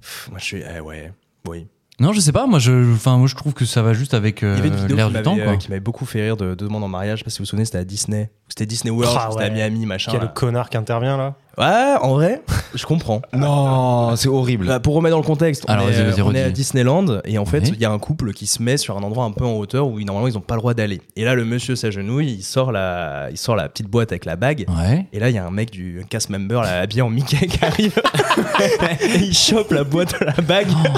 Speaker 3: Pff, Moi, je suis. eh ouais. Oui.
Speaker 1: Non, je sais pas. Moi, je, enfin, moi, je trouve que ça va juste avec euh,
Speaker 3: Il y avait une vidéo
Speaker 1: l'air
Speaker 3: qui
Speaker 1: du temps.
Speaker 3: m'avait,
Speaker 1: Quoi.
Speaker 3: euh, qui m'avait beaucoup fait rire de, de demande en mariage. Parce que vous vous souvenez, c'était à Disney. C'était Disney World,
Speaker 4: Ah
Speaker 3: c'était à
Speaker 4: ouais.
Speaker 3: Miami, machin.
Speaker 4: Quel
Speaker 3: là.
Speaker 4: connard qui intervient là
Speaker 3: Ouais, en vrai, je comprends.
Speaker 2: Non, c'est horrible.
Speaker 3: Bah, pour remettre dans le contexte, on,
Speaker 1: Alors,
Speaker 3: est,
Speaker 1: vas-y, vas-y,
Speaker 3: euh, on est à
Speaker 1: redis.
Speaker 3: Disneyland et en fait,
Speaker 1: Ouais.
Speaker 3: il y a un couple qui se met sur un endroit un peu en hauteur où normalement ils n'ont pas le droit d'aller. Et là, le monsieur s'agenouille, il sort la, il sort la petite boîte avec la bague.
Speaker 1: Ouais.
Speaker 3: Et là, il y a un mec du cast member là, habillé en Mickey qui arrive. et il chope la boîte de la bague
Speaker 1: Oh.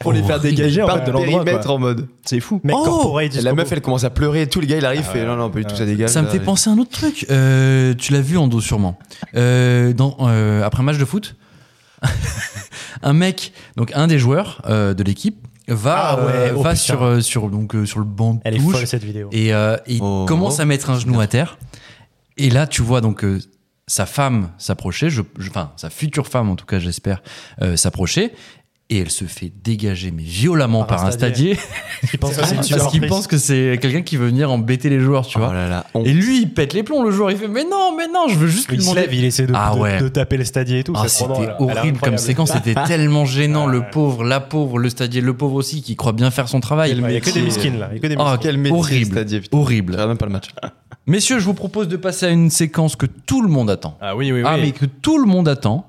Speaker 3: pour les faire
Speaker 1: Horrible.
Speaker 3: dégager en
Speaker 2: Par
Speaker 3: fait, de l'endroit.
Speaker 2: périmètre
Speaker 3: quoi.
Speaker 2: en mode.
Speaker 3: C'est fou.
Speaker 4: Mec,
Speaker 1: Oh
Speaker 4: corporate. Ah,
Speaker 2: La
Speaker 4: jusqu'au
Speaker 2: meuf,
Speaker 4: bout.
Speaker 2: elle commence à pleurer et tout. Le gars, il arrive, il fait non, non, pas du tout, ça dégage.
Speaker 1: Ça me
Speaker 2: là.
Speaker 1: fait penser à un autre truc. Euh, tu l'as vu en dos sûrement. Euh, dans, euh, après un match de foot, un mec, donc un des joueurs euh, de l'équipe, va,
Speaker 4: Ah ouais,
Speaker 1: euh,
Speaker 4: oh
Speaker 1: va
Speaker 4: putain.
Speaker 1: sur, euh, sur, donc, euh, sur le banc de
Speaker 4: Elle est
Speaker 1: touche
Speaker 4: folle cette vidéo.
Speaker 1: et euh, il
Speaker 2: Oh.
Speaker 1: commence à mettre un genou à terre. Et là, tu vois donc euh, sa femme s'approcher, je, je- enfin sa future femme en tout cas, j'espère, euh, s'approcher. Et elle se fait dégager, mais violemment par,
Speaker 4: Par un
Speaker 1: un stadier,
Speaker 4: Il pense que c'est une
Speaker 1: parce qu'il
Speaker 4: surprise.
Speaker 1: pense que c'est quelqu'un qui veut venir embêter les joueurs, tu vois.
Speaker 2: Oh là là, on-
Speaker 1: Et lui, il pète les plombs le jour. Il fait Mais non, mais non, je veux juste lui
Speaker 4: Il se
Speaker 1: demander.
Speaker 4: lève, il essaie de,
Speaker 1: Ah
Speaker 4: de-
Speaker 1: ouais.
Speaker 4: de taper le stadier et tout.
Speaker 1: Ah,
Speaker 4: c'est trop drôle.
Speaker 1: c'était
Speaker 4: Elle est
Speaker 1: horrible comme
Speaker 4: incroyable.
Speaker 1: séquence, c'était tellement gênant. Le pauvre, la pauvre, le stadier, le pauvre aussi qui croit bien faire son travail.
Speaker 4: Il y a que
Speaker 2: métier.
Speaker 4: des miskins là. Il y a que des
Speaker 1: Ah,
Speaker 4: miskins.
Speaker 2: quel métier,
Speaker 1: horrible.
Speaker 2: stadier, putain. Je
Speaker 1: Horrible.
Speaker 2: regarde même pas le match.
Speaker 1: Messieurs, je vous propose de passer à une séquence que tout le monde attend.
Speaker 3: Ah oui, oui, oui.
Speaker 1: Ah, mais que tout le monde attend.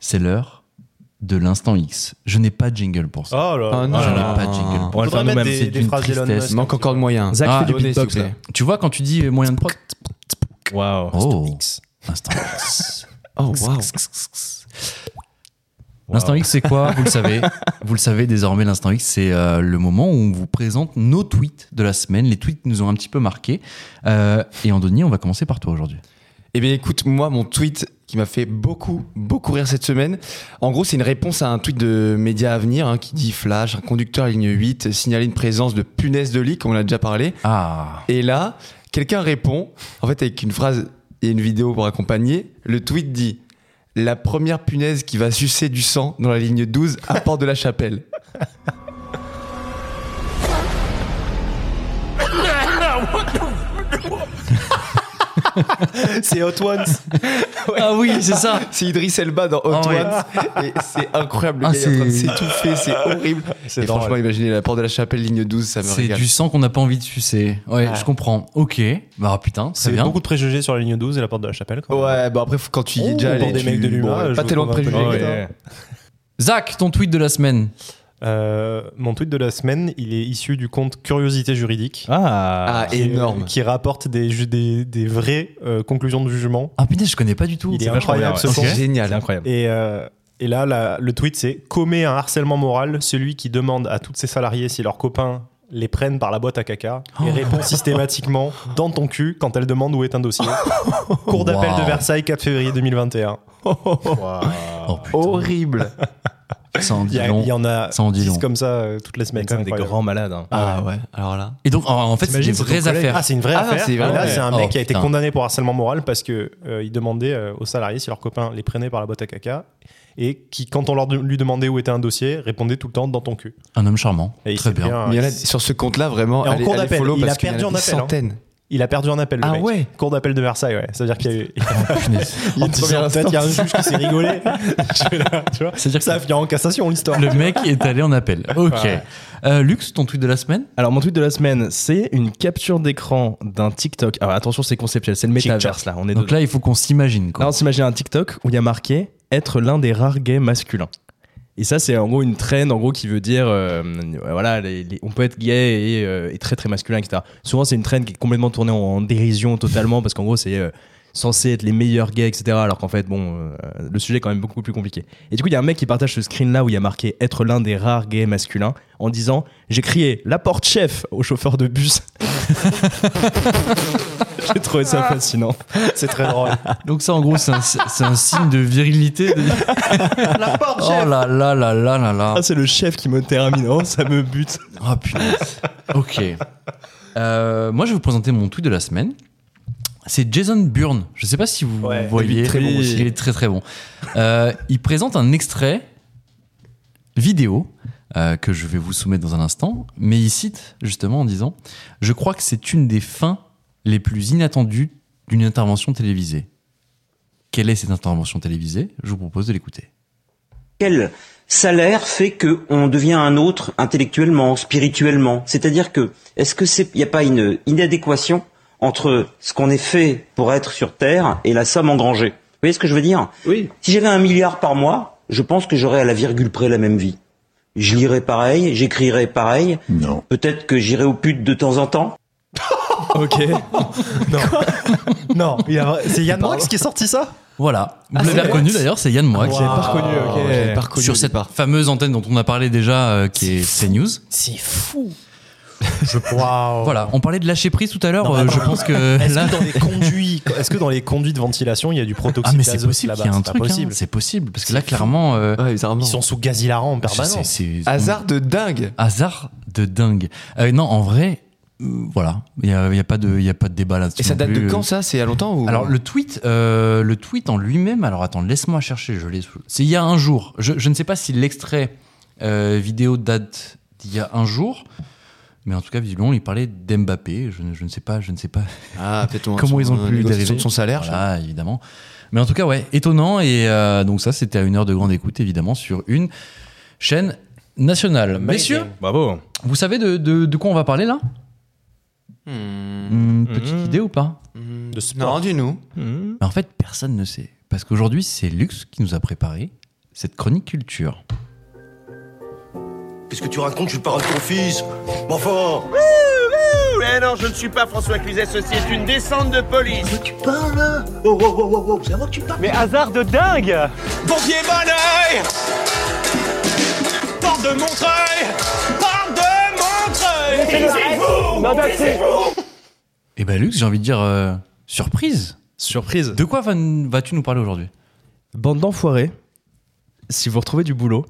Speaker 1: C'est l'heure de l'instant X. Je n'ai pas de jingle pour ça.
Speaker 4: Oh là
Speaker 2: Ah, non.
Speaker 1: Je n'ai
Speaker 4: là.
Speaker 1: pas de jingle pour
Speaker 3: On va
Speaker 4: Faudrait
Speaker 3: le faire
Speaker 4: mettre
Speaker 3: nous-mêmes.
Speaker 4: des-
Speaker 1: c'est
Speaker 4: des
Speaker 1: d'une
Speaker 4: phrases d'Elon
Speaker 1: tristesse.
Speaker 2: Il
Speaker 4: Musk.
Speaker 2: manque Ah, encore de moyens.
Speaker 3: Zach
Speaker 1: Ah,
Speaker 3: fait du
Speaker 2: donnez,
Speaker 3: beatbox
Speaker 2: s'il vous
Speaker 3: là.
Speaker 2: plaît.
Speaker 1: ça. Tu vois, quand tu dis moyen de prod.
Speaker 3: Waouh.
Speaker 1: Oh, instant X.
Speaker 2: Oh, waouh.
Speaker 1: L'instant X, c'est quoi Vous le savez. vous le savez désormais, l'instant X, c'est euh, le moment où on vous présente nos tweets de la semaine. Les tweets nous ont un petit peu marqués. Euh, et Andoni, on va commencer par toi aujourd'hui.
Speaker 2: Eh bien, écoute, moi, mon tweet qui m'a fait beaucoup, beaucoup rire cette semaine, en gros, c'est une réponse à un tweet de Média Avenir hein, qui dit Flash, un conducteur à ligne 8 signalait une présence de punaises de lit, comme on a déjà parlé.
Speaker 1: Ah,
Speaker 2: Et là, quelqu'un répond, en fait, avec une phrase et une vidéo pour accompagner. Le tweet dit La première punaise qui va sucer du sang dans la ligne 12 à Port de la Chapelle.
Speaker 4: C'est Hot Ones.
Speaker 1: Ah oui, c'est ça.
Speaker 2: C'est Idriss Elba dans Hot
Speaker 1: Ah ouais.
Speaker 2: Ones. Et c'est incroyable, le
Speaker 1: Ah,
Speaker 2: gars est en train de
Speaker 1: c'est-
Speaker 2: s'étouffer, c'est horrible.
Speaker 4: C'est
Speaker 2: Et
Speaker 4: drôle.
Speaker 2: franchement, imaginez la porte de la chapelle, ligne 12, ça me
Speaker 1: C'est
Speaker 2: régale.
Speaker 1: du sang qu'on n'a pas envie de sucer. Ouais,
Speaker 4: Ah.
Speaker 1: je comprends. Ok. Bah putain, très
Speaker 4: C'est
Speaker 1: bien.
Speaker 4: beaucoup de préjugés sur la ligne 12 et la porte de la chapelle. quoi.
Speaker 2: Ouais, bah après, faut- quand tu y es
Speaker 4: Ouh,
Speaker 2: déjà allé,
Speaker 4: pour des
Speaker 2: tu-
Speaker 4: mecs de l'humain,
Speaker 2: bon,
Speaker 4: je
Speaker 2: pas
Speaker 4: vous
Speaker 2: tellement de
Speaker 4: convainc
Speaker 2: préjugés.
Speaker 4: pas.
Speaker 3: Oh,
Speaker 2: que
Speaker 4: Ouais.
Speaker 2: t'as.
Speaker 1: Zach, ton tweet de la semaine.
Speaker 4: Euh, mon tweet de la semaine, il est issu du compte Curiosité juridique.
Speaker 3: Ah,
Speaker 2: Ah, énorme.
Speaker 4: Qui rapporte des, ju- des, des vraies euh, conclusions de jugement.
Speaker 1: Ah putain, je connais pas du tout.
Speaker 4: Il est
Speaker 3: c'est vachement bien,
Speaker 4: incroyable ce
Speaker 3: ouais.
Speaker 4: compte.
Speaker 2: C'est
Speaker 3: c'est
Speaker 2: génial.
Speaker 3: incroyable.
Speaker 4: Et, euh, et là, la- le tweet, c'est Commet un harcèlement moral, celui qui demande à tous ses salariés si leurs copains les prennent par la boîte à caca et
Speaker 1: Oh.
Speaker 4: répond systématiquement dans ton cul quand elle demande où est un dossier. Cour d'appel
Speaker 1: Wow.
Speaker 4: de Versailles, 4 février 2021.
Speaker 1: Oh putain,
Speaker 2: Horrible.
Speaker 1: ça en
Speaker 4: Il
Speaker 1: dit
Speaker 4: y, a-
Speaker 1: long.
Speaker 4: il y en a
Speaker 1: Ça en dit
Speaker 4: 10
Speaker 1: long.
Speaker 4: comme ça euh, toutes les semaines.
Speaker 3: C'est quand même des
Speaker 4: c'est incroyable.
Speaker 3: grands malades. hein.
Speaker 2: Ah ouais, alors là.
Speaker 1: Et donc, en, en fait, c'est des
Speaker 4: T'imagines, ton
Speaker 1: vraies
Speaker 4: collègue.
Speaker 1: affaires.
Speaker 4: Ah, c'est une vraie
Speaker 2: Ah,
Speaker 4: affaire.
Speaker 2: c'est vrai.
Speaker 4: Et là, c'est un
Speaker 1: Oh,
Speaker 4: mec qui a été
Speaker 1: putain.
Speaker 4: condamné pour harcèlement moral parce que euh, il demandait euh, aux salariés si leurs copains les prenaient par la boîte à caca et qui, quand on leur de- lui demandait où était un dossier, répondait tout le temps dans ton cul.
Speaker 1: Un homme charmant.
Speaker 4: Et il
Speaker 1: très
Speaker 4: s'est pris
Speaker 1: bien.
Speaker 4: un-
Speaker 2: Mais il y en a sur ce compte-là, vraiment,
Speaker 4: Ah, Et en
Speaker 2: allez,
Speaker 4: cours
Speaker 2: allez
Speaker 4: d'appel,
Speaker 2: follow
Speaker 4: il a
Speaker 2: parce qu'il y
Speaker 4: perdu
Speaker 2: a
Speaker 4: en
Speaker 2: des
Speaker 4: appel, hein.
Speaker 2: centaines.
Speaker 4: Il a perdu un appel. le
Speaker 2: Ah
Speaker 4: mec.
Speaker 2: ouais
Speaker 4: Cour d'appel de Versailles, ouais. C'est-à-dire qu'il y a eu. Il y a une
Speaker 2: En première
Speaker 4: peut-être il y a un juge qui s'est rigolé. Tu vois, là, tu vois.
Speaker 1: C'est-à-dire que-
Speaker 4: ça finit en cassation l'histoire.
Speaker 1: Le mec est allé en appel. Ok. Euh, Lux, ton tweet de la semaine
Speaker 3: Alors, mon tweet de la semaine, c'est une capture d'écran d'un TikTok. Alors, attention, c'est conceptuel, c'est le
Speaker 4: TikTok.
Speaker 3: métaverse là. On est
Speaker 1: Donc
Speaker 3: dedans.
Speaker 1: là, il faut qu'on s'imagine.
Speaker 3: Là,
Speaker 1: quoi.
Speaker 3: on s'imagine un TikTok où il y a marqué être l'un des rares gays masculins. Et ça, c'est en gros une traîne, en gros, qui veut dire, euh, voilà, les- les- on peut être gay et, euh, et très très masculin, etc. Souvent, c'est une traîne qui est complètement tournée en, en dérision totalement, parce qu'en gros, c'est euh, censé être les meilleurs gays, etc. Alors qu'en fait, bon, euh, le sujet est quand même beaucoup plus compliqué. Et du coup, il y a un mec qui partage ce screen-là où il y a marqué être l'un des rares gays masculins, en disant, j'ai crié la porte chef au chauffeur de bus. j'ai trouvé ça fascinant.
Speaker 4: C'est très drôle.
Speaker 1: Donc ça, en gros, c'est un, c'est un signe de virilité. de- oh là là là là là là.
Speaker 3: Ah, c'est le chef qui me termine. Oh, ça me bute.
Speaker 1: Ah putain. ok. Euh, moi, je vais vous présenter mon tweet de la semaine. C'est Jason Byrne. Je sais pas si vous
Speaker 4: Ouais,
Speaker 1: voyez.
Speaker 2: lui, très bon aussi.
Speaker 1: Il est très très bon. Euh, il présente un extrait vidéo euh, que je vais vous soumettre dans un instant. Mais il cite justement en disant Je crois que c'est une des fins les plus inattendues d'une intervention télévisée. Quelle est cette intervention télévisée Je vous propose de l'écouter.
Speaker 7: quel salaire fait que on devient un autre intellectuellement, spirituellement C'est-à-dire que est-ce que c'est n'y a pas une inadéquation entre ce qu'on est fait pour être sur Terre et la somme engrangée Vous voyez ce que je veux dire Oui. Si j'avais un milliard par mois, je pense que j'aurais à la virgule près la même vie. Je lirais pareil, j'écrirais pareil. Non. Peut-être que j'irais aux putes de temps en temps.
Speaker 3: Ok.
Speaker 4: non, il y a vrai- c'est Yann
Speaker 2: Pardon.
Speaker 4: Moix qui est sorti ça
Speaker 1: Voilà. Vous
Speaker 2: Ah, c'est
Speaker 1: l'avez
Speaker 2: Moix
Speaker 1: reconnu d'ailleurs, c'est Yann Moix.
Speaker 4: Wow. Ah,
Speaker 2: ok. J'avais pas reconnu
Speaker 1: sur
Speaker 2: au
Speaker 1: cette
Speaker 2: départ.
Speaker 1: fameuse antenne dont on a parlé déjà, euh, qui est CNews.
Speaker 4: C'est fou. Je crois.
Speaker 1: Voilà, on parlait de lâcher prise tout à l'heure.
Speaker 4: Oh. Non, mais
Speaker 1: euh, je
Speaker 4: attends.
Speaker 1: pense que
Speaker 4: Est-ce
Speaker 1: là.
Speaker 4: que dans les conduits, est-ce que dans les conduits de ventilation, il y a du
Speaker 1: Ah,
Speaker 4: protoxyde
Speaker 1: mais c'est
Speaker 4: d'azote
Speaker 1: possible
Speaker 4: là-bas
Speaker 1: qu'il y ait un
Speaker 4: C'est pas
Speaker 1: truc. hein.
Speaker 4: possible.
Speaker 1: C'est possible. Parce que là, clairement. euh,
Speaker 2: Ouais, bizarrement.
Speaker 4: Ils sont sous gaz hilarant en
Speaker 1: c'est-
Speaker 4: permanence.
Speaker 1: c'est-
Speaker 2: Hasard de dingue.
Speaker 1: Hasard de dingue. Euh, non, en vrai, euh, voilà. Il n'y a, il y a pas de il y a pas de débat là-dessus.
Speaker 2: Et ça
Speaker 1: non
Speaker 2: date
Speaker 1: plus.
Speaker 2: de
Speaker 4: euh,
Speaker 2: quand ça C'est il y a longtemps ou
Speaker 1: Alors le tweet, euh, le tweet en lui-même. Alors attends, laisse-moi chercher. Je l'ai. sous- C'est il y a un jour. Je, je ne sais pas si l'extrait euh, vidéo date d'il y a un jour, mais en tout cas visiblement il parlait d'Mbappé. Je, ne- je ne sais pas, je ne sais pas
Speaker 2: Ah, peut-être on-
Speaker 1: comment ils ont
Speaker 2: on-
Speaker 1: pu lui
Speaker 2: une
Speaker 1: dériver
Speaker 2: question de son salaire. je sais
Speaker 1: Voilà, évidemment. Mais en tout cas, ouais, étonnant. Et euh, donc ça, c'était à une heure de grande écoute, évidemment, sur une chaîne nationale. Messieurs,
Speaker 3: Bravo.
Speaker 1: vous savez de, de, de quoi on va parler là
Speaker 2: pas. Hmm.
Speaker 1: Hmm, Petite
Speaker 3: Mhm.
Speaker 1: idée ou pas
Speaker 4: De sport.
Speaker 2: Non, dis-nous.
Speaker 1: Mais En fait, personne ne sait. Parce qu'aujourd'hui, c'est Lux qui nous a préparé cette chronique culture.
Speaker 6: Qu'est-ce que tu racontes Je suis le parrain de ton fils. Mais enfin
Speaker 8: Eh non, je ne suis pas François Cluzet, ceci est une descente de police.
Speaker 6: Mais tu parles là Oh, oh, oh, oh, oh, c'est à moi que tu parles
Speaker 8: Mais hasard de dingue Pompier Bonneuil Porte de Montreuil Porte de Montreuil Taisez-vous Taisez-vous
Speaker 1: Et ben Lux, j'ai envie de dire euh, surprise.
Speaker 3: Surprise.
Speaker 1: De quoi va- vas-tu nous parler aujourd'hui
Speaker 3: Bande d'enfoirés, si vous retrouvez du boulot,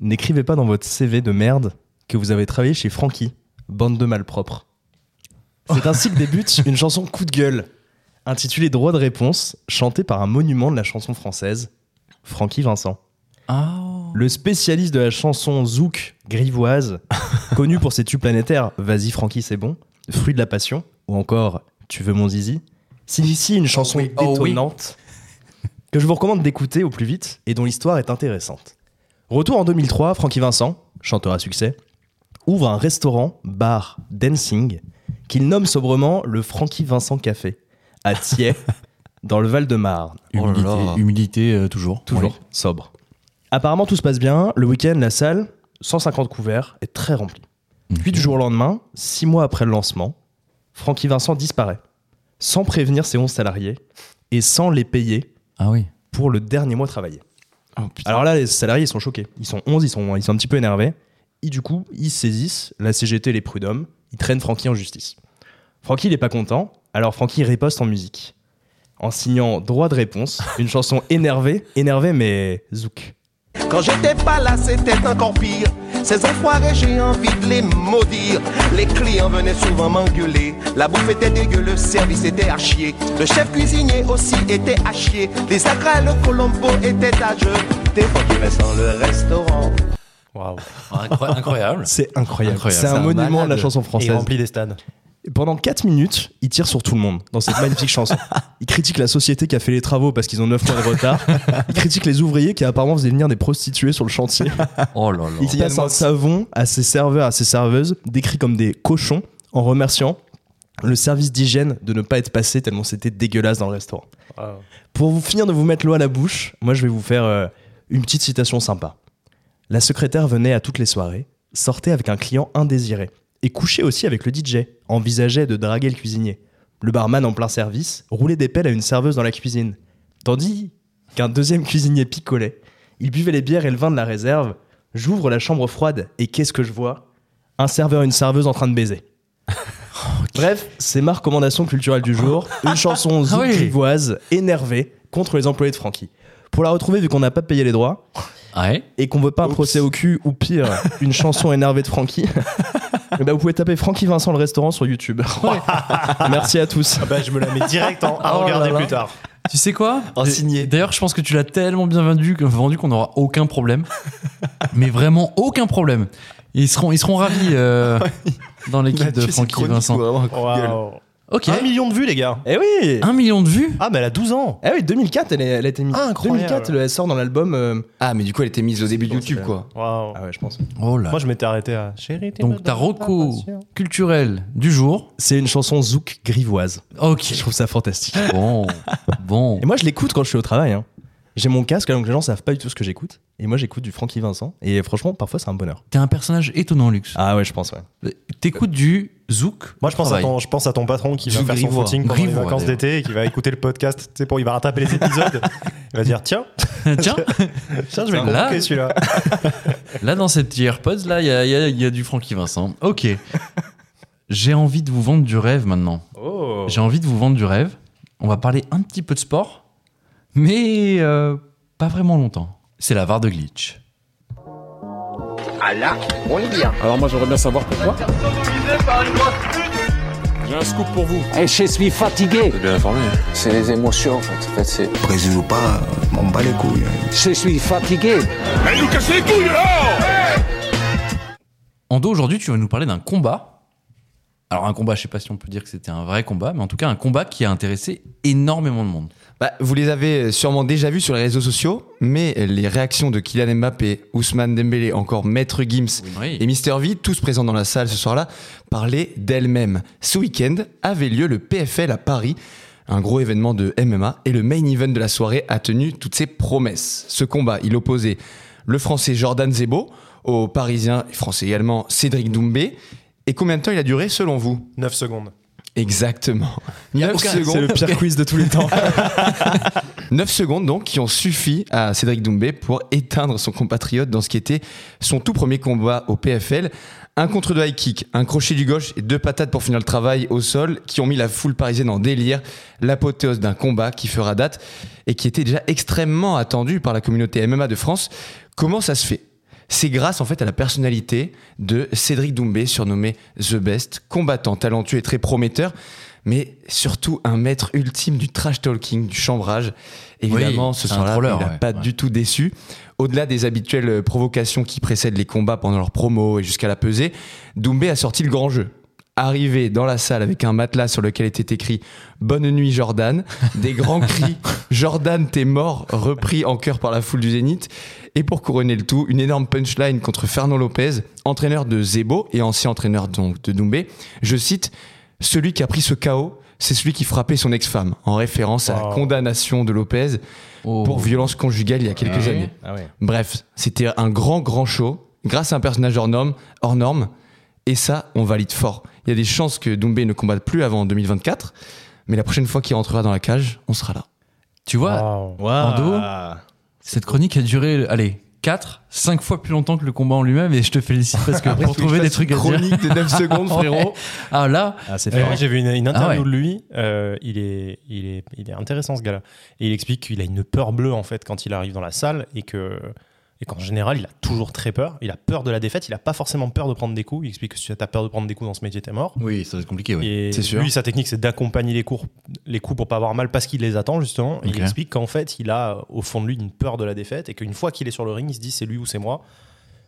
Speaker 3: n'écrivez pas dans votre CV de merde que vous avez travaillé chez Francky, bande de malpropres. C'est ainsi que débute une chanson coup de gueule, intitulée Droit de réponse, chantée par un monument de la chanson française, Francky Vincent.
Speaker 1: Ah.
Speaker 3: Le spécialiste de la chanson Zouk grivoise, connu pour ses tubes planétaires Vas-y Francky, c'est bon, Fruit de la passion, ou encore Tu veux mon zizi, Si, si, une chanson
Speaker 1: oui, oh oui.
Speaker 3: détonnante que je vous recommande d'écouter au plus vite et dont l'histoire est intéressante. Retour en 2003, Francky Vincent, chanteur à succès, ouvre un restaurant, bar, dancing qu'il nomme sobrement le Francky Vincent Café à Thiers, dans le Val-de-Marne.
Speaker 1: Humilité,
Speaker 2: Oh là.
Speaker 1: humilité, euh, toujours.
Speaker 3: Oh Toujours
Speaker 1: Oui.
Speaker 3: sobre. Apparemment, tout se passe bien. Le week-end, la salle, 150 couverts, est très remplie. Puis, du jour au lendemain, six mois après le lancement, Francky Vincent disparaît, sans prévenir ses 11 salariés et sans les payer
Speaker 1: Ah oui.
Speaker 3: pour le dernier mois travaillé.
Speaker 4: Oh,
Speaker 3: Alors là, les salariés, ils sont choqués. Ils sont 11, ils sont, ils sont un petit peu énervés. Et du coup, ils saisissent la CGT et les prud'hommes. Ils traînent Francky en justice. Francky, il est pas content. Alors Francky riposte en musique. En signant droit de réponse, une chanson énervée, énervée mais zouk.
Speaker 8: Quand j'étais pas là, c'était encore pire. Ces enfoirés, j'ai envie de les maudire. Les clients venaient souvent m'engueuler. La bouffe était dégueu, le service était à chier. Le chef cuisinier aussi était à chier. Les sacrales, le Colombo était à jeu. Des fois, qui me sans le restaurant.
Speaker 4: Waouh.
Speaker 1: Incroyable.
Speaker 3: C'est incroyable.
Speaker 1: Incroyable.
Speaker 3: C'est un,
Speaker 2: C'est un
Speaker 3: monument de la
Speaker 2: malade.
Speaker 3: chanson
Speaker 4: Et
Speaker 3: française.
Speaker 4: rempli des stades.
Speaker 3: Et pendant 4 minutes, il tire sur tout le monde dans cette magnifique chanson. Il critique la société qui a fait les travaux parce qu'ils ont 9 mois de retard. Il critique les ouvriers qui apparemment faisaient venir des prostituées sur le chantier.
Speaker 1: Oh là là.
Speaker 3: Il passe un savon à ses serveurs, à ses serveuses, décrits comme des cochons, en remerciant le service d'hygiène de ne pas être passé tellement c'était dégueulasse dans le restaurant.
Speaker 4: Waouh.
Speaker 3: Pour vous finir de vous mettre l'eau à la bouche, moi je vais vous faire euh, une petite citation sympa. La secrétaire venait à toutes les soirées, sortait avec un client indésiré et couchait aussi avec le DJ, envisageait de draguer le cuisinier. Le barman en plein service roulait des pelles à une serveuse dans la cuisine, tandis qu'un deuxième cuisinier picolait. Il buvait les bières et le vin de la réserve. J'ouvre la chambre froide et qu'est-ce que je vois Un serveur et une serveuse en train de baiser. Bref, c'est ma recommandation culturelle du jour. Une chanson zouk
Speaker 1: oui.
Speaker 3: grivoise, énervée, contre les employés de Francky. Pour la retrouver, vu qu'on n'a pas payé les droits
Speaker 1: Ah Ouais.
Speaker 3: et qu'on veut pas un procès au cul ou pire, une chanson énervée de Francky, eh ben, vous pouvez taper Francky Vincent le restaurant sur YouTube. Merci à tous.
Speaker 4: Bah, je me la mets direct en, à
Speaker 1: Oh là
Speaker 4: regarder
Speaker 1: là.
Speaker 4: plus tard.
Speaker 1: Tu sais quoi
Speaker 2: En
Speaker 1: D-
Speaker 2: signé.
Speaker 1: D'ailleurs, je pense que tu l'as tellement bien vendu, que- vendu qu'on n'aura aucun problème. Mais vraiment aucun problème. Ils seront, ils seront ravis euh, dans l'équipe de Francky Vincent.
Speaker 4: Waouh.
Speaker 1: Ok.
Speaker 4: Un million de vues, les gars.
Speaker 3: Eh oui
Speaker 1: Un million de vues
Speaker 4: Ah, mais elle a 12 ans.
Speaker 3: Eh oui, 2004, elle, est- elle a été mise.
Speaker 4: Incroyable.
Speaker 3: 2004, elle sort dans l'album. euh,
Speaker 2: Ah, mais du coup, elle était mise au début de
Speaker 3: Bon, c'est
Speaker 2: YouTube,
Speaker 3: pas-
Speaker 2: quoi.
Speaker 4: Waouh.
Speaker 3: Ah ouais, je pense.
Speaker 1: Oh là.
Speaker 4: Moi, je m'étais arrêté à chérie. t'es
Speaker 1: Donc
Speaker 4: ma
Speaker 1: ta
Speaker 4: dame,
Speaker 1: roco
Speaker 4: ma passion.
Speaker 1: culturelle du jour.
Speaker 3: C'est une chanson zouk grivoise.
Speaker 1: Ok.
Speaker 3: Je trouve ça fantastique.
Speaker 1: Bon, bon.
Speaker 3: Et moi, je l'écoute quand je suis au travail. hein. J'ai mon casque, donc les gens savent pas du tout ce que j'écoute. Et moi, j'écoute du Francky Vincent. Et franchement, parfois, c'est un bonheur.
Speaker 1: T'es un personnage étonnant, Lux. Euh,
Speaker 3: Ah ouais, je pense, ouais.
Speaker 1: T'écoutes du zouk.
Speaker 4: Moi, je pense, à
Speaker 1: travail.
Speaker 4: ton, je pense à ton patron qui va
Speaker 1: Zou
Speaker 4: faire son
Speaker 1: grivois.
Speaker 4: footing pendant les
Speaker 1: Grivois,
Speaker 4: vacances
Speaker 1: d'ailleurs.
Speaker 4: d'été et qui va écouter le podcast. Tu sais, pour, il va rattraper les épisodes. il va dire Tiens,
Speaker 1: Tiens,
Speaker 4: tiens je vais
Speaker 1: Là.
Speaker 4: le convoquer celui-là.
Speaker 1: là dans ces petits AirPods, là, il y a, il y a- il y a du Francky Vincent. Ok. J'ai envie de vous vendre du rêve maintenant.
Speaker 3: Oh
Speaker 1: J'ai envie de vous vendre du rêve. On va parler un petit peu de sport, mais euh, pas vraiment longtemps. C'est la VAR de glitch.
Speaker 6: Ah là, on est bien.
Speaker 10: Alors moi j'aimerais bien savoir pourquoi. J'ai un scoop pour vous.
Speaker 11: Et je suis fatigué.
Speaker 10: Bien informé.
Speaker 11: C'est les émotions, en fait. En fait, c'est-
Speaker 6: Brésil ou pas, m'en bat les couilles.
Speaker 11: Je suis fatigué.
Speaker 1: Ando, aujourd'hui, tu vas nous parler d'un combat. Alors, un combat, je sais pas si on peut dire que c'était un vrai combat, mais en tout cas, un combat qui a intéressé énormément de monde.
Speaker 2: Bah, vous les avez sûrement déjà vus sur les réseaux sociaux, mais les réactions de Kylian Mbappé, Ousmane Dembélé, encore Maître Gims
Speaker 1: Oui.
Speaker 2: et Mister V, tous présents dans la salle ce soir-là, parlaient d'elles-mêmes. Ce week-end avait lieu le PFL à Paris, un gros événement de MMA, et le main event de la soirée a tenu toutes ses promesses. Ce combat, il opposait le français Jordan Zebo au parisien et français également Cédric Doumbé. Et combien de temps il a duré selon vous
Speaker 4: 9 secondes.
Speaker 2: Exactement. 9
Speaker 1: aucun- c'est
Speaker 2: secondes.
Speaker 3: Pire quiz de tous les temps.
Speaker 2: 9 secondes donc qui ont suffi à Cédric Doumbé pour éteindre son compatriote dans ce qui était son tout premier combat au PFL. Un contre deux high kick, un crochet du gauche et deux patates pour finir le travail au sol qui ont mis la foule parisienne en délire. L'apothéose d'un combat qui fera date et qui était déjà extrêmement attendu par la communauté MMA de France. Comment ça se fait c'est grâce en fait à la personnalité de Cédric Doumbé, surnommé The Best, combattant, talentueux et très prometteur, mais surtout un maître ultime du trash talking, du chambrage. Évidemment,
Speaker 1: Oui,
Speaker 2: ce
Speaker 1: c'est un
Speaker 2: soir-là,
Speaker 1: trolleur,
Speaker 2: il n'a
Speaker 1: ouais,
Speaker 2: pas
Speaker 1: ouais.
Speaker 2: du tout déçu. Au-delà des habituelles provocations qui précèdent les combats pendant leurs promos et jusqu'à la pesée, Doumbé a sorti le grand jeu. arrivé dans la salle avec un matelas sur lequel était écrit Bonne nuit Jordan, des grands cris Jordan t'es mort, repris en chœur par la foule du Zénith, et pour couronner le tout, une énorme punchline contre Fernand Lopez, entraîneur de Zebo et ancien entraîneur donc de Doumbé. Je cite Celui qui a pris ce chaos, c'est celui qui frappait son ex-femme, en référence à la
Speaker 3: Wow. Oh.
Speaker 2: condamnation de Lopez pour violence conjugale il y a quelques
Speaker 3: Ah oui.
Speaker 2: années.
Speaker 3: Ah ouais.
Speaker 2: Bref, c'était un grand, grand show, grâce à un personnage hors norme, hors norme, et ça, on valide fort. Il y a des chances que Doumbé ne combatte plus avant 2024, mais la prochaine fois qu'il rentrera dans la cage, on sera là.
Speaker 1: Tu
Speaker 4: Ah.
Speaker 1: vois, Ando, cette chronique a duré, allez, 4, 5 fois plus longtemps que le combat en lui-même et je te félicite parce que
Speaker 4: Après,
Speaker 1: pour
Speaker 4: tu veux
Speaker 1: trouver
Speaker 4: que
Speaker 1: des
Speaker 4: je fasse
Speaker 1: trucs
Speaker 4: une
Speaker 1: à dire.
Speaker 4: chronique de 9 secondes, frérot.
Speaker 1: Ouais. Ah là,
Speaker 4: Euh, J'ai vu une, une
Speaker 1: Ah ouais.
Speaker 4: interview de lui. euh, il, est, il, est, il est intéressant, ce gars-là. Et il explique qu'il a une peur bleue, en fait, quand il arrive dans la salle et que. Et qu'en général, il a toujours très peur. Il a peur de la défaite. Il a pas forcément peur de prendre des coups. Il explique que si tu as peur de prendre des coups dans ce métier, t'es mort.
Speaker 1: Oui, ça va être compliqué, oui.
Speaker 4: Et
Speaker 1: C'est sûr.
Speaker 4: Lui, sa technique, c'est d'accompagner les, cours- les coups pour pas avoir mal parce qu'il les attend, justement. Et
Speaker 1: Ok.
Speaker 4: Il explique qu'en fait, il a euh, au fond de lui une peur de la défaite et qu'une fois qu'il est sur le ring, il se dit c'est lui ou c'est moi.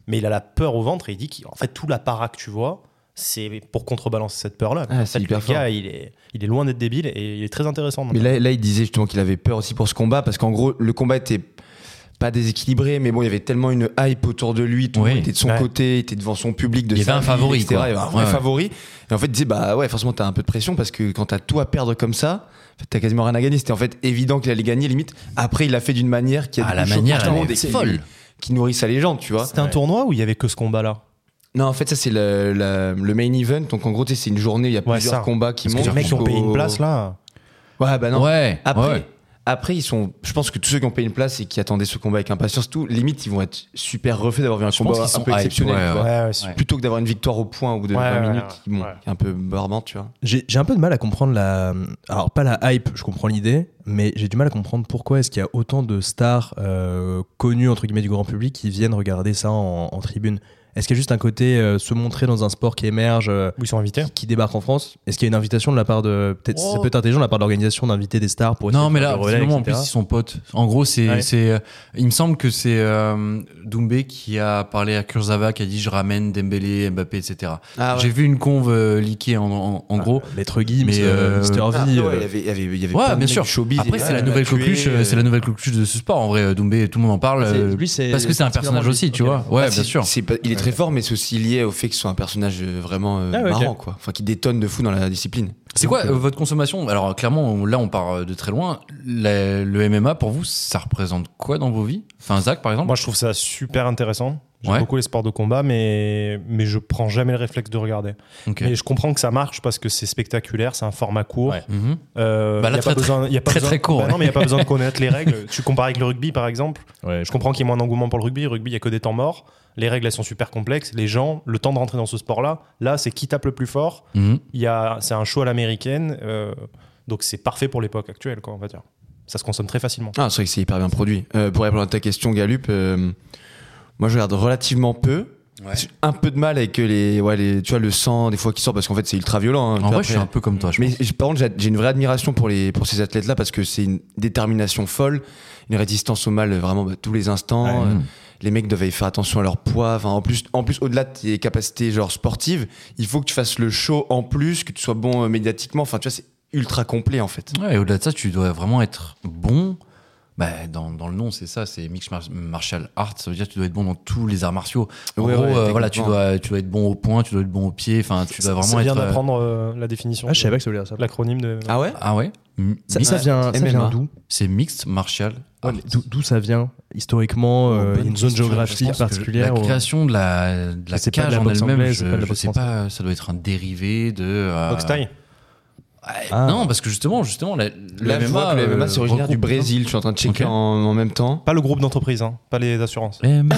Speaker 4: Mais il a la peur au ventre et il dit qu'en fait, tout l'apparat que tu vois, c'est pour contrebalancer cette peur-là.
Speaker 2: Ah,
Speaker 4: En
Speaker 2: c'est
Speaker 4: fait,
Speaker 2: hyper
Speaker 4: le
Speaker 2: fort.
Speaker 4: gars, il est, il est loin d'être débile et il est très intéressant.
Speaker 2: Mais là, là, il disait justement qu'il avait peur aussi pour ce combat parce qu'en gros, le combat était pas déséquilibré, mais bon, il y avait tellement une hype autour de lui, tout le
Speaker 1: Oui.
Speaker 2: monde était de son
Speaker 1: Ouais.
Speaker 2: côté, il était devant son public, de
Speaker 1: Il y
Speaker 2: sa
Speaker 1: avait un
Speaker 2: vie,
Speaker 1: favori,
Speaker 2: etc.
Speaker 1: quoi.
Speaker 2: Il y avait un vrai
Speaker 1: Ouais, ouais.
Speaker 2: favori. Et en fait, il disait, bah ouais, forcément, t'as un peu de pression parce que quand t'as tout à perdre comme ça, en fait, t'as quasiment rien à gagner. C'était en fait évident qu'il allait gagner, limite. Après, il l'a fait d'une manière qui a
Speaker 1: Ah, la
Speaker 2: du coup choqué
Speaker 1: manière,
Speaker 2: tout le
Speaker 1: elle
Speaker 2: monde
Speaker 1: est
Speaker 2: et qui-
Speaker 1: folle.
Speaker 2: Qui nourrit sa légende, tu vois.
Speaker 4: C'était un tournoi où il y avait que ce combat-là
Speaker 2: Non, en fait, ça, c'est le, la- le main event. Donc, en gros, tu sais, c'est une journée, il y a
Speaker 4: Ouais,
Speaker 2: plusieurs
Speaker 4: ça.
Speaker 2: combats qui
Speaker 4: Parce que
Speaker 2: montent.
Speaker 4: les mecs qui ont payé
Speaker 2: jusqu'au-
Speaker 4: une place, là.
Speaker 2: Ouais, bah non.
Speaker 1: Ouais,
Speaker 2: Après,
Speaker 1: ouais.
Speaker 2: après, ils sont. Je pense que tous ceux qui ont payé une place et qui attendaient ce combat avec impatience, tout limite, ils vont être super refaits d'avoir vu un
Speaker 1: Je pense
Speaker 2: combat
Speaker 1: qu'ils
Speaker 2: un
Speaker 1: sont
Speaker 2: peu
Speaker 1: hype,
Speaker 2: exceptionnel.
Speaker 1: ouais,
Speaker 2: tu vois.
Speaker 1: ouais. Ouais, ouais, super.
Speaker 2: Plutôt que d'avoir une victoire au point au bout de
Speaker 3: Ouais,
Speaker 2: 20
Speaker 3: ouais,
Speaker 2: minutes,
Speaker 3: ouais,
Speaker 2: qui, bon, qui est un peu barbante, tu vois.
Speaker 3: J'ai j'ai un peu de mal à comprendre la. Alors, pas la hype, je comprends l'idée, mais j'ai du mal à comprendre pourquoi est-ce qu'il y a autant de stars euh, connues, entre guillemets, du grand public qui viennent regarder ça en, en tribune. Est-ce qu'il y a juste un côté euh, se montrer dans un sport qui émerge euh,
Speaker 4: Où ils sont invités
Speaker 3: qui, qui débarque en France Est-ce qu'il y a une invitation de la part de. Peut-être ça peut être intelligent de la part de l'organisation d'inviter des stars pour.
Speaker 1: Non,
Speaker 3: essayer de
Speaker 1: mais
Speaker 3: faire
Speaker 1: là,
Speaker 3: des relais,
Speaker 1: finalement, en plus,
Speaker 3: etc..
Speaker 1: ils sont potes. En gros, c'est,
Speaker 3: Ouais.
Speaker 1: c'est, euh, il me semble que c'est euh, Doumbé qui a parlé à Kurzawa, qui a dit je ramène Dembélé, Mbappé, etc.
Speaker 2: Ah ouais.
Speaker 1: J'ai vu une conve euh, liquée en, en, en gros.
Speaker 3: L'être Guy,
Speaker 1: mais,
Speaker 3: mais
Speaker 1: euh,
Speaker 3: Mister
Speaker 2: Ah,
Speaker 3: V.
Speaker 2: ouais,
Speaker 3: euh,
Speaker 2: il y avait, il y avait, il y avait plein
Speaker 1: Ouais,
Speaker 2: de
Speaker 1: bien
Speaker 2: mecs
Speaker 1: sûr.
Speaker 2: du showbiz.
Speaker 1: Après,
Speaker 2: et-
Speaker 1: c'est la
Speaker 2: ouais,
Speaker 1: nouvelle
Speaker 2: tué,
Speaker 1: coqueluche, euh, c'est la nouvelle coqueluche de ce sport. En vrai, Doumbé, tout le monde en parle.
Speaker 3: C'est-
Speaker 1: euh,
Speaker 3: lui, c'est-
Speaker 1: parce que c'est un personnage
Speaker 3: particulièrement
Speaker 1: aussi,
Speaker 3: lui.
Speaker 1: tu
Speaker 3: Ok.
Speaker 1: vois. Ouais, bien
Speaker 2: Ah, c'est-
Speaker 1: sûr.
Speaker 2: c'est pas- il est très fort, mais c'est aussi lié au fait que ce soit un personnage euh, vraiment euh,
Speaker 3: Ah ouais, ok.
Speaker 2: marrant, quoi. Enfin, qui détonne de fou dans la discipline.
Speaker 1: C'est quoi euh, votre consommation Alors clairement, on- là on part euh, de très loin. Le, le MMA pour vous, ça représente quoi dans vos vies Enfin Zach par exemple.
Speaker 4: Moi, je trouve ça super intéressant. J'aime
Speaker 1: Ouais.
Speaker 4: beaucoup les sports de combat, mais, mais je prends jamais le réflexe de regarder.
Speaker 1: Ok.
Speaker 4: Mais je comprends que ça marche parce que c'est spectaculaire, c'est un format court.
Speaker 1: Ouais. Mhm.
Speaker 4: Euh,
Speaker 1: Bah là,
Speaker 4: y a
Speaker 1: très,
Speaker 4: pas besoin, y a pas
Speaker 1: très,
Speaker 4: besoin-
Speaker 1: très court,
Speaker 4: Bah
Speaker 1: ouais.
Speaker 4: Non, mais il n'y a pas besoin de connaître les règles. tu compares avec le rugby, par exemple.
Speaker 3: ouais,
Speaker 4: Je comprends qu'il y ait moins d'engouement pour le rugby. Le rugby, il n'y a que des temps morts. Les règles, elles sont super complexes. Les gens, le temps de rentrer dans ce sport-là, là, c'est qui tape le plus fort.
Speaker 1: Mhm.
Speaker 4: Il y a, c'est un show à l'américaine. euh, donc, c'est parfait pour l'époque actuelle, quoi, on va dire. Ça se consomme très facilement.
Speaker 2: Ah, c'est vrai que c'est hyper bien produit. Euh, pour répondre à ta question, Galup, euh, moi je regarde relativement peu.
Speaker 1: Ouais.
Speaker 2: J'ai un peu de mal avec les, ouais, les, tu vois, le sang des fois qui sort parce qu'en fait c'est ultra violent. hein.
Speaker 1: En
Speaker 2: Tu vois,
Speaker 1: vrai,
Speaker 2: après-
Speaker 1: je suis un peu comme toi. Je
Speaker 2: Mais
Speaker 1: pense.
Speaker 2: j'ai- par contre, j'ai- j'ai une vraie admiration pour, les, pour ces athlètes-là parce que c'est une détermination folle, une résistance au mal euh, vraiment bah, tous les instants.
Speaker 1: Ouais.
Speaker 2: Euh, les mecs doivent y faire attention à leur poids. Enfin, en plus, en plus au-delà de tes capacités genre sportives, il faut que tu fasses le show en plus, que tu sois bon euh, médiatiquement. Enfin, tu vois, c'est ultra complet en fait.
Speaker 1: Ouais, et au-delà de ça, tu dois vraiment être bon. Bah, dans, dans le nom, c'est ça, c'est Mixed Mar- Martial Arts. Ça veut dire que tu dois être bon dans tous les arts martiaux. En
Speaker 2: Ouais,
Speaker 1: gros,
Speaker 2: ouais,
Speaker 1: euh, voilà, tu
Speaker 2: techniquement.
Speaker 1: dois, tu dois être bon au point, tu dois être bon au pied. Enfin, tu dois vraiment
Speaker 4: C'est bien
Speaker 1: être. euh,
Speaker 4: d'apprendre euh, la définition,
Speaker 3: Ah, je savais
Speaker 4: de-
Speaker 3: pas que ça voulait dire ça.
Speaker 4: l'acronyme de.
Speaker 2: Ah ouais
Speaker 1: Ah ouais Ah, M-
Speaker 3: Ça,
Speaker 1: mixed-
Speaker 3: ça vient, ça
Speaker 2: MMA.
Speaker 3: vient d'où
Speaker 1: C'est Mixed Martial Arts.
Speaker 3: Ouais, mais d'où- D'où ça vient historiquement euh,
Speaker 2: bonne
Speaker 3: Une zone
Speaker 2: question,
Speaker 3: géographique
Speaker 2: parce que
Speaker 1: La
Speaker 3: particulière ou-
Speaker 1: création de la, de la
Speaker 3: oh. C'est pas de
Speaker 1: cage
Speaker 3: la
Speaker 1: en
Speaker 3: boxe
Speaker 1: elle-même,
Speaker 3: anglaise,
Speaker 1: je,
Speaker 3: c'est pas de la
Speaker 1: je
Speaker 3: boxe
Speaker 1: sais pas, ça doit être un dérivé de. euh,
Speaker 4: Boxe thaï.
Speaker 1: ouais,
Speaker 3: Ah.
Speaker 1: Non, parce que justement, justement, la- le
Speaker 2: Là, je
Speaker 1: MMA,
Speaker 2: vois que le
Speaker 1: euh,
Speaker 2: MMA, c'est originaire du
Speaker 1: regroupe-
Speaker 2: Brésil. Je suis en train de checker
Speaker 1: Ok.
Speaker 2: en, en même temps.
Speaker 4: Pas le groupe d'entreprise, hein, pas les assurances.
Speaker 1: MMA.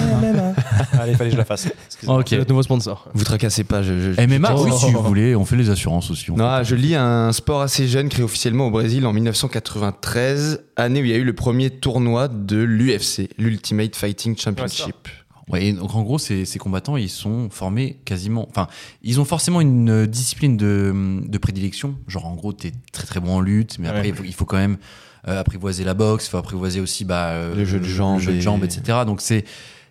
Speaker 4: Allez, fallait que je la fasse. Excusez-moi.
Speaker 1: Ok.
Speaker 3: C'est notre nouveau sponsor.
Speaker 2: Vous tracassez pas. Je, je- je-
Speaker 1: MMA, oui,
Speaker 3: Oh.
Speaker 1: si vous voulez, on fait les assurances aussi. on
Speaker 2: Non, ah, je lis un sport assez jeune créé officiellement au Brésil en 1993, année où il y a eu le premier tournoi de l'UFC, l'Ultimate Fighting Championship.
Speaker 1: Ouais, et donc en gros, ces, ces combattants, ils sont formés quasiment. Enfin, ils ont forcément une euh, discipline de, hum, de prédilection. Genre, en gros, t'es très très bon en lutte, mais après,
Speaker 3: Ouais.
Speaker 1: il, faut, il faut quand même euh, apprivoiser la boxe, il faut apprivoiser aussi bah, euh,
Speaker 2: Le jeu de jambes
Speaker 1: jeu de
Speaker 2: et-
Speaker 1: jambes, etc. Donc, c'est.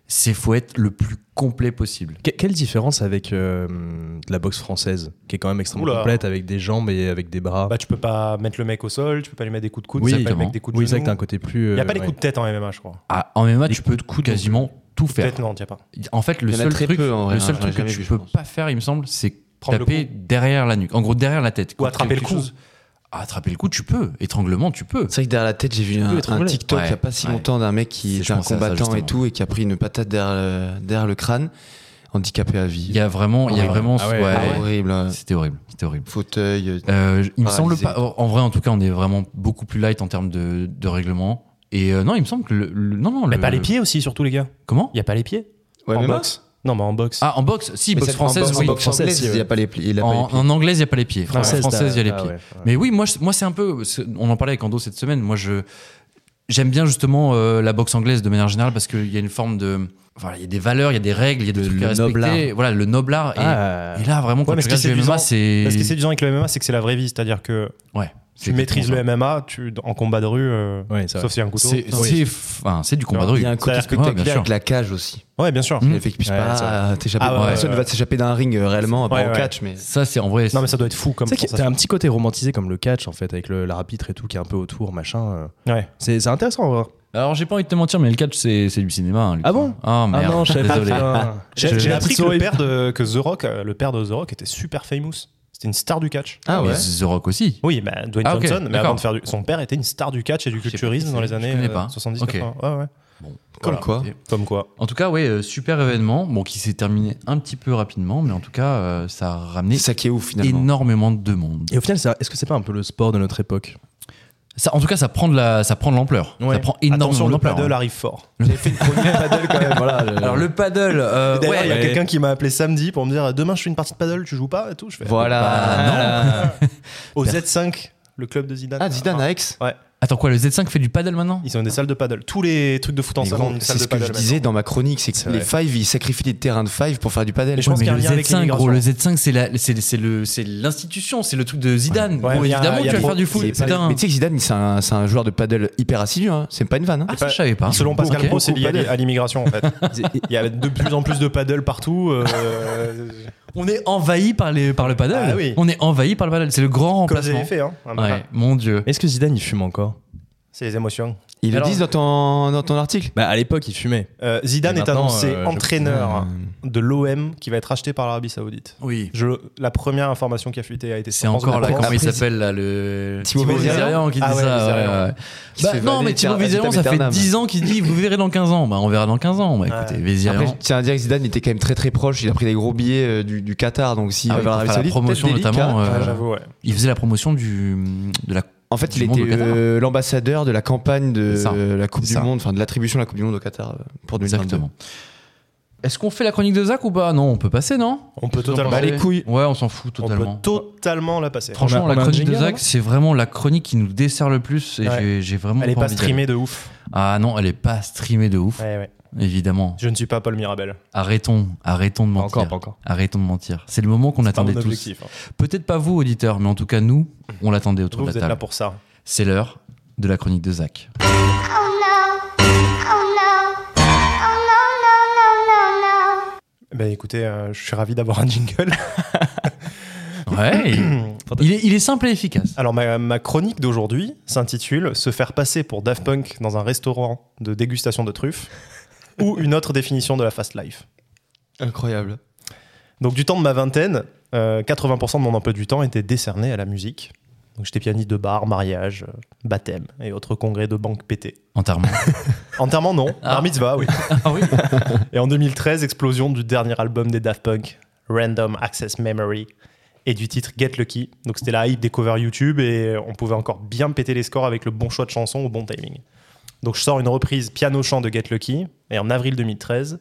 Speaker 1: c'est faut être le plus complet possible.
Speaker 3: Que- quelle différence avec euh, de la boxe française, qui est quand même extrêmement
Speaker 4: Oula.
Speaker 3: complète avec des jambes et avec des bras
Speaker 4: Bah, tu peux pas mettre le mec au sol, tu peux pas lui mettre des coups de coude,
Speaker 3: Oui,
Speaker 4: tu peux pas lui
Speaker 3: exactement.
Speaker 4: mettre des coups de
Speaker 3: Oui, c'est vrai
Speaker 4: genou.
Speaker 3: que t'as un côté plus,
Speaker 4: Il y a
Speaker 3: euh,
Speaker 4: pas les
Speaker 3: ouais.
Speaker 4: coups de tête en MMA, je crois.
Speaker 1: Ah, en MMA, tu peux quasiment tout faire.
Speaker 4: Peut-être non, t'y a pas.
Speaker 1: En fait, le
Speaker 2: Il y en a
Speaker 1: seul
Speaker 2: très
Speaker 1: truc,
Speaker 2: peu, en vrai,
Speaker 1: le
Speaker 2: hein,
Speaker 1: seul
Speaker 2: j'en ai
Speaker 1: truc que
Speaker 2: jamais
Speaker 1: tu
Speaker 2: vu, je
Speaker 1: peux
Speaker 2: pense.
Speaker 1: pas faire, il me semble, c'est
Speaker 4: Prendre le
Speaker 1: taper derrière la nuque. En gros, derrière la tête.
Speaker 4: Ou
Speaker 1: Quand
Speaker 4: attraper le
Speaker 1: quelque
Speaker 4: cou.
Speaker 1: chose- Ah, Attraper le coup, tu peux. Étranglement, tu peux.
Speaker 2: C'est vrai que derrière la tête, j'ai vu
Speaker 1: peux
Speaker 2: un, un
Speaker 1: étrangler.
Speaker 2: TikTok
Speaker 1: Ouais,
Speaker 2: il n'y a pas si
Speaker 1: ouais.
Speaker 2: longtemps d'un mec qui
Speaker 1: C'est-
Speaker 2: était
Speaker 1: je
Speaker 2: un
Speaker 1: pensais à ça,
Speaker 2: combattant et
Speaker 1: justement.
Speaker 2: tout et qui a pris une patate derrière le, derrière le crâne, handicapé à vie.
Speaker 1: Il y a vraiment, il y a
Speaker 3: Horrible.
Speaker 1: vraiment,
Speaker 3: Ah ouais,
Speaker 1: ouais,
Speaker 2: Ah, Horrible. hein.
Speaker 1: c'était horrible, c'était horrible.
Speaker 2: Fauteuil. euh,
Speaker 1: Euh, il me semble
Speaker 2: Paralysé.
Speaker 1: pas. En vrai, en tout cas, on est vraiment beaucoup plus light en termes de, de règlement. Et euh, non, il me semble que le, le- non non,
Speaker 4: Mais
Speaker 1: le-
Speaker 4: pas les pieds aussi, surtout les gars.
Speaker 1: Comment
Speaker 4: Il y a pas les pieds
Speaker 2: Ouais,
Speaker 4: en
Speaker 2: mais
Speaker 4: boxe. Non, mais en boxe.
Speaker 1: Ah, en boxe, si
Speaker 2: Mais
Speaker 1: boxe
Speaker 2: cette-
Speaker 1: française,
Speaker 2: en
Speaker 1: oui.
Speaker 2: boxe
Speaker 3: Française,
Speaker 2: anglaise,
Speaker 3: si, ouais.
Speaker 2: il y a pas les pli- il a pas les
Speaker 1: En,
Speaker 2: pli-
Speaker 1: en anglaise, il y a pas les pieds. Française, française, il y a les
Speaker 3: ah
Speaker 1: pieds.
Speaker 3: ouais, ouais.
Speaker 1: Mais oui, moi, je- moi, c'est un peu. c'est- On en parlait avec Ando cette semaine. Moi, je j'aime bien justement euh, la boxe anglaise de manière générale parce qu'il y a une forme de. Enfin, il y a des valeurs, il y a des règles, il y a des
Speaker 2: Le-
Speaker 1: trucs
Speaker 2: le
Speaker 1: à respecter.
Speaker 2: noble
Speaker 1: Voilà, le noble art. Et,
Speaker 3: Ah,
Speaker 1: et là, vraiment, quand
Speaker 4: Ouais, mais
Speaker 1: tu
Speaker 4: ce qui
Speaker 1: regardes du
Speaker 4: est séduisant-
Speaker 1: MMA, c'est.
Speaker 4: Parce que c'est du avec le MMA, c'est que c'est la vraie vie. C'est-à-dire que
Speaker 1: Ouais.
Speaker 4: tu maîtrises le MMA, tu, en combat de rue, euh,
Speaker 3: ouais, c'est vrai.
Speaker 4: sauf si y a un couteau.
Speaker 1: C'est c'est- enfin, c'est du combat de
Speaker 2: Il
Speaker 1: rue.
Speaker 2: y a un côté
Speaker 4: C'est-à-dire
Speaker 1: que- ouais, bien
Speaker 2: spectaculaire
Speaker 1: sûr.
Speaker 2: avec la cage aussi.
Speaker 4: Ouais, bien sûr.
Speaker 1: Mm.
Speaker 2: Le fait qu'il puisse
Speaker 3: Ouais, c'est vrai.
Speaker 2: pas euh, t'échapper.
Speaker 4: Ah ouais,
Speaker 2: Personne
Speaker 4: ouais,
Speaker 2: ne va s'échapper d'un ring euh, réellement, pas
Speaker 4: Ouais,
Speaker 2: en
Speaker 4: ouais.
Speaker 2: catch, mais.
Speaker 1: Ça, c'est en vrai.
Speaker 4: Non, mais ça doit être fou comme
Speaker 3: Tu sais qu'il y a-
Speaker 4: sensation.
Speaker 3: t'as un petit côté romantisé comme le catch en fait, avec le, l'arbitre et tout qui est un peu autour, machin. euh.
Speaker 4: Ouais.
Speaker 3: C'est, c'est intéressant en vrai.
Speaker 1: Alors, j'ai pas envie de te mentir, mais le catch, c'est c'est du cinéma. hein, lui.
Speaker 3: Ah bon
Speaker 1: Ah merde.
Speaker 3: Ah non, je savais pas.
Speaker 1: Désolé.
Speaker 3: putain.
Speaker 4: J'ai
Speaker 3: Je-
Speaker 4: j'ai appris que, le
Speaker 3: souris.
Speaker 4: père de, que The Rock, euh, le père de The Rock était super famous. C'était une star du catch.
Speaker 2: Ah
Speaker 1: Mais
Speaker 2: ouais.
Speaker 1: The Rock aussi.
Speaker 4: Oui, bah, Dwayne
Speaker 1: Ah, ok,
Speaker 4: Johnson, mais
Speaker 1: d'accord.
Speaker 4: avant de faire du... son père était une star du catch et du
Speaker 1: sais pas,
Speaker 4: culturisme dans les
Speaker 1: je
Speaker 4: années
Speaker 1: connais
Speaker 4: euh,
Speaker 1: pas.
Speaker 4: 70
Speaker 1: Ok.
Speaker 4: 80. Ouais, ouais.
Speaker 1: Bon,
Speaker 2: Comme
Speaker 1: voilà.
Speaker 2: quoi.
Speaker 1: Et-
Speaker 4: Comme quoi.
Speaker 1: En tout cas, ouais, euh, super événement, bon, qui s'est terminé un petit peu rapidement, mais en tout cas, euh, ça a ramené
Speaker 2: C'est ça qui est ouf finalement.
Speaker 1: énormément de monde.
Speaker 3: Et au final, c'est- est-ce que c'est pas un peu le sport de notre époque
Speaker 1: Ça, en tout cas, ça prend de la, ça prend de l'ampleur.
Speaker 3: Ouais.
Speaker 1: Ça prend énormément
Speaker 4: Attention, le
Speaker 1: d'ampleur.
Speaker 4: paddle
Speaker 1: hein.
Speaker 4: arrive fort.
Speaker 2: paddle quand même, voilà. le-
Speaker 1: Alors le paddle, euh, ouais,
Speaker 4: D'ailleurs, il y a
Speaker 1: ouais.
Speaker 4: quelqu'un qui m'a appelé samedi pour me dire demain je fais une partie de paddle, tu joues pas et tout. Je fais
Speaker 2: Voilà.
Speaker 4: au Z5, le club de Zidane.
Speaker 2: Ah, Zidane à Aix
Speaker 4: Ouais.
Speaker 1: Attends quoi, le Z5 fait du paddle maintenant
Speaker 4: Ils ont des salles de paddle. Tous les trucs de foot en
Speaker 2: Mais
Speaker 4: salle
Speaker 2: gros,
Speaker 4: ont une
Speaker 2: C'est
Speaker 4: salle de
Speaker 2: ce que
Speaker 4: paddle.
Speaker 2: je disais
Speaker 4: maintenant.
Speaker 2: dans ma chronique, c'est que
Speaker 4: vrai.
Speaker 2: les Five, ils sacrifient des terrains de Five pour faire du paddle.
Speaker 4: Mais je pense
Speaker 1: Ouais,
Speaker 4: qu'il y a un
Speaker 1: mais le
Speaker 4: lien avec
Speaker 1: Z5,
Speaker 4: l'immigration.
Speaker 1: gros, le Z5, c'est la, c'est, c'est le, c'est l'institution, c'est le truc de Zidane.
Speaker 4: Ouais,
Speaker 1: Gros,
Speaker 4: mais il y a-
Speaker 1: évidemment,
Speaker 4: il y
Speaker 1: que
Speaker 4: a
Speaker 1: tu vas
Speaker 4: trop-
Speaker 1: faire du foot.
Speaker 2: C'est pas-
Speaker 1: putain.
Speaker 2: Mais tu sais que Zidane, il- c'est un, c'est un joueur de paddle hyper assidu, hein. c'est pas une vanne. hein.
Speaker 1: Ah, ça, je savais pas.
Speaker 4: Selon Pascal
Speaker 1: Ok.
Speaker 4: Pro, c'est lié à
Speaker 2: paddle.
Speaker 4: l'i- à l'immigration en fait. Il y a de plus en plus de paddle partout. euh,
Speaker 1: On est envahi par les, par le paddle.
Speaker 4: Ah oui.
Speaker 1: On est envahi par le paddle. C'est le grand
Speaker 4: Comme j'ai
Speaker 1: remplacement.
Speaker 4: fait, hein. un
Speaker 1: Ouais,
Speaker 4: peu.
Speaker 1: mon dieu.
Speaker 3: Est-ce que Zidane il fume encore
Speaker 4: C'est les émotions.
Speaker 2: Ils le
Speaker 1: Alors-
Speaker 2: disent dans ton, dans ton article.
Speaker 3: Bah à l'époque il fumait.
Speaker 4: Euh, Zidane
Speaker 3: Et
Speaker 4: est
Speaker 3: maintenant,
Speaker 4: annoncé
Speaker 3: euh, je-
Speaker 2: Bah,
Speaker 4: entraîneur de l'OM qui va être acheté par l'Arabie Saoudite.
Speaker 1: Oui.
Speaker 4: Je, la première information qui a fuité a été
Speaker 1: C'est
Speaker 4: sur France
Speaker 1: encore
Speaker 4: Bleu
Speaker 1: là,
Speaker 4: Provence.
Speaker 1: comment il
Speaker 2: Après,
Speaker 1: s'appelle là, le.
Speaker 2: Thibaut Vézéran
Speaker 1: qui dit
Speaker 4: Ah ouais,
Speaker 1: ça.
Speaker 4: Vézéran.
Speaker 1: ouais, ouais.
Speaker 2: Qui
Speaker 1: Bah,
Speaker 2: se fait
Speaker 1: non, mais
Speaker 2: valer
Speaker 1: Thibaut
Speaker 2: ad
Speaker 1: Vézéran, ça
Speaker 2: vitam
Speaker 1: fait
Speaker 2: aeternam.
Speaker 1: 10 ans qu'il dit vous verrez dans 15 ans. Bah, on verra dans 15 ans. Bah, écoutez, Vézéran.
Speaker 2: Après, je tiens à dire que Zidane était quand même très très proche. Il a pris des gros billets euh, du, du Qatar, donc si
Speaker 1: Ah oui, pour faire la promotion notamment, euh,
Speaker 4: Ouais, Ah, J'avoue, ouais.
Speaker 1: Il faisait la promotion du, de la.
Speaker 2: hein. En fait,
Speaker 1: du
Speaker 2: il
Speaker 1: monde au
Speaker 2: était
Speaker 1: Qatar.
Speaker 2: euh, l'ambassadeur de la campagne de
Speaker 1: C'est ça.
Speaker 2: euh, la Coupe
Speaker 1: C'est
Speaker 2: du
Speaker 1: ça.
Speaker 2: Monde, enfin de l'attribution de la Coupe du Monde au Qatar euh, pour 2022.
Speaker 1: Exactement. Est-ce qu'on fait la chronique de Zach ou pas Non, on peut passer, non
Speaker 4: On peut
Speaker 1: Qu'est-ce que vous en
Speaker 4: totalement-
Speaker 1: pensez
Speaker 2: Bah, les couilles.
Speaker 1: Ouais, on s'en fout
Speaker 4: On
Speaker 1: totalement.
Speaker 4: peut totalement la passer.
Speaker 1: Franchement,
Speaker 3: On
Speaker 1: la
Speaker 3: a- on a un
Speaker 1: chronique de
Speaker 3: jingle,
Speaker 1: Zach,
Speaker 3: non
Speaker 1: c'est vraiment la chronique qui nous dessert le plus et
Speaker 4: Ouais.
Speaker 1: j'ai- j'ai vraiment.
Speaker 4: Elle est pas
Speaker 1: envie d'y aller.
Speaker 4: streamée de ouf.
Speaker 1: Ah non, elle est pas streamée de ouf,
Speaker 4: Ouais, ouais.
Speaker 1: évidemment.
Speaker 4: Je ne suis pas Paul Mirabel.
Speaker 1: Arrêtons, arrêtons de
Speaker 3: Pas
Speaker 1: mentir.
Speaker 3: encore, pas encore.
Speaker 1: Arrêtons de mentir. C'est le moment qu'on
Speaker 4: C'est pas
Speaker 1: attendait
Speaker 4: mon
Speaker 1: tous.
Speaker 4: objectif. hein.
Speaker 1: Peut-être pas vous, auditeurs, mais en tout cas, nous, on l'attendait autour
Speaker 4: Vous,
Speaker 1: de
Speaker 4: vous
Speaker 1: la
Speaker 4: êtes là
Speaker 1: table.
Speaker 4: pour ça.
Speaker 1: C'est l'heure de la chronique de Zach.
Speaker 4: Bah écoutez, euh, je suis ravi d'avoir un jingle.
Speaker 1: Ouais, il est, il est simple et efficace.
Speaker 4: Alors ma, ma chronique d'aujourd'hui s'intitule Se faire passer pour Daft Punk dans un restaurant de dégustation de truffes ou une autre définition de la fast life.
Speaker 2: Incroyable.
Speaker 4: Donc du temps de ma vingtaine, euh, 80% de mon emploi du temps était décerné à la musique. Donc j'étais pianiste de bar, mariage, euh, baptême et autres congrès de banque pété.
Speaker 1: Enterrement.
Speaker 4: Enterrement non,
Speaker 1: Ah.
Speaker 4: bar mitzvah oui.
Speaker 1: ah oui
Speaker 4: Et en 2013, explosion du dernier album des Daft Punk, Random Access Memory, et du titre Get Lucky. Donc c'était la hype des covers YouTube et on pouvait encore bien péter les scores avec le bon choix de chanson au bon timing. Donc je sors une reprise piano-chant de Get Lucky et en avril 2013,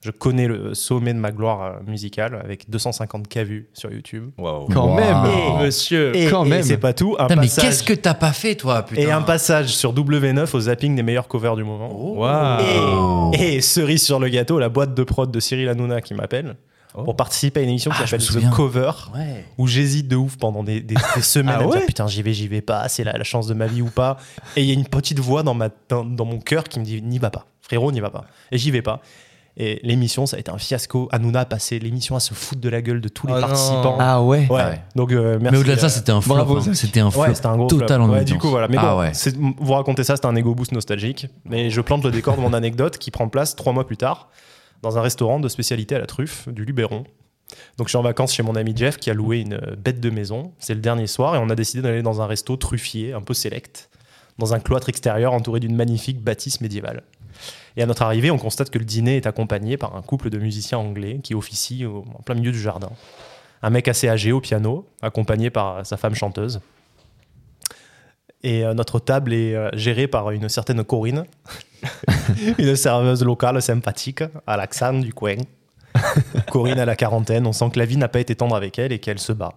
Speaker 4: je connais le sommet de ma gloire euh, musicale avec 250K vues sur YouTube.
Speaker 2: Quand
Speaker 1: Wow.
Speaker 2: même.
Speaker 1: Et-
Speaker 2: monsieur.
Speaker 4: Et,
Speaker 2: quand
Speaker 4: et
Speaker 2: même.
Speaker 4: c'est pas tout, un
Speaker 1: Putain, mais
Speaker 4: passage-
Speaker 1: qu'est-ce que t'as pas fait, toi putain
Speaker 4: et un passage sur W9 au zapping des meilleurs covers du moment.
Speaker 1: Oh.
Speaker 4: Et, et cerise sur le gâteau, la boîte de prod de Cyril Hanouna qui m'appelle
Speaker 3: Oh.
Speaker 4: pour participer à une émission qui
Speaker 1: Ah, je me
Speaker 4: s'appelle
Speaker 1: souviens.
Speaker 4: The Cover,
Speaker 1: Ouais.
Speaker 4: où j'hésite de ouf pendant des, des- des semaines
Speaker 3: Ah
Speaker 4: à me
Speaker 3: ouais
Speaker 4: dire putain, j'y vais, j'y vais pas, c'est la, la chance de ma vie ou pas. Et il y a une petite voix dans, ma, dans, dans mon cœur qui me dit n'y va pas, frérot, n'y va pas. Et j'y vais pas. Et l'émission, ça a été un fiasco. Hanouna a passé l'émission à se foutre de la gueule de tous les
Speaker 2: Oh non.
Speaker 4: participants.
Speaker 2: Ah ouais Ah ouais.
Speaker 4: Donc, euh, merci,
Speaker 1: Mais au-delà de ça,
Speaker 4: euh,
Speaker 1: c'était un flop.
Speaker 4: bravo,
Speaker 1: hein.
Speaker 4: Zach.
Speaker 1: C'était un flop
Speaker 4: Ouais, c'était un gros
Speaker 1: total
Speaker 4: flop.
Speaker 1: en
Speaker 4: Ouais,
Speaker 1: ambiance.
Speaker 4: Du coup, voilà. Mais
Speaker 1: Ah
Speaker 4: bon,
Speaker 1: ouais.
Speaker 4: c'est- vous racontez ça, c'est un ego boost nostalgique. Mais je plante le décor de mon anecdote qui prend place trois mois plus tard dans un restaurant de spécialité à la truffe du Luberon. Donc je suis en vacances chez mon ami Jeff qui a loué une euh, bête de maison. C'est le dernier soir et on a décidé d'aller dans un resto truffier, un peu select, dans un cloître extérieur entouré d'une magnifique bâtisse médiévale. Et à notre arrivée, on constate que le dîner est accompagné par un couple de musiciens anglais qui officient au- en plein milieu du jardin. Un mec assez âgé au piano, accompagné par euh, sa femme chanteuse. Et euh, notre table est euh, gérée par une certaine Corinne, une serveuse locale sympathique, à l'accent du coin. Corinne à la quarantaine, on sent que la vie n'a pas été tendre avec elle et qu'elle se bat.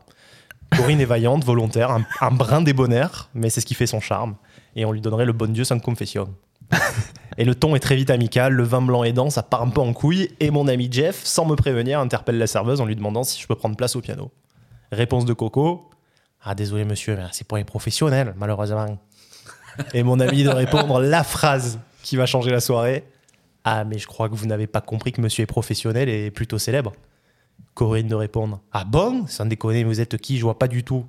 Speaker 4: Corinne est vaillante, volontaire, un, un brin débonnaire, mais c'est ce qui fait son charme. Et on lui donnerait le bon Dieu sans confession. Et le ton est très vite amical, le vin blanc aidant, ça part un peu en couille. Et mon ami Jeff, sans me prévenir, interpelle la serveuse en lui demandant si je peux prendre place au piano. Réponse de Coco Ah, désolé monsieur, mais c'est pour les professionnels, malheureusement. Et mon ami de répondre la phrase qui va changer la soirée Ah, mais je crois que vous n'avez pas compris que monsieur est professionnel et plutôt célèbre. Corinne de répondre Ah bon Sans déconner, vous êtes qui Je vois pas du tout.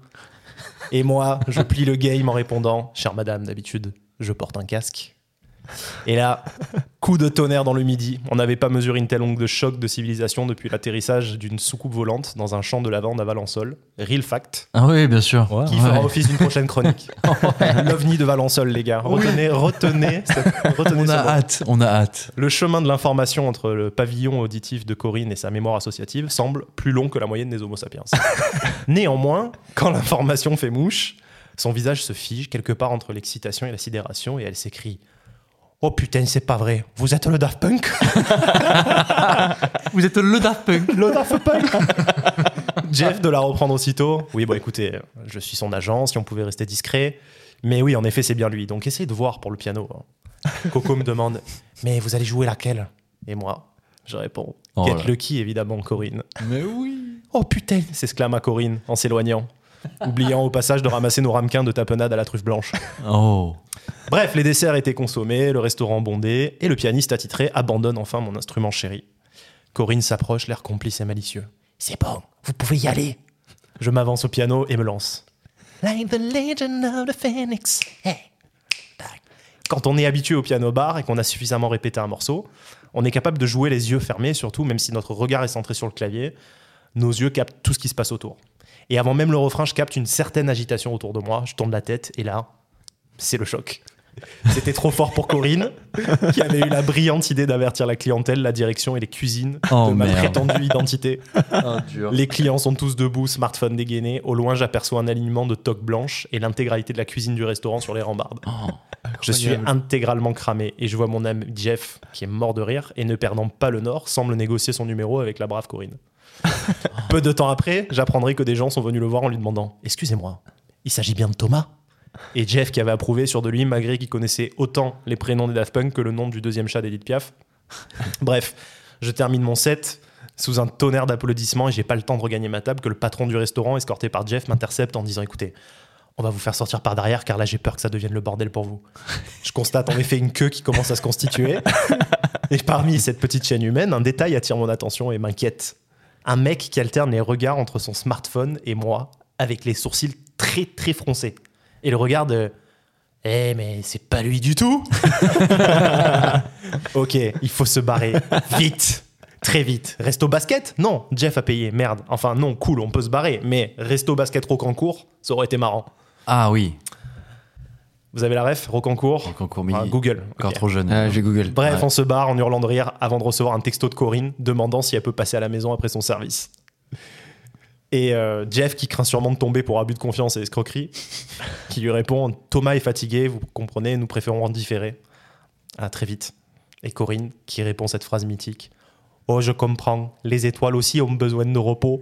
Speaker 4: Et moi, je plie le game en répondant Chère madame, d'habitude, je porte un casque. Et là, coup de tonnerre dans le midi. On n'avait pas mesuré une telle ongle de choc de civilisation depuis l'atterrissage d'une soucoupe volante dans un champ de lavande à Valençol. Real fact.
Speaker 1: Ah oui, bien sûr.
Speaker 4: Qui fera
Speaker 1: Ouais.
Speaker 4: office d'une prochaine chronique. L'ovni de Valençol, les gars. Retenez, retenez, cette- retenez
Speaker 1: On a
Speaker 4: ce mot.
Speaker 1: hâte, on a hâte.
Speaker 4: Le chemin de l'information entre le pavillon auditif de Corinne et sa mémoire associative semble plus long que la moyenne des Homo sapiens. Néanmoins, quand l'information fait mouche, son visage se fige quelque part entre l'excitation et la sidération et elle s'écrie Oh putain, c'est pas vrai, vous êtes le Daft Punk
Speaker 1: Vous êtes le Daft Punk.
Speaker 4: Le Daft Punk
Speaker 1: Ah.
Speaker 4: Jeff de la reprendre aussitôt Oui, bon écoutez, euh, je suis son agent, si on pouvait rester discret. Mais oui, en effet, c'est bien lui, donc essayez de voir pour le piano. hein. Coco me demande Mais vous allez jouer laquelle Et moi, je réponds
Speaker 1: Oh
Speaker 4: Get
Speaker 1: là.
Speaker 4: Lucky, évidemment, Corinne.
Speaker 1: Mais oui.
Speaker 4: Oh putain s'exclama Corinne en s'éloignant, oubliant au passage de ramasser nos ramequins de tapenade à la truffe blanche.
Speaker 1: Oh.
Speaker 4: Bref, les desserts étaient consommés, le restaurant bondé, et le pianiste attitré abandonne enfin mon instrument chéri. Corinne s'approche, l'air complice et malicieux. C'est bon, vous pouvez y aller. Je m'avance au piano et me lance. Like the legend of the phoenix. Hey. Tac. Quand on est habitué au piano bar et qu'on a suffisamment répété un morceau, on est capable de jouer les yeux fermés, surtout même si notre regard est centré sur le clavier, nos yeux captent tout ce qui se passe autour. Et avant même le refrain, je capte une certaine agitation autour de moi, je tourne la tête et là, c'est le choc. C'était trop fort pour Corinne, qui avait eu la brillante idée d'avertir la clientèle, la direction et les cuisines
Speaker 1: Oh,
Speaker 4: de ma
Speaker 1: merde.
Speaker 4: prétendue identité. Les clients sont tous debout, smartphone dégainé. Au loin, j'aperçois un alignement de toque blanche et l'intégralité de la cuisine du restaurant sur les rambardes.
Speaker 1: Oh,
Speaker 4: je suis intégralement cramé et je vois mon ami Jeff, qui est mort de rire et ne perdant pas le nord, semble négocier son numéro avec la brave Corinne. Peu de temps après, j'apprendrai que des gens sont venus le voir en lui demandant Excusez-moi, il s'agit bien de Thomas Et Jeff, qui avait approuvé sur de lui, malgré qu'il connaissait autant les prénoms des Daft Punk que le nom du deuxième chat d'Edith Piaf. Bref, je termine mon set sous un tonnerre d'applaudissements et j'ai pas le temps de regagner ma table que le patron du restaurant, escorté par Jeff, m'intercepte en disant écoutez, on va vous faire sortir par derrière car là j'ai peur que ça devienne le bordel pour vous. Je constate en effet une queue qui commence à se constituer. Et parmi cette petite chaîne humaine, un détail attire mon attention et m'inquiète. Un mec qui alterne les regards entre son smartphone et moi avec les sourcils très très froncés et le regard de Eh mais c'est pas lui du tout Ok, il faut se barrer. Vite Très vite. Resto basket Non, Jeff a payé. Merde. Enfin, non, cool, on peut se barrer. Mais resto basket Rocancourt, ça aurait été marrant.
Speaker 1: Ah oui.
Speaker 4: Vous avez la ref Rocancourt
Speaker 1: Concours mini.
Speaker 4: Ah, Google.
Speaker 1: Encore
Speaker 4: Ok.
Speaker 1: trop jeune.
Speaker 2: Ah, j'ai Google.
Speaker 4: Bref,
Speaker 1: Ouais.
Speaker 4: on se barre en hurlant de rire avant de recevoir un texto de Corinne demandant si elle peut passer à la maison après son service. Et euh, Jeff, qui craint sûrement de tomber pour abus de confiance et escroquerie, qui lui répond Thomas est fatigué, vous comprenez, nous préférons en différer. À très vite. Et Corinne, qui répond cette phrase mythique Oh, je comprends, les étoiles aussi ont besoin de repos.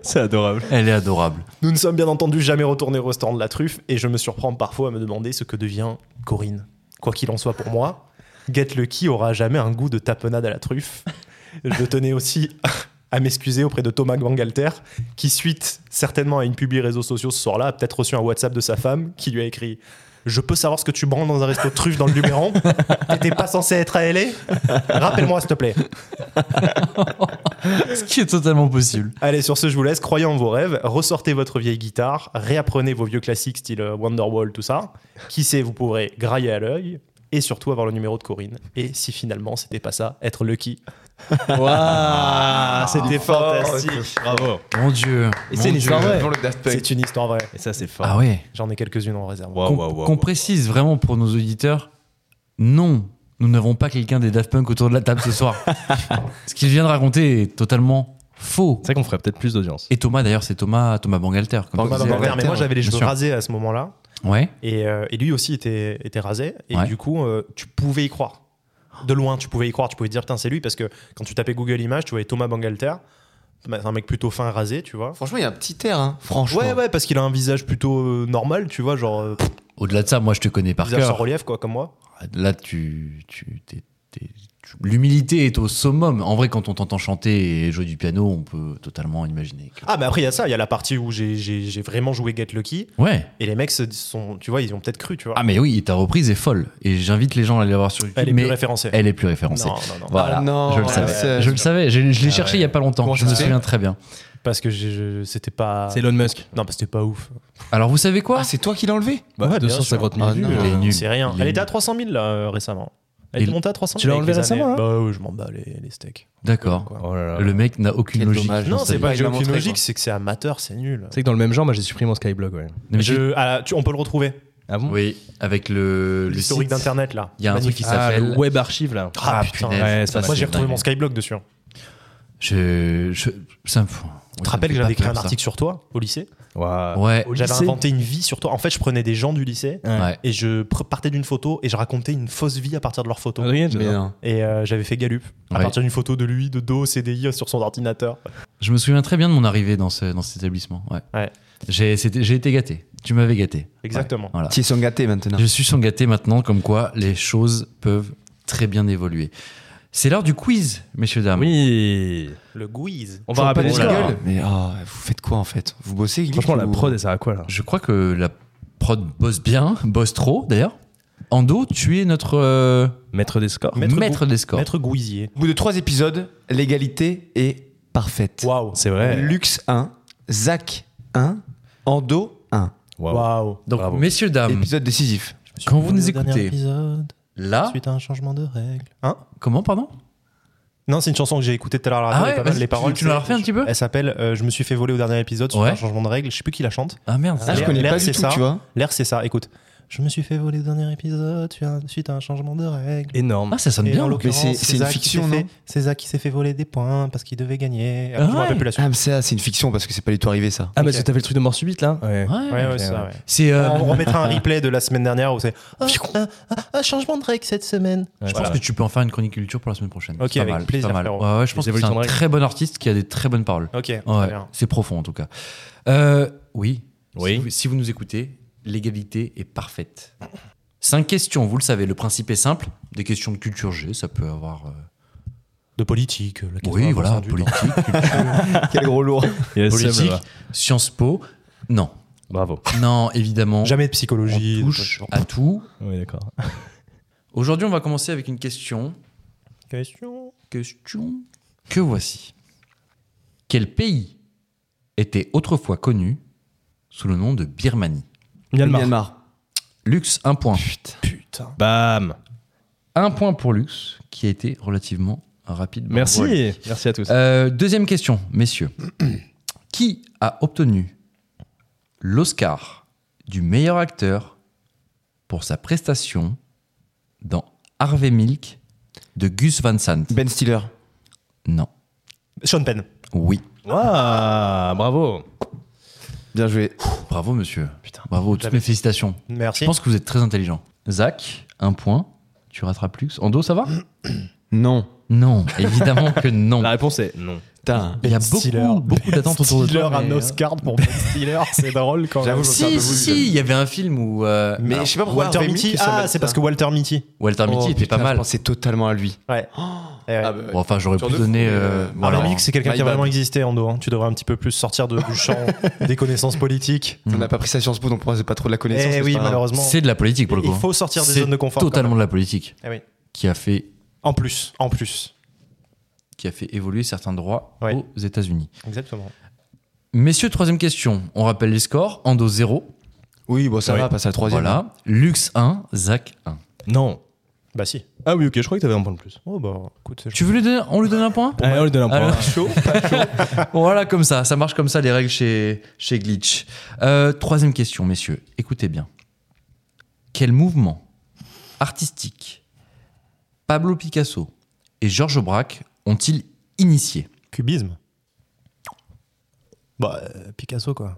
Speaker 2: C'est adorable.
Speaker 1: Elle est adorable.
Speaker 4: Nous ne sommes bien entendu jamais retournés au restaurant de la truffe et je me surprends parfois à me demander ce que devient Corinne. Quoi qu'il en soit pour moi, Get Lucky aura jamais un goût de tapenade à la truffe. Je tenais aussi à m'excuser auprès de Thomas Gangalter, qui, suite certainement à une publi réseaux sociaux ce soir-là, a peut-être reçu un WhatsApp de sa femme qui lui a écrit je peux savoir ce que tu branles dans un resto truffe dans le Luberon. T'étais pas censé être à LA Rappelle-moi, s'il te plaît.
Speaker 1: ce qui est totalement possible.
Speaker 4: Allez, sur ce, je vous laisse. Croyez en vos rêves, ressortez votre vieille guitare, réapprenez vos vieux classiques style euh, Wonderwall, tout ça. Qui sait, vous pourrez grailler à l'œil et surtout avoir le numéro de Corinne. Et si finalement c'était pas ça, être lucky.
Speaker 1: Ah,
Speaker 3: Waouh,
Speaker 4: c'était fantastique.
Speaker 3: Oh, Bravo.
Speaker 1: Mon Dieu.
Speaker 2: Et
Speaker 1: mon
Speaker 2: c'est une
Speaker 1: Dieu.
Speaker 2: histoire vraie.
Speaker 4: C'est une histoire vraie.
Speaker 3: Et ça, c'est fort.
Speaker 1: Ah ouais.
Speaker 4: J'en ai quelques-unes en réserve.
Speaker 1: Qu'on qu'on précise vraiment pour nos auditeurs, non, nous n'avons pas quelqu'un des Daft Punk autour de la table ce soir. ce qu'il vient de raconter est totalement faux.
Speaker 3: C'est vrai qu'on ferait peut-être plus d'audience.
Speaker 1: Et Thomas, d'ailleurs, c'est Thomas, Thomas Bangalter. Comme
Speaker 4: Thomas
Speaker 1: tu disais.
Speaker 4: Bangalter, mais moi j'avais les
Speaker 1: Bien
Speaker 4: cheveux
Speaker 1: sûr.
Speaker 4: rasés à ce moment-là.
Speaker 1: Ouais.
Speaker 4: Et, euh, et lui aussi était, était rasé. Et
Speaker 1: Ouais.
Speaker 4: du coup, euh, tu pouvais y croire. De loin, tu pouvais y croire. Tu pouvais te dire, putain, c'est lui. Parce que quand tu tapais Google Images, tu voyais Thomas Bangalter. Bah, C'est un mec plutôt fin rasé, tu vois.
Speaker 2: Franchement, il y a un petit air, hein. franchement.
Speaker 4: Ouais, ouais, parce qu'il a un visage plutôt euh, normal, tu vois, genre euh, pff,
Speaker 1: Au-delà de ça, moi, je te connais par
Speaker 4: visage sans
Speaker 1: cœur.
Speaker 4: relief, quoi, comme moi.
Speaker 1: Là, tu, tu, t'es- t'es- tu- l'humilité est au summum. En vrai, quand on t'entend chanter et jouer du piano, on peut totalement imaginer. que-
Speaker 4: Ah, mais après, il y a ça. Il y a la partie où j'ai- j'ai j'ai vraiment joué Get Lucky.
Speaker 1: Ouais.
Speaker 4: Et les mecs, se sont, tu vois, ils ont peut-être cru, tu vois.
Speaker 1: Ah mais oui, ta reprise est folle. Et j'invite les gens à aller la voir sur YouTube.
Speaker 4: Elle est
Speaker 1: mais
Speaker 4: plus référencée.
Speaker 1: elle est plus référencée.
Speaker 4: Non, non, non.
Speaker 1: Voilà,
Speaker 2: Ah non,
Speaker 1: je le
Speaker 2: ouais,
Speaker 1: savais.
Speaker 2: c'est-
Speaker 1: je le savais, je, je l'ai cherché il y a pas longtemps.
Speaker 2: Comment
Speaker 1: Je
Speaker 2: ça
Speaker 1: me
Speaker 2: se fait
Speaker 1: souviens très bien.
Speaker 4: Parce que je- je- c'était pas.
Speaker 3: C'est Elon Musk.
Speaker 4: Non, parce que c'était pas ouf.
Speaker 1: Alors vous savez quoi
Speaker 2: Ah, c'est toi qui l'as enlevé
Speaker 3: ouais,
Speaker 4: bien
Speaker 3: 250 000
Speaker 2: sûr.
Speaker 3: vues.
Speaker 2: Ah, non.
Speaker 1: Il est nul.
Speaker 4: C'est rien.
Speaker 1: Il est
Speaker 4: Elle était
Speaker 1: nul.
Speaker 4: à 300 000 là, euh, récemment.
Speaker 1: Il-
Speaker 4: Elle était montée à 300 000.
Speaker 3: Tu l'as
Speaker 4: avec
Speaker 3: enlevée
Speaker 4: les
Speaker 3: récemment,
Speaker 4: années.
Speaker 3: là
Speaker 4: Bah ouais, je m'en bats les, les steaks.
Speaker 1: D'accord.
Speaker 3: Oh là là.
Speaker 1: Le mec n'a aucune
Speaker 2: Quel
Speaker 1: logique.
Speaker 2: dommage.
Speaker 1: dans
Speaker 4: Non,
Speaker 1: sa
Speaker 4: c'est
Speaker 1: vie.
Speaker 4: pas
Speaker 2: il
Speaker 4: j'ai
Speaker 2: l'a
Speaker 4: aucune
Speaker 2: montré,
Speaker 4: logique,
Speaker 2: quoi.
Speaker 4: c'est que c'est amateur, c'est nul.
Speaker 3: C'est que dans le même genre, moi j'ai supprimé mon Skyblog. Ouais.
Speaker 1: Mais je-
Speaker 4: Je- ah, tu- on peut le retrouver.
Speaker 3: Ah bon
Speaker 1: Oui, avec le, le
Speaker 4: L'historique
Speaker 1: site.
Speaker 4: d'internet là.
Speaker 1: Il y a un truc qui
Speaker 4: Magnifique.
Speaker 3: Ah,
Speaker 1: s'appelle.
Speaker 3: le web archive là.
Speaker 1: Ah,
Speaker 4: Ah,
Speaker 1: putain.
Speaker 4: putain.
Speaker 3: Ouais, ça,
Speaker 4: Moi j'ai
Speaker 1: c'est
Speaker 4: retrouvé
Speaker 1: dingue.
Speaker 4: mon skyblog dessus. hein.
Speaker 1: Je, je, ça me.
Speaker 4: Tu te rappelles que j'avais écrit un article euh, sur toi au lycée
Speaker 3: Waouh.
Speaker 1: Ouais.
Speaker 3: Au
Speaker 4: J'avais
Speaker 3: lycée
Speaker 4: inventé une vie sur toi. En fait, je prenais des gens du lycée
Speaker 1: Ouais.
Speaker 4: et je pr- partais d'une photo et je racontais une fausse vie à partir de leur photo.
Speaker 3: Adrien, j'adore.
Speaker 2: Mais non.
Speaker 4: Et euh, j'avais fait Galup à
Speaker 1: Ouais.
Speaker 4: partir d'une photo de lui, de dos, CDI sur son ordinateur.
Speaker 1: Je me souviens très bien de mon arrivée dans ce dans cet établissement. Ouais.
Speaker 4: Ouais.
Speaker 1: J'ai c'était- j'ai été gâté. Tu m'avais gâté.
Speaker 4: Exactement.
Speaker 1: Voilà.
Speaker 2: Ils sont gâtés maintenant.
Speaker 1: Je suis sans gâté maintenant, comme quoi les choses peuvent très bien évoluer. C'est l'heure du quiz, messieurs
Speaker 3: Ah,
Speaker 1: dames.
Speaker 3: Oui.
Speaker 4: Le Guise.
Speaker 3: On va rappeler
Speaker 2: rappeler
Speaker 3: les
Speaker 1: la
Speaker 3: gars.
Speaker 1: gueule.
Speaker 2: Ah, Mais oh, vous faites quoi en fait Vous bossez Guilic,
Speaker 3: Franchement, la
Speaker 2: ou-
Speaker 3: prod, elle sert à quoi là
Speaker 1: Je crois que la prod bosse bien, bosse trop d'ailleurs. Ando, tu es notre euh,
Speaker 3: Maître des scores.
Speaker 1: maître,
Speaker 4: Maître
Speaker 1: des scores.
Speaker 4: Maître Gouisier.
Speaker 2: Au bout de trois épisodes, l'égalité est parfaite.
Speaker 4: Waouh.
Speaker 3: C'est vrai.
Speaker 2: Lux 1, Zach 1, Ando 1.
Speaker 4: Waouh.
Speaker 1: Donc,
Speaker 3: Bravo.
Speaker 1: messieurs
Speaker 4: Euh,
Speaker 1: dames,
Speaker 2: Épisode décisif.
Speaker 1: quand vous nous
Speaker 4: Au dernier
Speaker 1: écoutez,
Speaker 4: épisode,
Speaker 1: là,
Speaker 4: Suite à un changement de règle. Hein
Speaker 1: comment, pardon
Speaker 4: Non, c'est une chanson que j'ai écoutée tout à l'heure à la radio,
Speaker 1: Ah
Speaker 4: elle est
Speaker 1: ouais,
Speaker 4: pas mal,
Speaker 1: vas-y,
Speaker 4: les
Speaker 1: tu-
Speaker 4: paroles.
Speaker 1: tu nous la
Speaker 4: c'est-
Speaker 1: refais un petit peu
Speaker 4: Elle s'appelle euh, Je me suis fait voler au dernier épisode sur
Speaker 1: Ouais.
Speaker 4: un changement de règle. Je sais plus qui la chante.
Speaker 1: Ah merde.
Speaker 4: Ah,
Speaker 2: je
Speaker 4: l'air-
Speaker 2: connais
Speaker 4: l'air,
Speaker 2: pas du
Speaker 4: c'est
Speaker 2: tout,
Speaker 4: ça.
Speaker 2: tu vois.
Speaker 4: L'air, c'est ça. Écoute. Je me suis fait voler au dernier épisode tu as- suite à un changement de règle.
Speaker 3: Énorme.
Speaker 1: Ah, ça sonne
Speaker 4: Et en
Speaker 1: bien.
Speaker 4: l'occurrence,
Speaker 2: c'est- c'est une
Speaker 4: César qui
Speaker 2: fiction,
Speaker 4: s'est
Speaker 2: non
Speaker 4: fait- César qui s'est fait voler des points parce qu'il devait gagner.
Speaker 1: Ah
Speaker 4: je me
Speaker 1: ouais.
Speaker 4: rappelle plus la suite.
Speaker 2: Ah, mais ça, c'est une fiction parce que c'est pas du tout arrivé ça.
Speaker 3: Ah, parce
Speaker 4: Ok.
Speaker 3: que t'avais le truc de mort subite là Ouais.
Speaker 1: Ah Ouais.
Speaker 4: Ouais, Ah, ouais,
Speaker 3: Ok,
Speaker 4: c'est ça,
Speaker 3: ouais.
Speaker 4: ouais.
Speaker 1: C'est euh,
Speaker 4: On remettra un replay de la semaine dernière où c'est. Ah,
Speaker 8: Un changement de règle cette semaine.
Speaker 1: Je pense que tu peux en faire une chronique culture pour la semaine prochaine.
Speaker 4: Ok,
Speaker 1: C'est pas
Speaker 4: avec
Speaker 1: mal,
Speaker 4: plaisir,
Speaker 1: pas mal.
Speaker 4: frérot.
Speaker 1: Ouais, ouais, je pense
Speaker 3: Les
Speaker 1: que c'est un
Speaker 3: évolutions de règles.
Speaker 1: très bon artiste qui a des très bonnes paroles.
Speaker 4: Ok, très
Speaker 1: Ouais,
Speaker 4: bien.
Speaker 1: c'est profond en tout cas. Euh, oui.
Speaker 3: Oui.
Speaker 1: Si vous, si vous nous écoutez, l'égalité est parfaite. Cinq questions, vous le savez, le principe est simple. Des questions de culture G, ça peut avoir. euh,
Speaker 4: De politique. la
Speaker 1: Oui,
Speaker 4: 80%
Speaker 1: voilà,
Speaker 4: du
Speaker 1: politique,
Speaker 2: Quel gros lourd.
Speaker 3: Yes,
Speaker 1: politique,
Speaker 3: Sam,
Speaker 1: Sciences Po. Non,
Speaker 3: Bravo.
Speaker 1: non, évidemment.
Speaker 4: temps. Jamais de
Speaker 1: on
Speaker 4: psychologie. euh,
Speaker 1: touche à tout.
Speaker 3: Oui, d'accord.
Speaker 1: Aujourd'hui, on va commencer avec une question.
Speaker 4: Question.
Speaker 1: Question que voici. Quel pays était autrefois connu sous le nom de Birmanie
Speaker 3: Myanmar.
Speaker 2: Myanmar.
Speaker 1: Lux, un point.
Speaker 4: Putain.
Speaker 3: Bam.
Speaker 1: Un point pour Lux, qui a été relativement rapide.
Speaker 3: Merci.
Speaker 1: Bravo à lui.
Speaker 3: Merci à tous.
Speaker 1: Euh, deuxième question, messieurs. qui a obtenu l'Oscar du meilleur acteur pour sa prestation dans Harvey Milk de Gus Van Sant
Speaker 2: Ben Stiller.
Speaker 1: Non.
Speaker 4: Sean Penn.
Speaker 1: Oui.
Speaker 3: Waouh, bravo.
Speaker 2: Bien joué.
Speaker 1: Bravo, monsieur.
Speaker 4: Putain.
Speaker 1: Bravo. Toutes
Speaker 4: J'avais-
Speaker 1: mes félicitations.
Speaker 4: Merci.
Speaker 1: Je pense que vous êtes très intelligent. Zach, un point. Tu rattrapes Lux. Ando, ça va
Speaker 2: Non.
Speaker 1: Non, évidemment que non.
Speaker 3: La réponse est non.
Speaker 2: Putain.
Speaker 1: Il y a beaucoup, beaucoup d'attentes autour de toi. mais- euh.
Speaker 4: pour Ben Stiller, c'est drôle quand
Speaker 2: J'avoue, je me suis un
Speaker 1: Si,
Speaker 2: peu voulu,
Speaker 1: si, si, il y avait un film où. euh,
Speaker 2: Mais
Speaker 1: alors,
Speaker 2: je sais pas pourquoi
Speaker 4: Walter
Speaker 2: Rémi
Speaker 4: Mitty,
Speaker 2: qui s'appelle
Speaker 4: ah, c'est
Speaker 2: ça.
Speaker 4: parce que Walter Mitty.
Speaker 1: Walter Mitty
Speaker 2: Oh,
Speaker 1: était
Speaker 2: putain,
Speaker 1: pas mal.
Speaker 2: Je pensais totalement à lui.
Speaker 4: Ouais. Eh ouais.
Speaker 2: Ah bah ouais.
Speaker 1: Bon, enfin, j'aurais
Speaker 2: Sur
Speaker 1: pu
Speaker 2: deux
Speaker 1: donner.
Speaker 2: fois, mais,
Speaker 1: euh,
Speaker 2: euh,
Speaker 1: voilà.
Speaker 4: Alain Mix, c'est quelqu'un qui
Speaker 2: My
Speaker 4: a
Speaker 2: bad.
Speaker 4: vraiment existé, Ando. hein. Tu devrais un petit peu plus sortir de- du champ des connaissances politiques.
Speaker 2: On n'a pas pris ça sur ce bout, donc pour moi, c'est pas trop de la connaissance.
Speaker 4: Eh
Speaker 2: mais
Speaker 4: oui,
Speaker 2: c'est pas grave.
Speaker 4: malheureusement.
Speaker 1: C'est de la politique pour le coup. hein.
Speaker 4: Il faut sortir des
Speaker 1: C'est
Speaker 4: zones de confort. quand
Speaker 1: Totalement
Speaker 4: même.
Speaker 1: de la politique
Speaker 4: Eh oui.
Speaker 1: qui a fait
Speaker 4: En plus, en plus.
Speaker 1: qui a fait évoluer certains droits
Speaker 4: Ouais.
Speaker 1: aux États-Unis.
Speaker 4: Exactement.
Speaker 1: Messieurs, troisième question. On rappelle les scores. Ando 0.
Speaker 2: Oui, bon, ça
Speaker 4: Oui.
Speaker 2: va, passe à la troisième.
Speaker 1: Voilà. Lux 1, Zach 1.
Speaker 3: Non.
Speaker 4: Bah si.
Speaker 3: Ah oui, ok, je croyais que t'avais un point de plus.
Speaker 4: Oh bah écoute, c'est
Speaker 1: Tu veux lui donner, on lui donne un point
Speaker 3: Allez, on lui donne un point.
Speaker 1: Alors, Voilà, comme ça. Ça marche comme ça, les règles chez, chez Glitch. Euh, troisième question, messieurs. Écoutez bien. Quel mouvement artistique Pablo Picasso et Georges Braque ont-ils initié
Speaker 4: cubisme. Bah euh, Picasso quoi.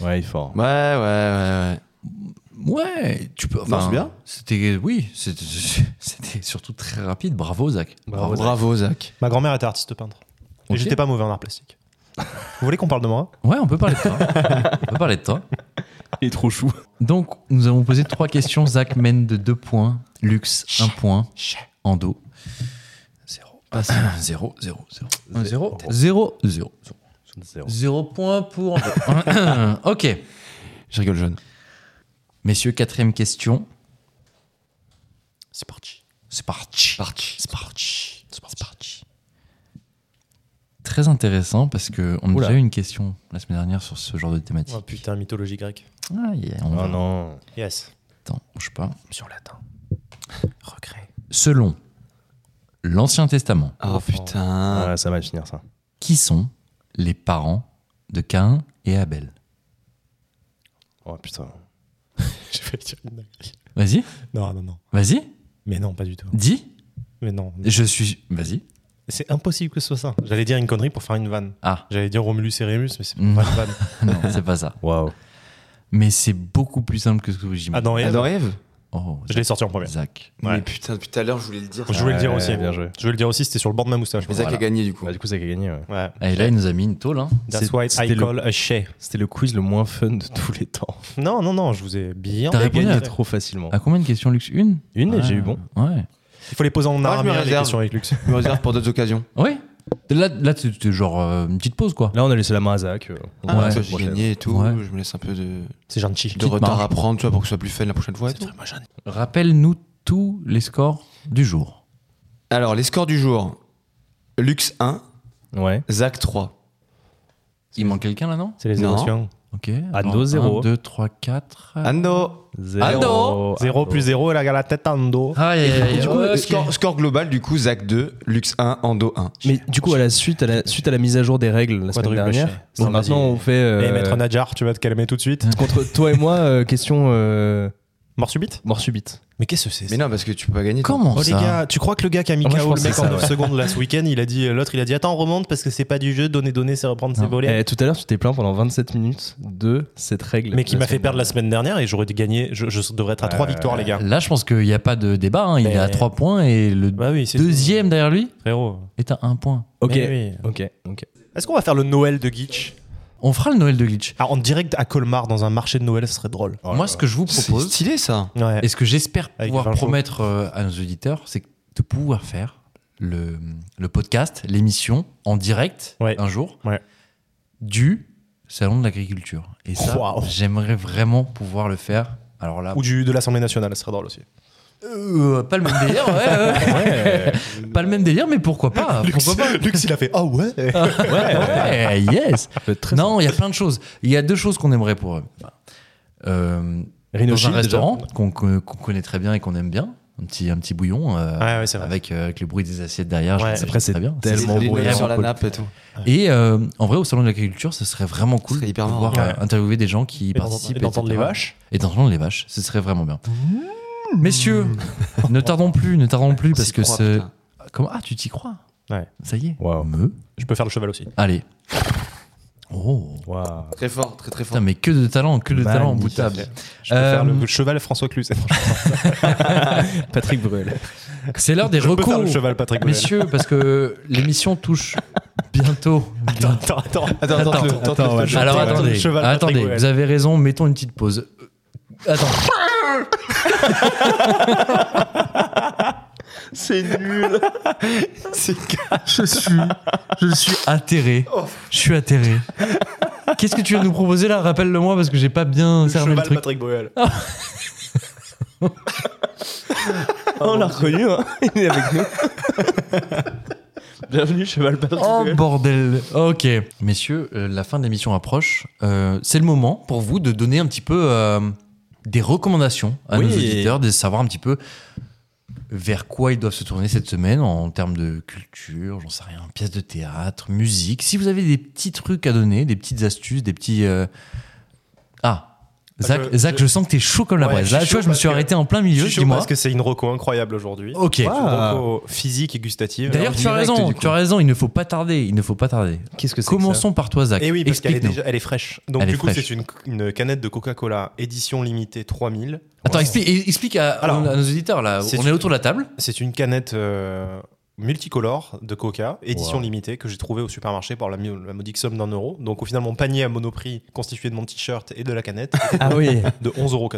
Speaker 3: Ouais, il est fort.
Speaker 2: Ouais, ouais, ouais, ouais.
Speaker 1: Ouais, tu peux.
Speaker 2: Non, c'est bien.
Speaker 1: C'était oui, c'était- c'était surtout très rapide. Bravo, Zach.
Speaker 2: Bravo, Bravo, Zach.
Speaker 4: Ma grand-mère était artiste peintre.
Speaker 1: Ok.
Speaker 4: Et j'étais pas mauvais en art plastique. Vous voulez qu'on parle de moi
Speaker 1: Ouais, on peut parler de toi. on peut parler de toi.
Speaker 10: Il est trop chou.
Speaker 1: Donc, nous avons posé trois questions. Zach mène de deux points. Lux, un point. Ando. Zéro. Zéro, zéro, zéro. Un, Zéro, zéro, zéro. Zéro point pour Ando. ok.
Speaker 2: Je rigole, jeune.
Speaker 1: Messieurs, quatrième question.
Speaker 4: C'est parti.
Speaker 1: C'est parti. C'est parti. C'est parti. Très intéressant parce qu'on a
Speaker 3: Oula.
Speaker 1: déjà eu une question la semaine dernière sur ce genre de thématique.
Speaker 4: Oh putain, mythologie grecque.
Speaker 1: Ah, yeah, on va-
Speaker 3: Oh non.
Speaker 4: Yes.
Speaker 1: Attends, bouge pas.
Speaker 4: Sur latin. Regret.
Speaker 1: Selon l'Ancien Testament,
Speaker 2: Oh
Speaker 1: Ah.
Speaker 2: putain.
Speaker 3: Ouais, ça va finir ça.
Speaker 1: qui sont les parents de Caïn et Abel
Speaker 3: Oh putain.
Speaker 4: J'ai failli dire une dinguerie.
Speaker 1: Vas-y,
Speaker 4: Non, non, non.
Speaker 1: vas-y,
Speaker 4: Mais non, pas du tout.
Speaker 1: dis.
Speaker 4: Mais non.
Speaker 1: Je suis. Vas-y.
Speaker 4: C'est impossible que ce soit ça. J'allais dire une connerie pour faire une vanne.
Speaker 1: Ah,
Speaker 4: J'allais dire Romulus et Rémus, mais c'est pas
Speaker 1: Non.
Speaker 3: Mm.
Speaker 4: une vanne.
Speaker 1: non, c'est pas ça.
Speaker 3: Waouh.
Speaker 1: Mais c'est beaucoup plus simple que ce que j'imagine.
Speaker 4: Adam Ah, et Ève,
Speaker 2: Adam Eve
Speaker 1: Oh,
Speaker 4: je l'ai sorti en premier.
Speaker 1: Zach.
Speaker 4: Ouais.
Speaker 2: Mais putain, depuis tout à l'heure, je voulais le dire.
Speaker 4: Je voulais le dire
Speaker 3: Ouais,
Speaker 4: aussi.
Speaker 3: bien joué.
Speaker 4: Je voulais le dire aussi, c'était sur le bord de ma moustache.
Speaker 2: Mais Zach a gagné du coup.
Speaker 3: Bah, du coup, ça qui a gagné, ouais.
Speaker 4: Ouais.
Speaker 1: Ah, Et là, il nous a mis une tôle. Hein.
Speaker 4: That's
Speaker 3: C'est-
Speaker 4: why
Speaker 3: c'était
Speaker 4: I
Speaker 3: le-
Speaker 4: call a shay.
Speaker 3: C'était le quiz le moins fun de tous les temps.
Speaker 4: Non, non, non, je vous ai bien.
Speaker 1: T'as
Speaker 3: J'ai
Speaker 1: répondu à-
Speaker 3: gagné trop facilement.
Speaker 1: À combien de questions, Lux Une
Speaker 3: Une et
Speaker 1: Ouais.
Speaker 3: j'ai eu bon.
Speaker 1: Ouais.
Speaker 4: Il faut les poser en
Speaker 2: Ah, je me
Speaker 4: armure, les
Speaker 2: réserve.
Speaker 4: questions avec Lux.
Speaker 2: Je me réserve pour d'autres occasions.
Speaker 1: Oui. Là, là c'était genre euh, une petite pause, quoi.
Speaker 3: Là, on a laissé la main à Zach. euh, on
Speaker 1: Ouais.
Speaker 2: Ah,
Speaker 3: va la
Speaker 2: toi,
Speaker 3: semaine
Speaker 2: j'ai
Speaker 3: prochaine.
Speaker 2: gagné et tout.
Speaker 1: Ouais.
Speaker 2: Je me laisse un peu de,
Speaker 4: C'est gentil.
Speaker 2: de retard
Speaker 1: marge.
Speaker 2: à prendre, tu vois, pour que ce soit plus fun la prochaine fois. et tout.
Speaker 1: Rappelle-nous tous les scores du jour.
Speaker 2: Alors, les scores du jour Lux 1,
Speaker 3: Ouais.
Speaker 2: Zach 3.
Speaker 1: Il manque quelqu'un là, non
Speaker 4: C'est les
Speaker 2: Non.
Speaker 4: émotions.
Speaker 1: Ok.
Speaker 3: Ando, zéro.
Speaker 1: 1, 2, 3, 4.
Speaker 4: Ah,
Speaker 2: Anno
Speaker 3: Zéro.
Speaker 4: 0 plus 0, elle a la tête en dos.
Speaker 3: Ah,
Speaker 1: Aïe, aïe, aïe.
Speaker 2: Du coup,
Speaker 3: Euh,
Speaker 2: euh,
Speaker 1: ok.
Speaker 2: score, score global, du coup, Zach 2, Lux 1, Ando 1.
Speaker 3: Mais du coup, à la suite, à la, suite à la mise à jour des règles la semaine
Speaker 4: Quadruple
Speaker 3: dernière,
Speaker 4: chef.
Speaker 3: donc
Speaker 4: Non, vas-y.
Speaker 3: maintenant on fait euh, Hein.
Speaker 4: Et Eh, maître Nadjar, tu vas te calmer tout de suite.
Speaker 3: contre toi et moi euh, question euh,
Speaker 4: Mort subite
Speaker 3: mort subite.
Speaker 4: Mais qu'est-ce que c'est
Speaker 2: Mais non, parce que tu peux pas gagner. toi.
Speaker 1: Comment
Speaker 4: Oh les
Speaker 1: ça
Speaker 4: gars, tu crois que le gars qui a mis
Speaker 3: Ah, moi, je
Speaker 4: KO le
Speaker 3: pensais
Speaker 4: mec en
Speaker 3: ça,
Speaker 4: 9
Speaker 3: ouais.
Speaker 4: secondes là ce week-end, il a dit l'autre il a dit attends remonte parce que c'est pas du jeu, donner donner c'est reprendre ses
Speaker 1: Non.
Speaker 4: volets.
Speaker 3: Eh, tout à l'heure, tu t'es plaint pendant 27 minutes de cette règle.
Speaker 4: Mais qui
Speaker 3: La
Speaker 4: m'a fait
Speaker 3: semaine
Speaker 4: perdre la
Speaker 3: dernière.
Speaker 4: semaine dernière et j'aurais gagné, je, je devrais être à 3
Speaker 3: Ouais.
Speaker 4: victoires les gars.
Speaker 1: Là, je pense qu'il n'y a pas de débat. hein. Il
Speaker 4: Mais-
Speaker 1: est à 3 points et le
Speaker 4: Bah oui, c'est
Speaker 1: deuxième derrière lui
Speaker 4: frérot.
Speaker 1: est à 1 point.
Speaker 3: Ok.
Speaker 4: Mais oui.
Speaker 3: Ok. Ok.
Speaker 4: Est-ce qu'on va faire le Noël de Glitch
Speaker 1: On fera le Noël de Glitch.
Speaker 4: Ah, en direct à Colmar dans un marché de Noël, ce serait drôle.
Speaker 1: Moi, ce que je vous
Speaker 2: C'est
Speaker 1: propose,
Speaker 2: stylé ça.
Speaker 4: Ouais.
Speaker 1: et ce que j'espère
Speaker 4: Avec
Speaker 1: pouvoir
Speaker 4: Vincent.
Speaker 1: promettre euh, à nos auditeurs, c'est de pouvoir faire le, le podcast, l'émission en direct
Speaker 4: Ouais.
Speaker 1: un jour
Speaker 4: Ouais.
Speaker 1: du salon de l'agriculture. Et ça,
Speaker 4: Waouh.
Speaker 1: j'aimerais vraiment pouvoir le faire. Alors là,
Speaker 4: Ou du, de l'Assemblée nationale, ce serait drôle aussi.
Speaker 1: euh, pas le même délire, ouais, ouais. pas le même délire, mais pourquoi pas Pourquoi pas
Speaker 4: Lux, il a fait Ah ouais
Speaker 1: Ouais, yes.
Speaker 3: Ça peut être très
Speaker 1: Non, il y a plein de choses. Il y a deux choses qu'on aimerait pour eux. Euh,
Speaker 3: Rhino
Speaker 1: dans un
Speaker 3: Shield,
Speaker 1: restaurant
Speaker 4: déjà.
Speaker 1: qu'on qu'on connaît très bien et qu'on aime bien, un petit, un petit bouillon euh,
Speaker 4: Ouais, ouais, c'est vrai.
Speaker 1: avec, euh, avec le bruit des assiettes derrière.
Speaker 4: Ouais.
Speaker 1: je-
Speaker 3: Après, c'est
Speaker 1: très bien.
Speaker 3: tellement
Speaker 2: C'est-
Speaker 3: beau.
Speaker 1: vraiment
Speaker 2: sur la
Speaker 1: cool.
Speaker 2: nappe et tout.
Speaker 1: Et euh, en vrai, au salon de l'agriculture, ce serait vraiment cool
Speaker 2: serait
Speaker 1: de
Speaker 2: hyper
Speaker 1: pouvoir
Speaker 4: marrant.
Speaker 1: euh, interviewer des gens qui
Speaker 4: d'entendre-
Speaker 1: participent.
Speaker 4: et d'entendre
Speaker 1: etc.
Speaker 4: les vaches. Mmh.
Speaker 1: Et d'entendre les vaches, ce serait vraiment bien. Messieurs, ne tardons plus, ne tardons plus parce
Speaker 2: S'y
Speaker 1: que
Speaker 2: croit,
Speaker 1: ce.
Speaker 2: putain.
Speaker 1: Comment Ah, tu t'y crois
Speaker 4: Ouais.
Speaker 1: Ça y est.
Speaker 3: Waouh.
Speaker 1: Me.
Speaker 4: Je peux faire le cheval aussi.
Speaker 1: Allez. Oh.
Speaker 3: Waouh.
Speaker 2: Très fort, très très fort.
Speaker 1: Putain, mais que de talent, que de talent en bout de table.
Speaker 4: Je peux
Speaker 1: Euh,
Speaker 4: faire le, le cheval François Cluzet.
Speaker 3: Patrick Bruel.
Speaker 1: C'est l'heure des
Speaker 4: Je peux faire
Speaker 1: recours,
Speaker 4: le cheval Patrick Bruel.
Speaker 1: messieurs, parce que l'émission touche bientôt.
Speaker 4: Attends, attends, attends, attends, attends, attends, attends, attends,
Speaker 1: Alors
Speaker 4: attends,
Speaker 1: attendez,
Speaker 4: le cheval Patrick
Speaker 1: attendez,
Speaker 4: Bruel.
Speaker 1: vous avez raison, mettons une petite pause. Euh, Attends.
Speaker 4: C'est nul. C'est
Speaker 1: Je suis, je suis atterré.
Speaker 4: Oh.
Speaker 1: Je suis atterré. Qu'est-ce que tu viens de nous proposer là Rappelle-le-moi parce que j'ai pas bien servi le
Speaker 4: cheval
Speaker 1: truc. Ah.
Speaker 4: Patrick Bruel.
Speaker 3: on l'a reconnu, hein. il est avec nous.
Speaker 4: Bienvenue, cheval Patrick
Speaker 1: Oh
Speaker 4: Bruel.
Speaker 1: bordel. Ok, messieurs, euh, la fin de l'émission approche. Euh, c'est le moment pour vous de donner un petit peu euh, des recommandations à
Speaker 3: Oui.
Speaker 1: nos auditeurs, de savoir un petit peu vers quoi ils doivent se tourner cette semaine en termes de culture, j'en sais rien, pièces de théâtre, musique. Si vous avez des petits trucs à donner, des petites astuces, des petits. euh, Ah. Zach,
Speaker 4: je-
Speaker 1: Zach, je... sens que t'es chaud comme la
Speaker 4: Ouais,
Speaker 1: braise.
Speaker 4: je suis
Speaker 1: Là, tu
Speaker 4: chaud
Speaker 1: vois, je me
Speaker 4: parce
Speaker 1: suis
Speaker 4: que-
Speaker 1: arrêté en plein
Speaker 4: Je
Speaker 1: milieu.
Speaker 4: suis chaud
Speaker 1: Dis-moi.
Speaker 4: parce que c'est une reco incroyable aujourd'hui.
Speaker 1: Ok. Ah.
Speaker 4: Une reco physique et gustative.
Speaker 1: D'ailleurs, tu as
Speaker 2: direct,
Speaker 1: raison.
Speaker 2: du coup.
Speaker 1: Tu as raison. Il ne faut pas tarder. Il ne faut pas tarder.
Speaker 3: Qu'est-ce que c'est
Speaker 1: Commençons par toi, Zach.
Speaker 4: Et Eh oui, parce qu'elle est,
Speaker 1: Explique-nous.
Speaker 4: déjà, elle est fraîche. Donc,
Speaker 1: Elle est
Speaker 4: du coup,
Speaker 1: fraîche.
Speaker 4: c'est une, une canette de Coca-Cola édition limitée 3000.
Speaker 1: Attends, explique, explique à,
Speaker 4: Alors,
Speaker 1: à nos auditeurs là.
Speaker 4: c'est
Speaker 1: On
Speaker 4: une-
Speaker 1: est autour de la table.
Speaker 4: C'est une canette euh, multicolore de Coca, édition
Speaker 1: Wow.
Speaker 4: limitée, que j'ai trouvée au supermarché pour la, mi- la modique somme d'un euro. Donc, au final, mon panier à monoprix, constitué de mon t-shirt et de la canette, était
Speaker 3: Ah oui.
Speaker 4: de 11,99 euros.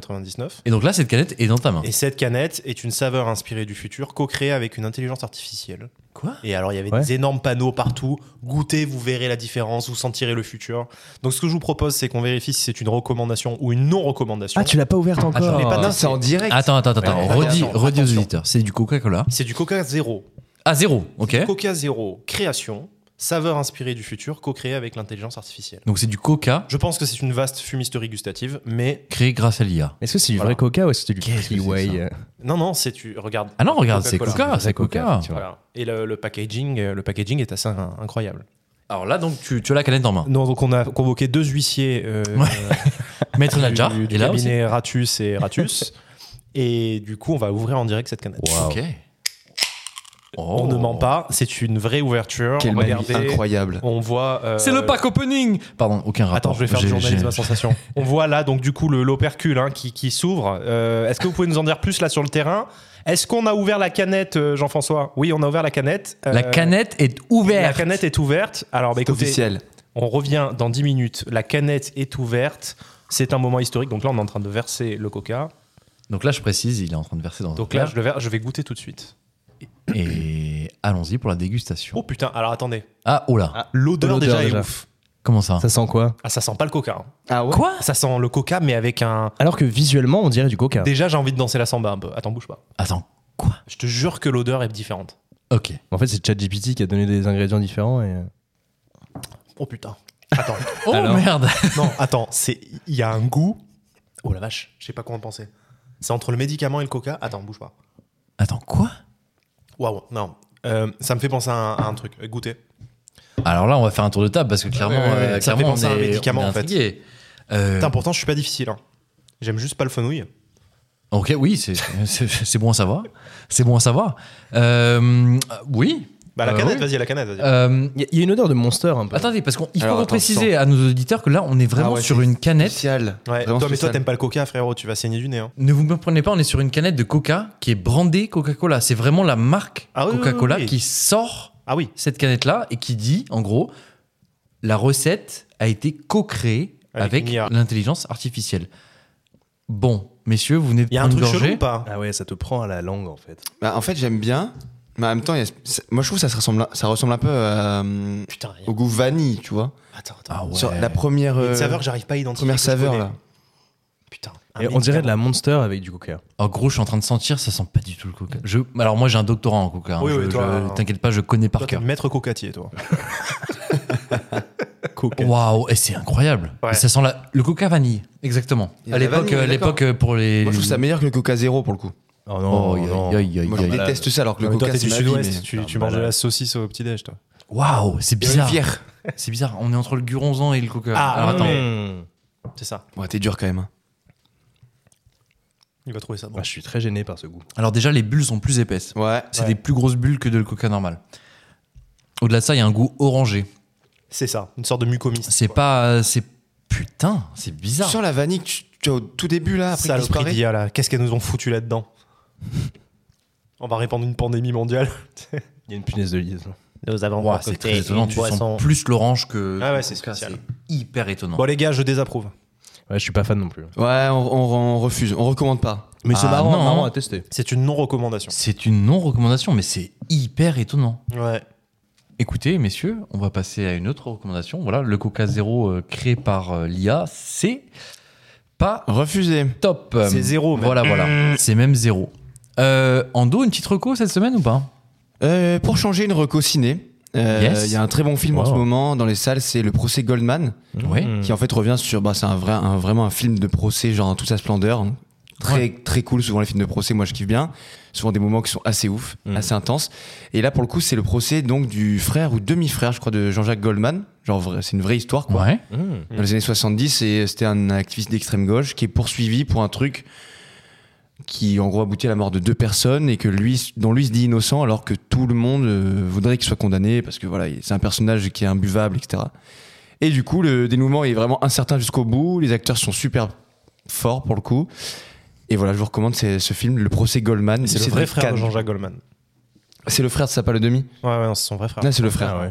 Speaker 1: Et donc là, cette canette est dans ta main.
Speaker 4: Et cette canette est une saveur inspirée du futur, co-créée avec une intelligence artificielle.
Speaker 1: Quoi
Speaker 4: Et alors, il y avait
Speaker 3: Ouais.
Speaker 4: des énormes panneaux partout. Goûtez, vous verrez la différence, vous sentirez le futur. Donc, ce que je vous propose, c'est qu'on vérifie si c'est une recommandation ou une non-recommandation.
Speaker 3: Ah, tu l'as pas ouverte
Speaker 1: Attends,
Speaker 3: encore.
Speaker 1: l'ai pas
Speaker 2: Non, c'est en direct.
Speaker 1: Attends, attends, attends. attends.
Speaker 4: Ouais,
Speaker 1: redis,
Speaker 4: attention,
Speaker 1: redis aux
Speaker 4: attention.
Speaker 1: auditeurs. C'est du Coca-Cola.
Speaker 4: C'est du Coca Zéro.
Speaker 1: Ah zéro. Ok.
Speaker 4: Coca Zéro, création, saveur inspirée du futur, co-créée avec l'intelligence artificielle.
Speaker 1: Donc c'est du Coca
Speaker 4: Je pense que c'est une vaste fumisterie gustative, mais
Speaker 1: créé grâce à l'IA.
Speaker 3: Est-ce que c'est du
Speaker 4: Voilà.
Speaker 3: vrai coca ou est-ce que c'est du
Speaker 1: Qu'est-ce que c'est
Speaker 3: freeway
Speaker 1: ça
Speaker 3: euh,
Speaker 4: non, non, c'est tu regarde.
Speaker 1: Ah non, regarde, c'est
Speaker 4: Coca-Cola.
Speaker 1: Coca, c'est Coca.
Speaker 3: effectivement.
Speaker 4: Voilà. Et le, le packaging, euh, le packaging est assez in- incroyable.
Speaker 1: Alors là, donc tu, tu as la canette en main.
Speaker 4: Non, donc on a convoqué deux huissiers euh,
Speaker 1: Maître
Speaker 4: du,
Speaker 1: Nadjar
Speaker 4: du
Speaker 1: est là aussi.
Speaker 4: cabinet Ratus et Ratus. et du coup, on va ouvrir en direct cette canette.
Speaker 1: Ah, Ok.
Speaker 4: On
Speaker 1: Oh.
Speaker 4: ne ment pas, c'est une vraie ouverture.
Speaker 2: Quelle magie
Speaker 4: Regardez,
Speaker 2: incroyable.
Speaker 4: on voit. euh,
Speaker 1: C'est le pack opening. Pardon, aucun rapport.
Speaker 4: Attends, je vais faire du
Speaker 1: J'ai-
Speaker 4: journalisme à
Speaker 1: j'ai-
Speaker 4: sensation. On voit là, donc, du coup, le- l'opercule hein, qui, qui s'ouvre. Euh, Est-ce que vous pouvez nous en dire plus là sur le terrain Est-ce qu'on a ouvert la canette, euh, Jean-François Oui, on a ouvert la canette. Euh,
Speaker 1: La canette est
Speaker 4: La
Speaker 1: ouverte.
Speaker 4: canette est ouverte. Alors, bah,
Speaker 2: C'est
Speaker 4: écoutez,
Speaker 2: officiel.
Speaker 4: on revient dans 10 minutes. La canette est ouverte. C'est un moment historique. Donc là, on est en train de verser le coca.
Speaker 1: Donc là, je précise, il est en train de verser dans
Speaker 4: Donc
Speaker 1: un
Speaker 4: là,
Speaker 1: verre.
Speaker 4: je, le verse- je vais goûter tout de suite.
Speaker 1: Et allons-y pour la dégustation.
Speaker 4: Oh putain, alors attendez.
Speaker 1: Ah, oh là.
Speaker 4: L'odeur
Speaker 3: l'odeur
Speaker 4: déjà,
Speaker 3: déjà.
Speaker 4: est ouf.
Speaker 1: Comment ça hein
Speaker 3: Ça sent quoi
Speaker 4: Ah, ça sent pas le coca. hein.
Speaker 2: Ah ouais
Speaker 1: Quoi
Speaker 4: Ça sent le coca, mais avec un.
Speaker 3: Alors que visuellement, on dirait du coca.
Speaker 4: Déjà, j'ai envie de danser la samba un peu. Attends, bouge pas.
Speaker 1: Attends, quoi
Speaker 4: Je te jure que l'odeur est différente.
Speaker 1: Ok.
Speaker 3: En fait, c'est ChatGPT qui a donné des ingrédients différents. Et... euh,
Speaker 4: Oh putain. Attends.
Speaker 1: Oh
Speaker 3: Alors
Speaker 1: merde
Speaker 4: non, attends. C'est il y a un goût. Oh la vache, je sais pas quoi en penser. C'est entre le médicament et le coca. Attends, bouge pas.
Speaker 1: Attends, quoi
Speaker 4: Waouh, non. Euh, ça me fait penser à un, à un truc. Euh, Goûter.
Speaker 1: Alors là, on va faire un tour de table parce que clairement,
Speaker 4: Ouais, ouais, ouais,
Speaker 1: euh,
Speaker 4: ça
Speaker 1: clairement,
Speaker 4: fait penser
Speaker 1: on
Speaker 4: à un
Speaker 1: est-
Speaker 4: médicament,
Speaker 1: on est
Speaker 4: en fait.
Speaker 1: intrigué. Euh,
Speaker 4: Putain, pourtant je suis pas difficile. hein. J'aime juste pas le fenouil.
Speaker 1: ok, oui, c'est- c'est c'est bon à savoir. C'est bon à savoir. Euh, oui.
Speaker 4: Bah la
Speaker 1: Euh,
Speaker 4: canette,
Speaker 1: oui.
Speaker 4: vas-y, la canette. Vas-y.
Speaker 1: Euh,
Speaker 3: Il y, a une odeur de monster un peu.
Speaker 1: attendez, parce qu'il
Speaker 2: Alors,
Speaker 1: faut
Speaker 2: attends,
Speaker 1: préciser
Speaker 2: attends.
Speaker 1: à nos auditeurs que là, on est vraiment
Speaker 2: Ah ouais,
Speaker 1: sur
Speaker 2: c'est
Speaker 1: une canette.
Speaker 2: Officiel.
Speaker 4: Ouais.
Speaker 2: Vraiment
Speaker 4: Toi, mais toi
Speaker 2: spécial.
Speaker 4: t'aimes pas le coca, frérot. Tu vas saigner du nez. hein.
Speaker 1: Ne vous me prenez pas, on est sur une canette de Coca qui est brandée Coca-Cola. C'est vraiment la marque
Speaker 4: Ah oui, oui,
Speaker 1: Coca-Cola
Speaker 4: oui, oui.
Speaker 1: qui sort
Speaker 4: Ah oui.
Speaker 1: cette canette-là et qui dit, en gros, la recette a été co-créée
Speaker 4: Avec
Speaker 1: avec,
Speaker 4: une IA.
Speaker 1: l'intelligence artificielle. Bon, messieurs, vous venez de
Speaker 4: Il y a un
Speaker 1: prendre une
Speaker 4: truc
Speaker 1: gorgée.
Speaker 4: chelou ou pas
Speaker 3: Ah ouais, ça te prend à la langue en fait.
Speaker 2: Bah, en fait, j'aime bien. Mais en même temps, il y a- c'est- moi je trouve que ça, se ressemble, ça ressemble un peu euh,
Speaker 4: Putain. il y a-
Speaker 2: au goût vanille, tu vois.
Speaker 4: Attends, attends.
Speaker 1: Ah ouais.
Speaker 2: Sur la première,
Speaker 4: Il y a
Speaker 2: euh,
Speaker 4: Une saveur que j'arrive pas à identifier.
Speaker 2: première
Speaker 4: que je
Speaker 2: saveur
Speaker 4: connais.
Speaker 2: là.
Speaker 4: Putain. un
Speaker 3: Et on dirait de
Speaker 4: médicament.
Speaker 3: la monster avec du coca.
Speaker 1: En Oh, gros, je suis en train de sentir, ça sent pas du tout le coca. Je, alors moi, j'ai un doctorat en coca. hein.
Speaker 4: Oui,
Speaker 1: Je-
Speaker 4: oui, toi,
Speaker 1: je- T'inquiète pas, je connais par
Speaker 4: Toi, t'es
Speaker 1: cœur.
Speaker 4: maître cocatier, toi.
Speaker 3: Coca.
Speaker 1: Waouh, et c'est incroyable.
Speaker 4: Ouais.
Speaker 1: Et Ça sent la- le coca vanille, exactement.
Speaker 2: Il y a
Speaker 1: À
Speaker 2: de la
Speaker 1: l'époque,
Speaker 2: vanille,
Speaker 1: euh,
Speaker 2: d'accord.
Speaker 1: l'époque euh, pour les.
Speaker 2: Moi je trouve ça meilleur que le Coca Zéro pour le coup.
Speaker 3: Oh
Speaker 1: Oh,
Speaker 3: non,
Speaker 1: aïe,
Speaker 3: non.
Speaker 1: aïe, aïe, aïe,
Speaker 2: Moi je
Speaker 1: aïe.
Speaker 2: déteste ça alors que le
Speaker 4: Non, mais
Speaker 2: Coca
Speaker 4: toi, t'es
Speaker 2: c'est
Speaker 4: du
Speaker 2: ma vie.
Speaker 4: sud-ouest.
Speaker 2: mais-
Speaker 4: Tu, tu
Speaker 3: Ah,
Speaker 4: manges de
Speaker 3: malade.
Speaker 4: la saucisse au petit-déj, toi.
Speaker 1: Waouh, c'est
Speaker 2: Il y a
Speaker 1: bizarre.
Speaker 2: une bière.
Speaker 1: C'est bizarre. On est entre le Guronzan et le coca.
Speaker 4: Ah,
Speaker 1: alors attends.
Speaker 3: Mmh.
Speaker 4: C'est ça.
Speaker 2: Ouais, t'es dur quand même. hein.
Speaker 4: Il va trouver ça bon.
Speaker 3: Ah, je suis très gêné par ce goût.
Speaker 1: Alors déjà, les bulles sont plus épaisses.
Speaker 2: Ouais.
Speaker 1: C'est des plus grosses bulles que de le coca normal. Au-delà de ça, il y a un goût orangé.
Speaker 4: C'est ça. Une sorte de mucomiste.
Speaker 1: C'est pas, c'est putain, c'est bizarre.
Speaker 2: Sur la vanille que tu, tu as au tout début
Speaker 4: Ah,
Speaker 2: là, après qu'il
Speaker 4: Saloperie
Speaker 2: disparaît.
Speaker 4: d'IA là, qu'est-ce qu'elles nous ont foutu là-dedans On va répandre une pandémie mondiale.
Speaker 3: Il y a une punaise de lit.
Speaker 4: Nous avons
Speaker 1: Ouah, c'est très étonnant, tu sens plus l'orange que.
Speaker 4: Ah ouais, c'est spécial.
Speaker 1: hyper étonnant.
Speaker 4: Bon, les gars, je désapprouve.
Speaker 3: Ouais, je suis pas fan non plus.
Speaker 2: Ouais, on, on- on refuse, on recommande pas.
Speaker 1: Mais c'est Ah, marrant, non. marrant à
Speaker 3: tester.
Speaker 4: C'est une non-recommandation.
Speaker 1: C'est une non-recommandation, mais c'est hyper étonnant.
Speaker 4: Ouais.
Speaker 1: Écoutez, messieurs, on va passer à une autre recommandation. Voilà, le Coca Zéro euh, créé par euh, l'IA, c'est pas
Speaker 2: refusé.
Speaker 1: Top.
Speaker 4: C'est zéro, même.
Speaker 1: Voilà,
Speaker 3: Mm.
Speaker 1: voilà. C'est même zéro. Euh, Ando, une petite reco cette semaine ou pas
Speaker 2: Euh, pour changer une reco ciné, euh, il
Speaker 1: Yes.
Speaker 2: y a un très bon film en
Speaker 1: Wow.
Speaker 2: ce moment dans les salles, c'est le procès Goldman,
Speaker 3: Mm.
Speaker 1: Ouais.
Speaker 2: qui en fait revient sur, bah, c'est un vrai, un- vraiment un film de procès, genre en toute sa splendeur, hein. très très cool. Souvent les films de procès, moi je kiffe bien. Souvent des moments qui sont assez ouf, assez intenses. Et là pour le coup, c'est le procès donc du frère ou demi-frère, je crois, de Jean-Jacques Goldman. Genre vrai- c'est une vraie histoire quoi.
Speaker 1: Ouais.
Speaker 2: Dans les années 70, et c'était un activiste d'extrême gauche qui est poursuivi pour un truc qui en gros aboutit à la mort de deux personnes et que lui, dont lui se dit innocent alors que tout le monde euh, voudrait qu'il soit condamné parce que voilà, il- c'est un personnage qui est imbuvable, etc. Et du coup, le dénouement est vraiment incertain jusqu'au bout. Les acteurs sont super forts pour le coup. Et voilà, je vous recommande ce, ce film, Le procès Goldman.
Speaker 4: C'est le
Speaker 2: Cédric
Speaker 4: vrai frère
Speaker 2: Kahn.
Speaker 4: de Jean-Jacques Goldman.
Speaker 2: C'est le frère de Sapa le demi.
Speaker 4: Ouais, ouais, non, c'est son vrai frère.
Speaker 2: Là, c'est le frère.
Speaker 4: Ah ouais.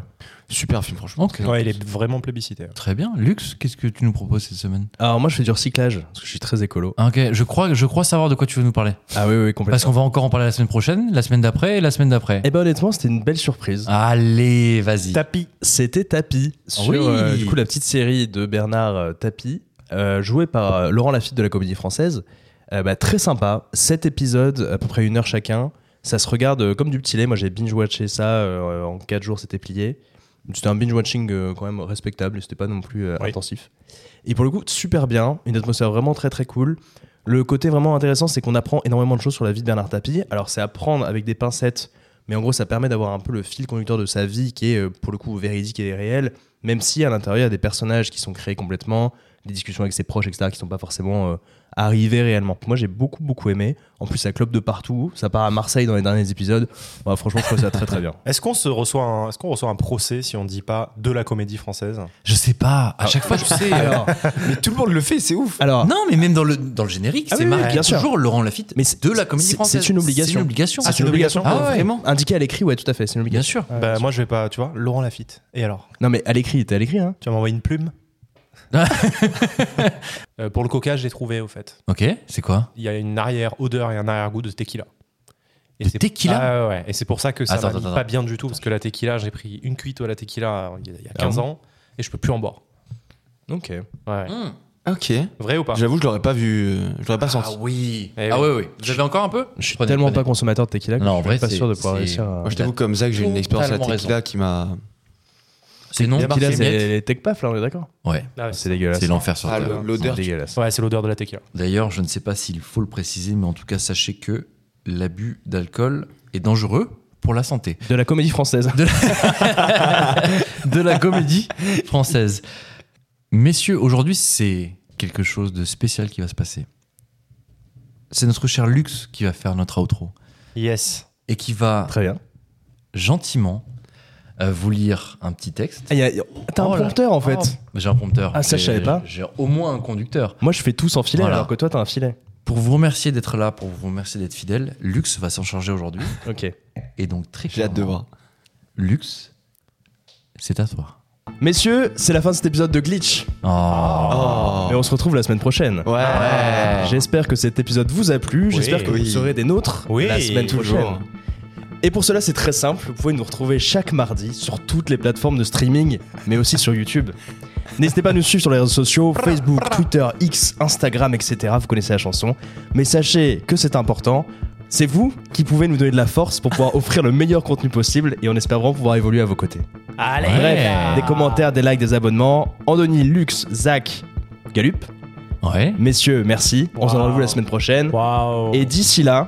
Speaker 2: Super film, franchement.
Speaker 1: Ok.
Speaker 4: Ouais, il est vraiment plébiscité. hein. ouais.
Speaker 1: Très bien. Lux, qu'est-ce que tu nous proposes cette semaine
Speaker 3: Alors moi je fais du recyclage parce que je suis très écolo.
Speaker 1: Ah, Ok, je crois, je crois savoir de quoi tu veux nous parler.
Speaker 3: Ah oui oui complètement.
Speaker 1: Parce qu'on va encore en parler la semaine prochaine, la semaine d'après et la semaine d'après.
Speaker 3: Eh ben honnêtement c'était une belle surprise.
Speaker 1: Allez, vas-y.
Speaker 4: Tapis.
Speaker 3: C'était Tapi sur
Speaker 1: Oui.
Speaker 3: euh, du coup la petite série de Bernard euh, Tapie euh, jouée par euh, Laurent Lafitte de la Comédie Française. Euh, bah, très sympa. Sept épisodes à peu près une heure chacun. Ça se regarde euh, comme du petit lait. Moi j'ai binge watché ça euh, en quatre jours c'était plié. C'était un binge watching euh, quand même respectable. et C'était pas non plus euh,
Speaker 4: Oui.
Speaker 3: intensif. Et pour le coup super bien. Une atmosphère vraiment très très cool. Le côté vraiment intéressant, c'est qu'on apprend énormément de choses sur la vie de Bernard Tapie. Alors, c'est apprendre avec des pincettes, mais en gros, ça permet d'avoir un peu le fil conducteur de sa vie qui est, euh, pour le coup, véridique et réel, même si à l'intérieur, il y a des personnages qui sont créés complètement, des discussions avec ses proches, etc., qui sont pas forcément euh, arrivés réellement. Moi, j'ai beaucoup, beaucoup aimé. En plus, ça clope de partout. Ça part à Marseille dans les derniers épisodes. Bah, franchement, je trouve ça très, très bien.
Speaker 4: Est-ce qu'on se reçoit un, est-ce qu'on reçoit un procès si on dit pas de la comédie française
Speaker 1: Je sais pas. À chaque
Speaker 3: Ah,
Speaker 1: fois, tu sais. euh,
Speaker 3: Alors,
Speaker 2: Mais tout le monde le fait, c'est ouf.
Speaker 3: alors
Speaker 1: Non, mais même dans le, dans le générique,
Speaker 3: Ah
Speaker 1: c'est
Speaker 3: oui, oui,
Speaker 1: marqué
Speaker 3: bien sûr.
Speaker 1: toujours Laurent Lafitte
Speaker 3: Mais c'est-
Speaker 1: de la comédie
Speaker 3: c'est-
Speaker 1: française.
Speaker 3: c'est une obligation.
Speaker 1: C'est une obligation.
Speaker 4: Ah, c'est une obligation
Speaker 1: Ah ouais.
Speaker 3: vraiment Indiqué à l'écrit, ouais, tout à fait. C'est une
Speaker 1: Bien
Speaker 3: obligation.
Speaker 1: sûr.
Speaker 4: Bah, moi, je vais pas, tu vois, Laurent Lafitte. Et alors
Speaker 3: Non, mais à l'écrit, t'es à l'écrit, hein.
Speaker 4: Tu vas m'envoyer une plume Euh, Pour le coca, je l'ai trouvé, au fait.
Speaker 1: Ok, c'est quoi
Speaker 4: Il y a une arrière-odeur et un arrière-goût de tequila. Et
Speaker 1: De
Speaker 4: c'est-
Speaker 1: tequila
Speaker 4: Ah ouais, ouais. Et c'est pour ça que ça
Speaker 1: Attends,
Speaker 4: va
Speaker 1: attends,
Speaker 4: pas
Speaker 1: attends.
Speaker 4: bien du tout, parce que la tequila, j'ai pris une cuite à la tequila euh, il y a- il y a
Speaker 1: Ah
Speaker 4: 15 ans, et je peux plus en boire.
Speaker 3: Ok.
Speaker 4: Ouais.
Speaker 1: Hmm.
Speaker 2: Ok.
Speaker 4: Vrai ou pas
Speaker 2: J'avoue, je l'aurais pas vu, euh, je l'aurais pas
Speaker 1: Ah
Speaker 2: senti.
Speaker 1: oui.
Speaker 4: Eh
Speaker 1: ah
Speaker 4: oui.
Speaker 1: oui, oui. Vous avez encore un peu
Speaker 3: Je suis
Speaker 1: Prenez,
Speaker 3: tellement
Speaker 1: prenez.
Speaker 3: pas consommateur de tequila que
Speaker 1: Non, en
Speaker 3: je suis
Speaker 1: vrai,
Speaker 3: pas
Speaker 1: c'est-
Speaker 3: sûr de pouvoir
Speaker 1: c'est-
Speaker 3: réussir à...
Speaker 2: Moi, je t'avoue, comme Zach, j'ai une expérience à la
Speaker 1: Totalement
Speaker 2: tequila qui m'a.
Speaker 1: C'est non.
Speaker 3: Tequila,
Speaker 1: Marqué,
Speaker 3: c'est
Speaker 1: Miette.
Speaker 3: les, les tech paf là, on est d'accord
Speaker 1: Ouais.
Speaker 4: Ah ouais, c'est-
Speaker 3: dégueulasse.
Speaker 1: C'est l'enfer sur
Speaker 2: Ah,
Speaker 1: terre.
Speaker 3: Euh,
Speaker 2: le- l'odeur.
Speaker 3: C'est dégueulasse.
Speaker 4: Ouais, c'est l'odeur de la tequila.
Speaker 1: D'ailleurs, je ne sais pas s'il faut le préciser, mais en tout cas, sachez que l'abus d'alcool est dangereux pour la santé.
Speaker 3: De la comédie française.
Speaker 1: De la comédie française. Messieurs, aujourd'hui, c'est quelque chose de spécial qui va se passer. C'est notre cher Lux qui va faire notre outro
Speaker 4: Yes.
Speaker 1: et qui va
Speaker 3: Très bien.
Speaker 1: gentiment euh, vous lire un petit texte.
Speaker 3: Ah, y a- y a- T'as
Speaker 1: Oh
Speaker 3: un
Speaker 1: là.
Speaker 3: prompteur en fait.
Speaker 1: Oh, J'ai un prompteur.
Speaker 3: Ah, ça, je
Speaker 1: J'ai-
Speaker 3: savais pas.
Speaker 1: J'ai au moins un conducteur.
Speaker 3: Moi je fais tout sans filet
Speaker 1: Voilà.
Speaker 3: alors que toi t'as un filet.
Speaker 1: Pour vous remercier d'être là, pour vous remercier d'être fidèle, Lux va s'en charger aujourd'hui.
Speaker 3: Ok.
Speaker 1: Et donc, très
Speaker 2: J'ai hâte de
Speaker 1: clairement,
Speaker 2: voir.
Speaker 1: Lux, c'est à toi.
Speaker 3: Messieurs, c'est la fin de cet épisode de Glitch.
Speaker 2: Oh.
Speaker 3: Et on se retrouve la semaine prochaine.
Speaker 2: Ouais.
Speaker 3: J'espère que cet épisode vous a plu. J'espère que
Speaker 2: Euh, Oui.
Speaker 3: vous serez des nôtres
Speaker 4: Oui,
Speaker 3: la semaine
Speaker 2: toujours.
Speaker 3: prochaine. Et pour cela, c'est très simple. Vous pouvez nous retrouver chaque mardi sur toutes les plateformes de streaming, mais aussi sur YouTube. N'hésitez pas à nous suivre sur les réseaux sociaux Facebook, Twitter, X, Instagram, etc. Vous connaissez la chanson. Mais sachez que c'est important. C'est vous qui pouvez nous donner de la force pour pouvoir offrir le meilleur contenu possible et on espère vraiment pouvoir évoluer à vos côtés.
Speaker 4: Allez
Speaker 3: Bref,
Speaker 2: Ah.
Speaker 3: des commentaires, des likes, des abonnements. Anthony, Lux, Zach, Galup.
Speaker 1: Ouais,
Speaker 3: Messieurs, merci. On se donne rendez-vous la semaine prochaine.
Speaker 4: Waouh
Speaker 3: Et d'ici là,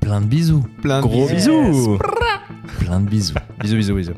Speaker 1: plein de bisous.
Speaker 2: Plein de
Speaker 3: gros
Speaker 2: bisous.
Speaker 3: bisous.
Speaker 1: Plein de bisous.
Speaker 3: Bisous, bisous, bisous.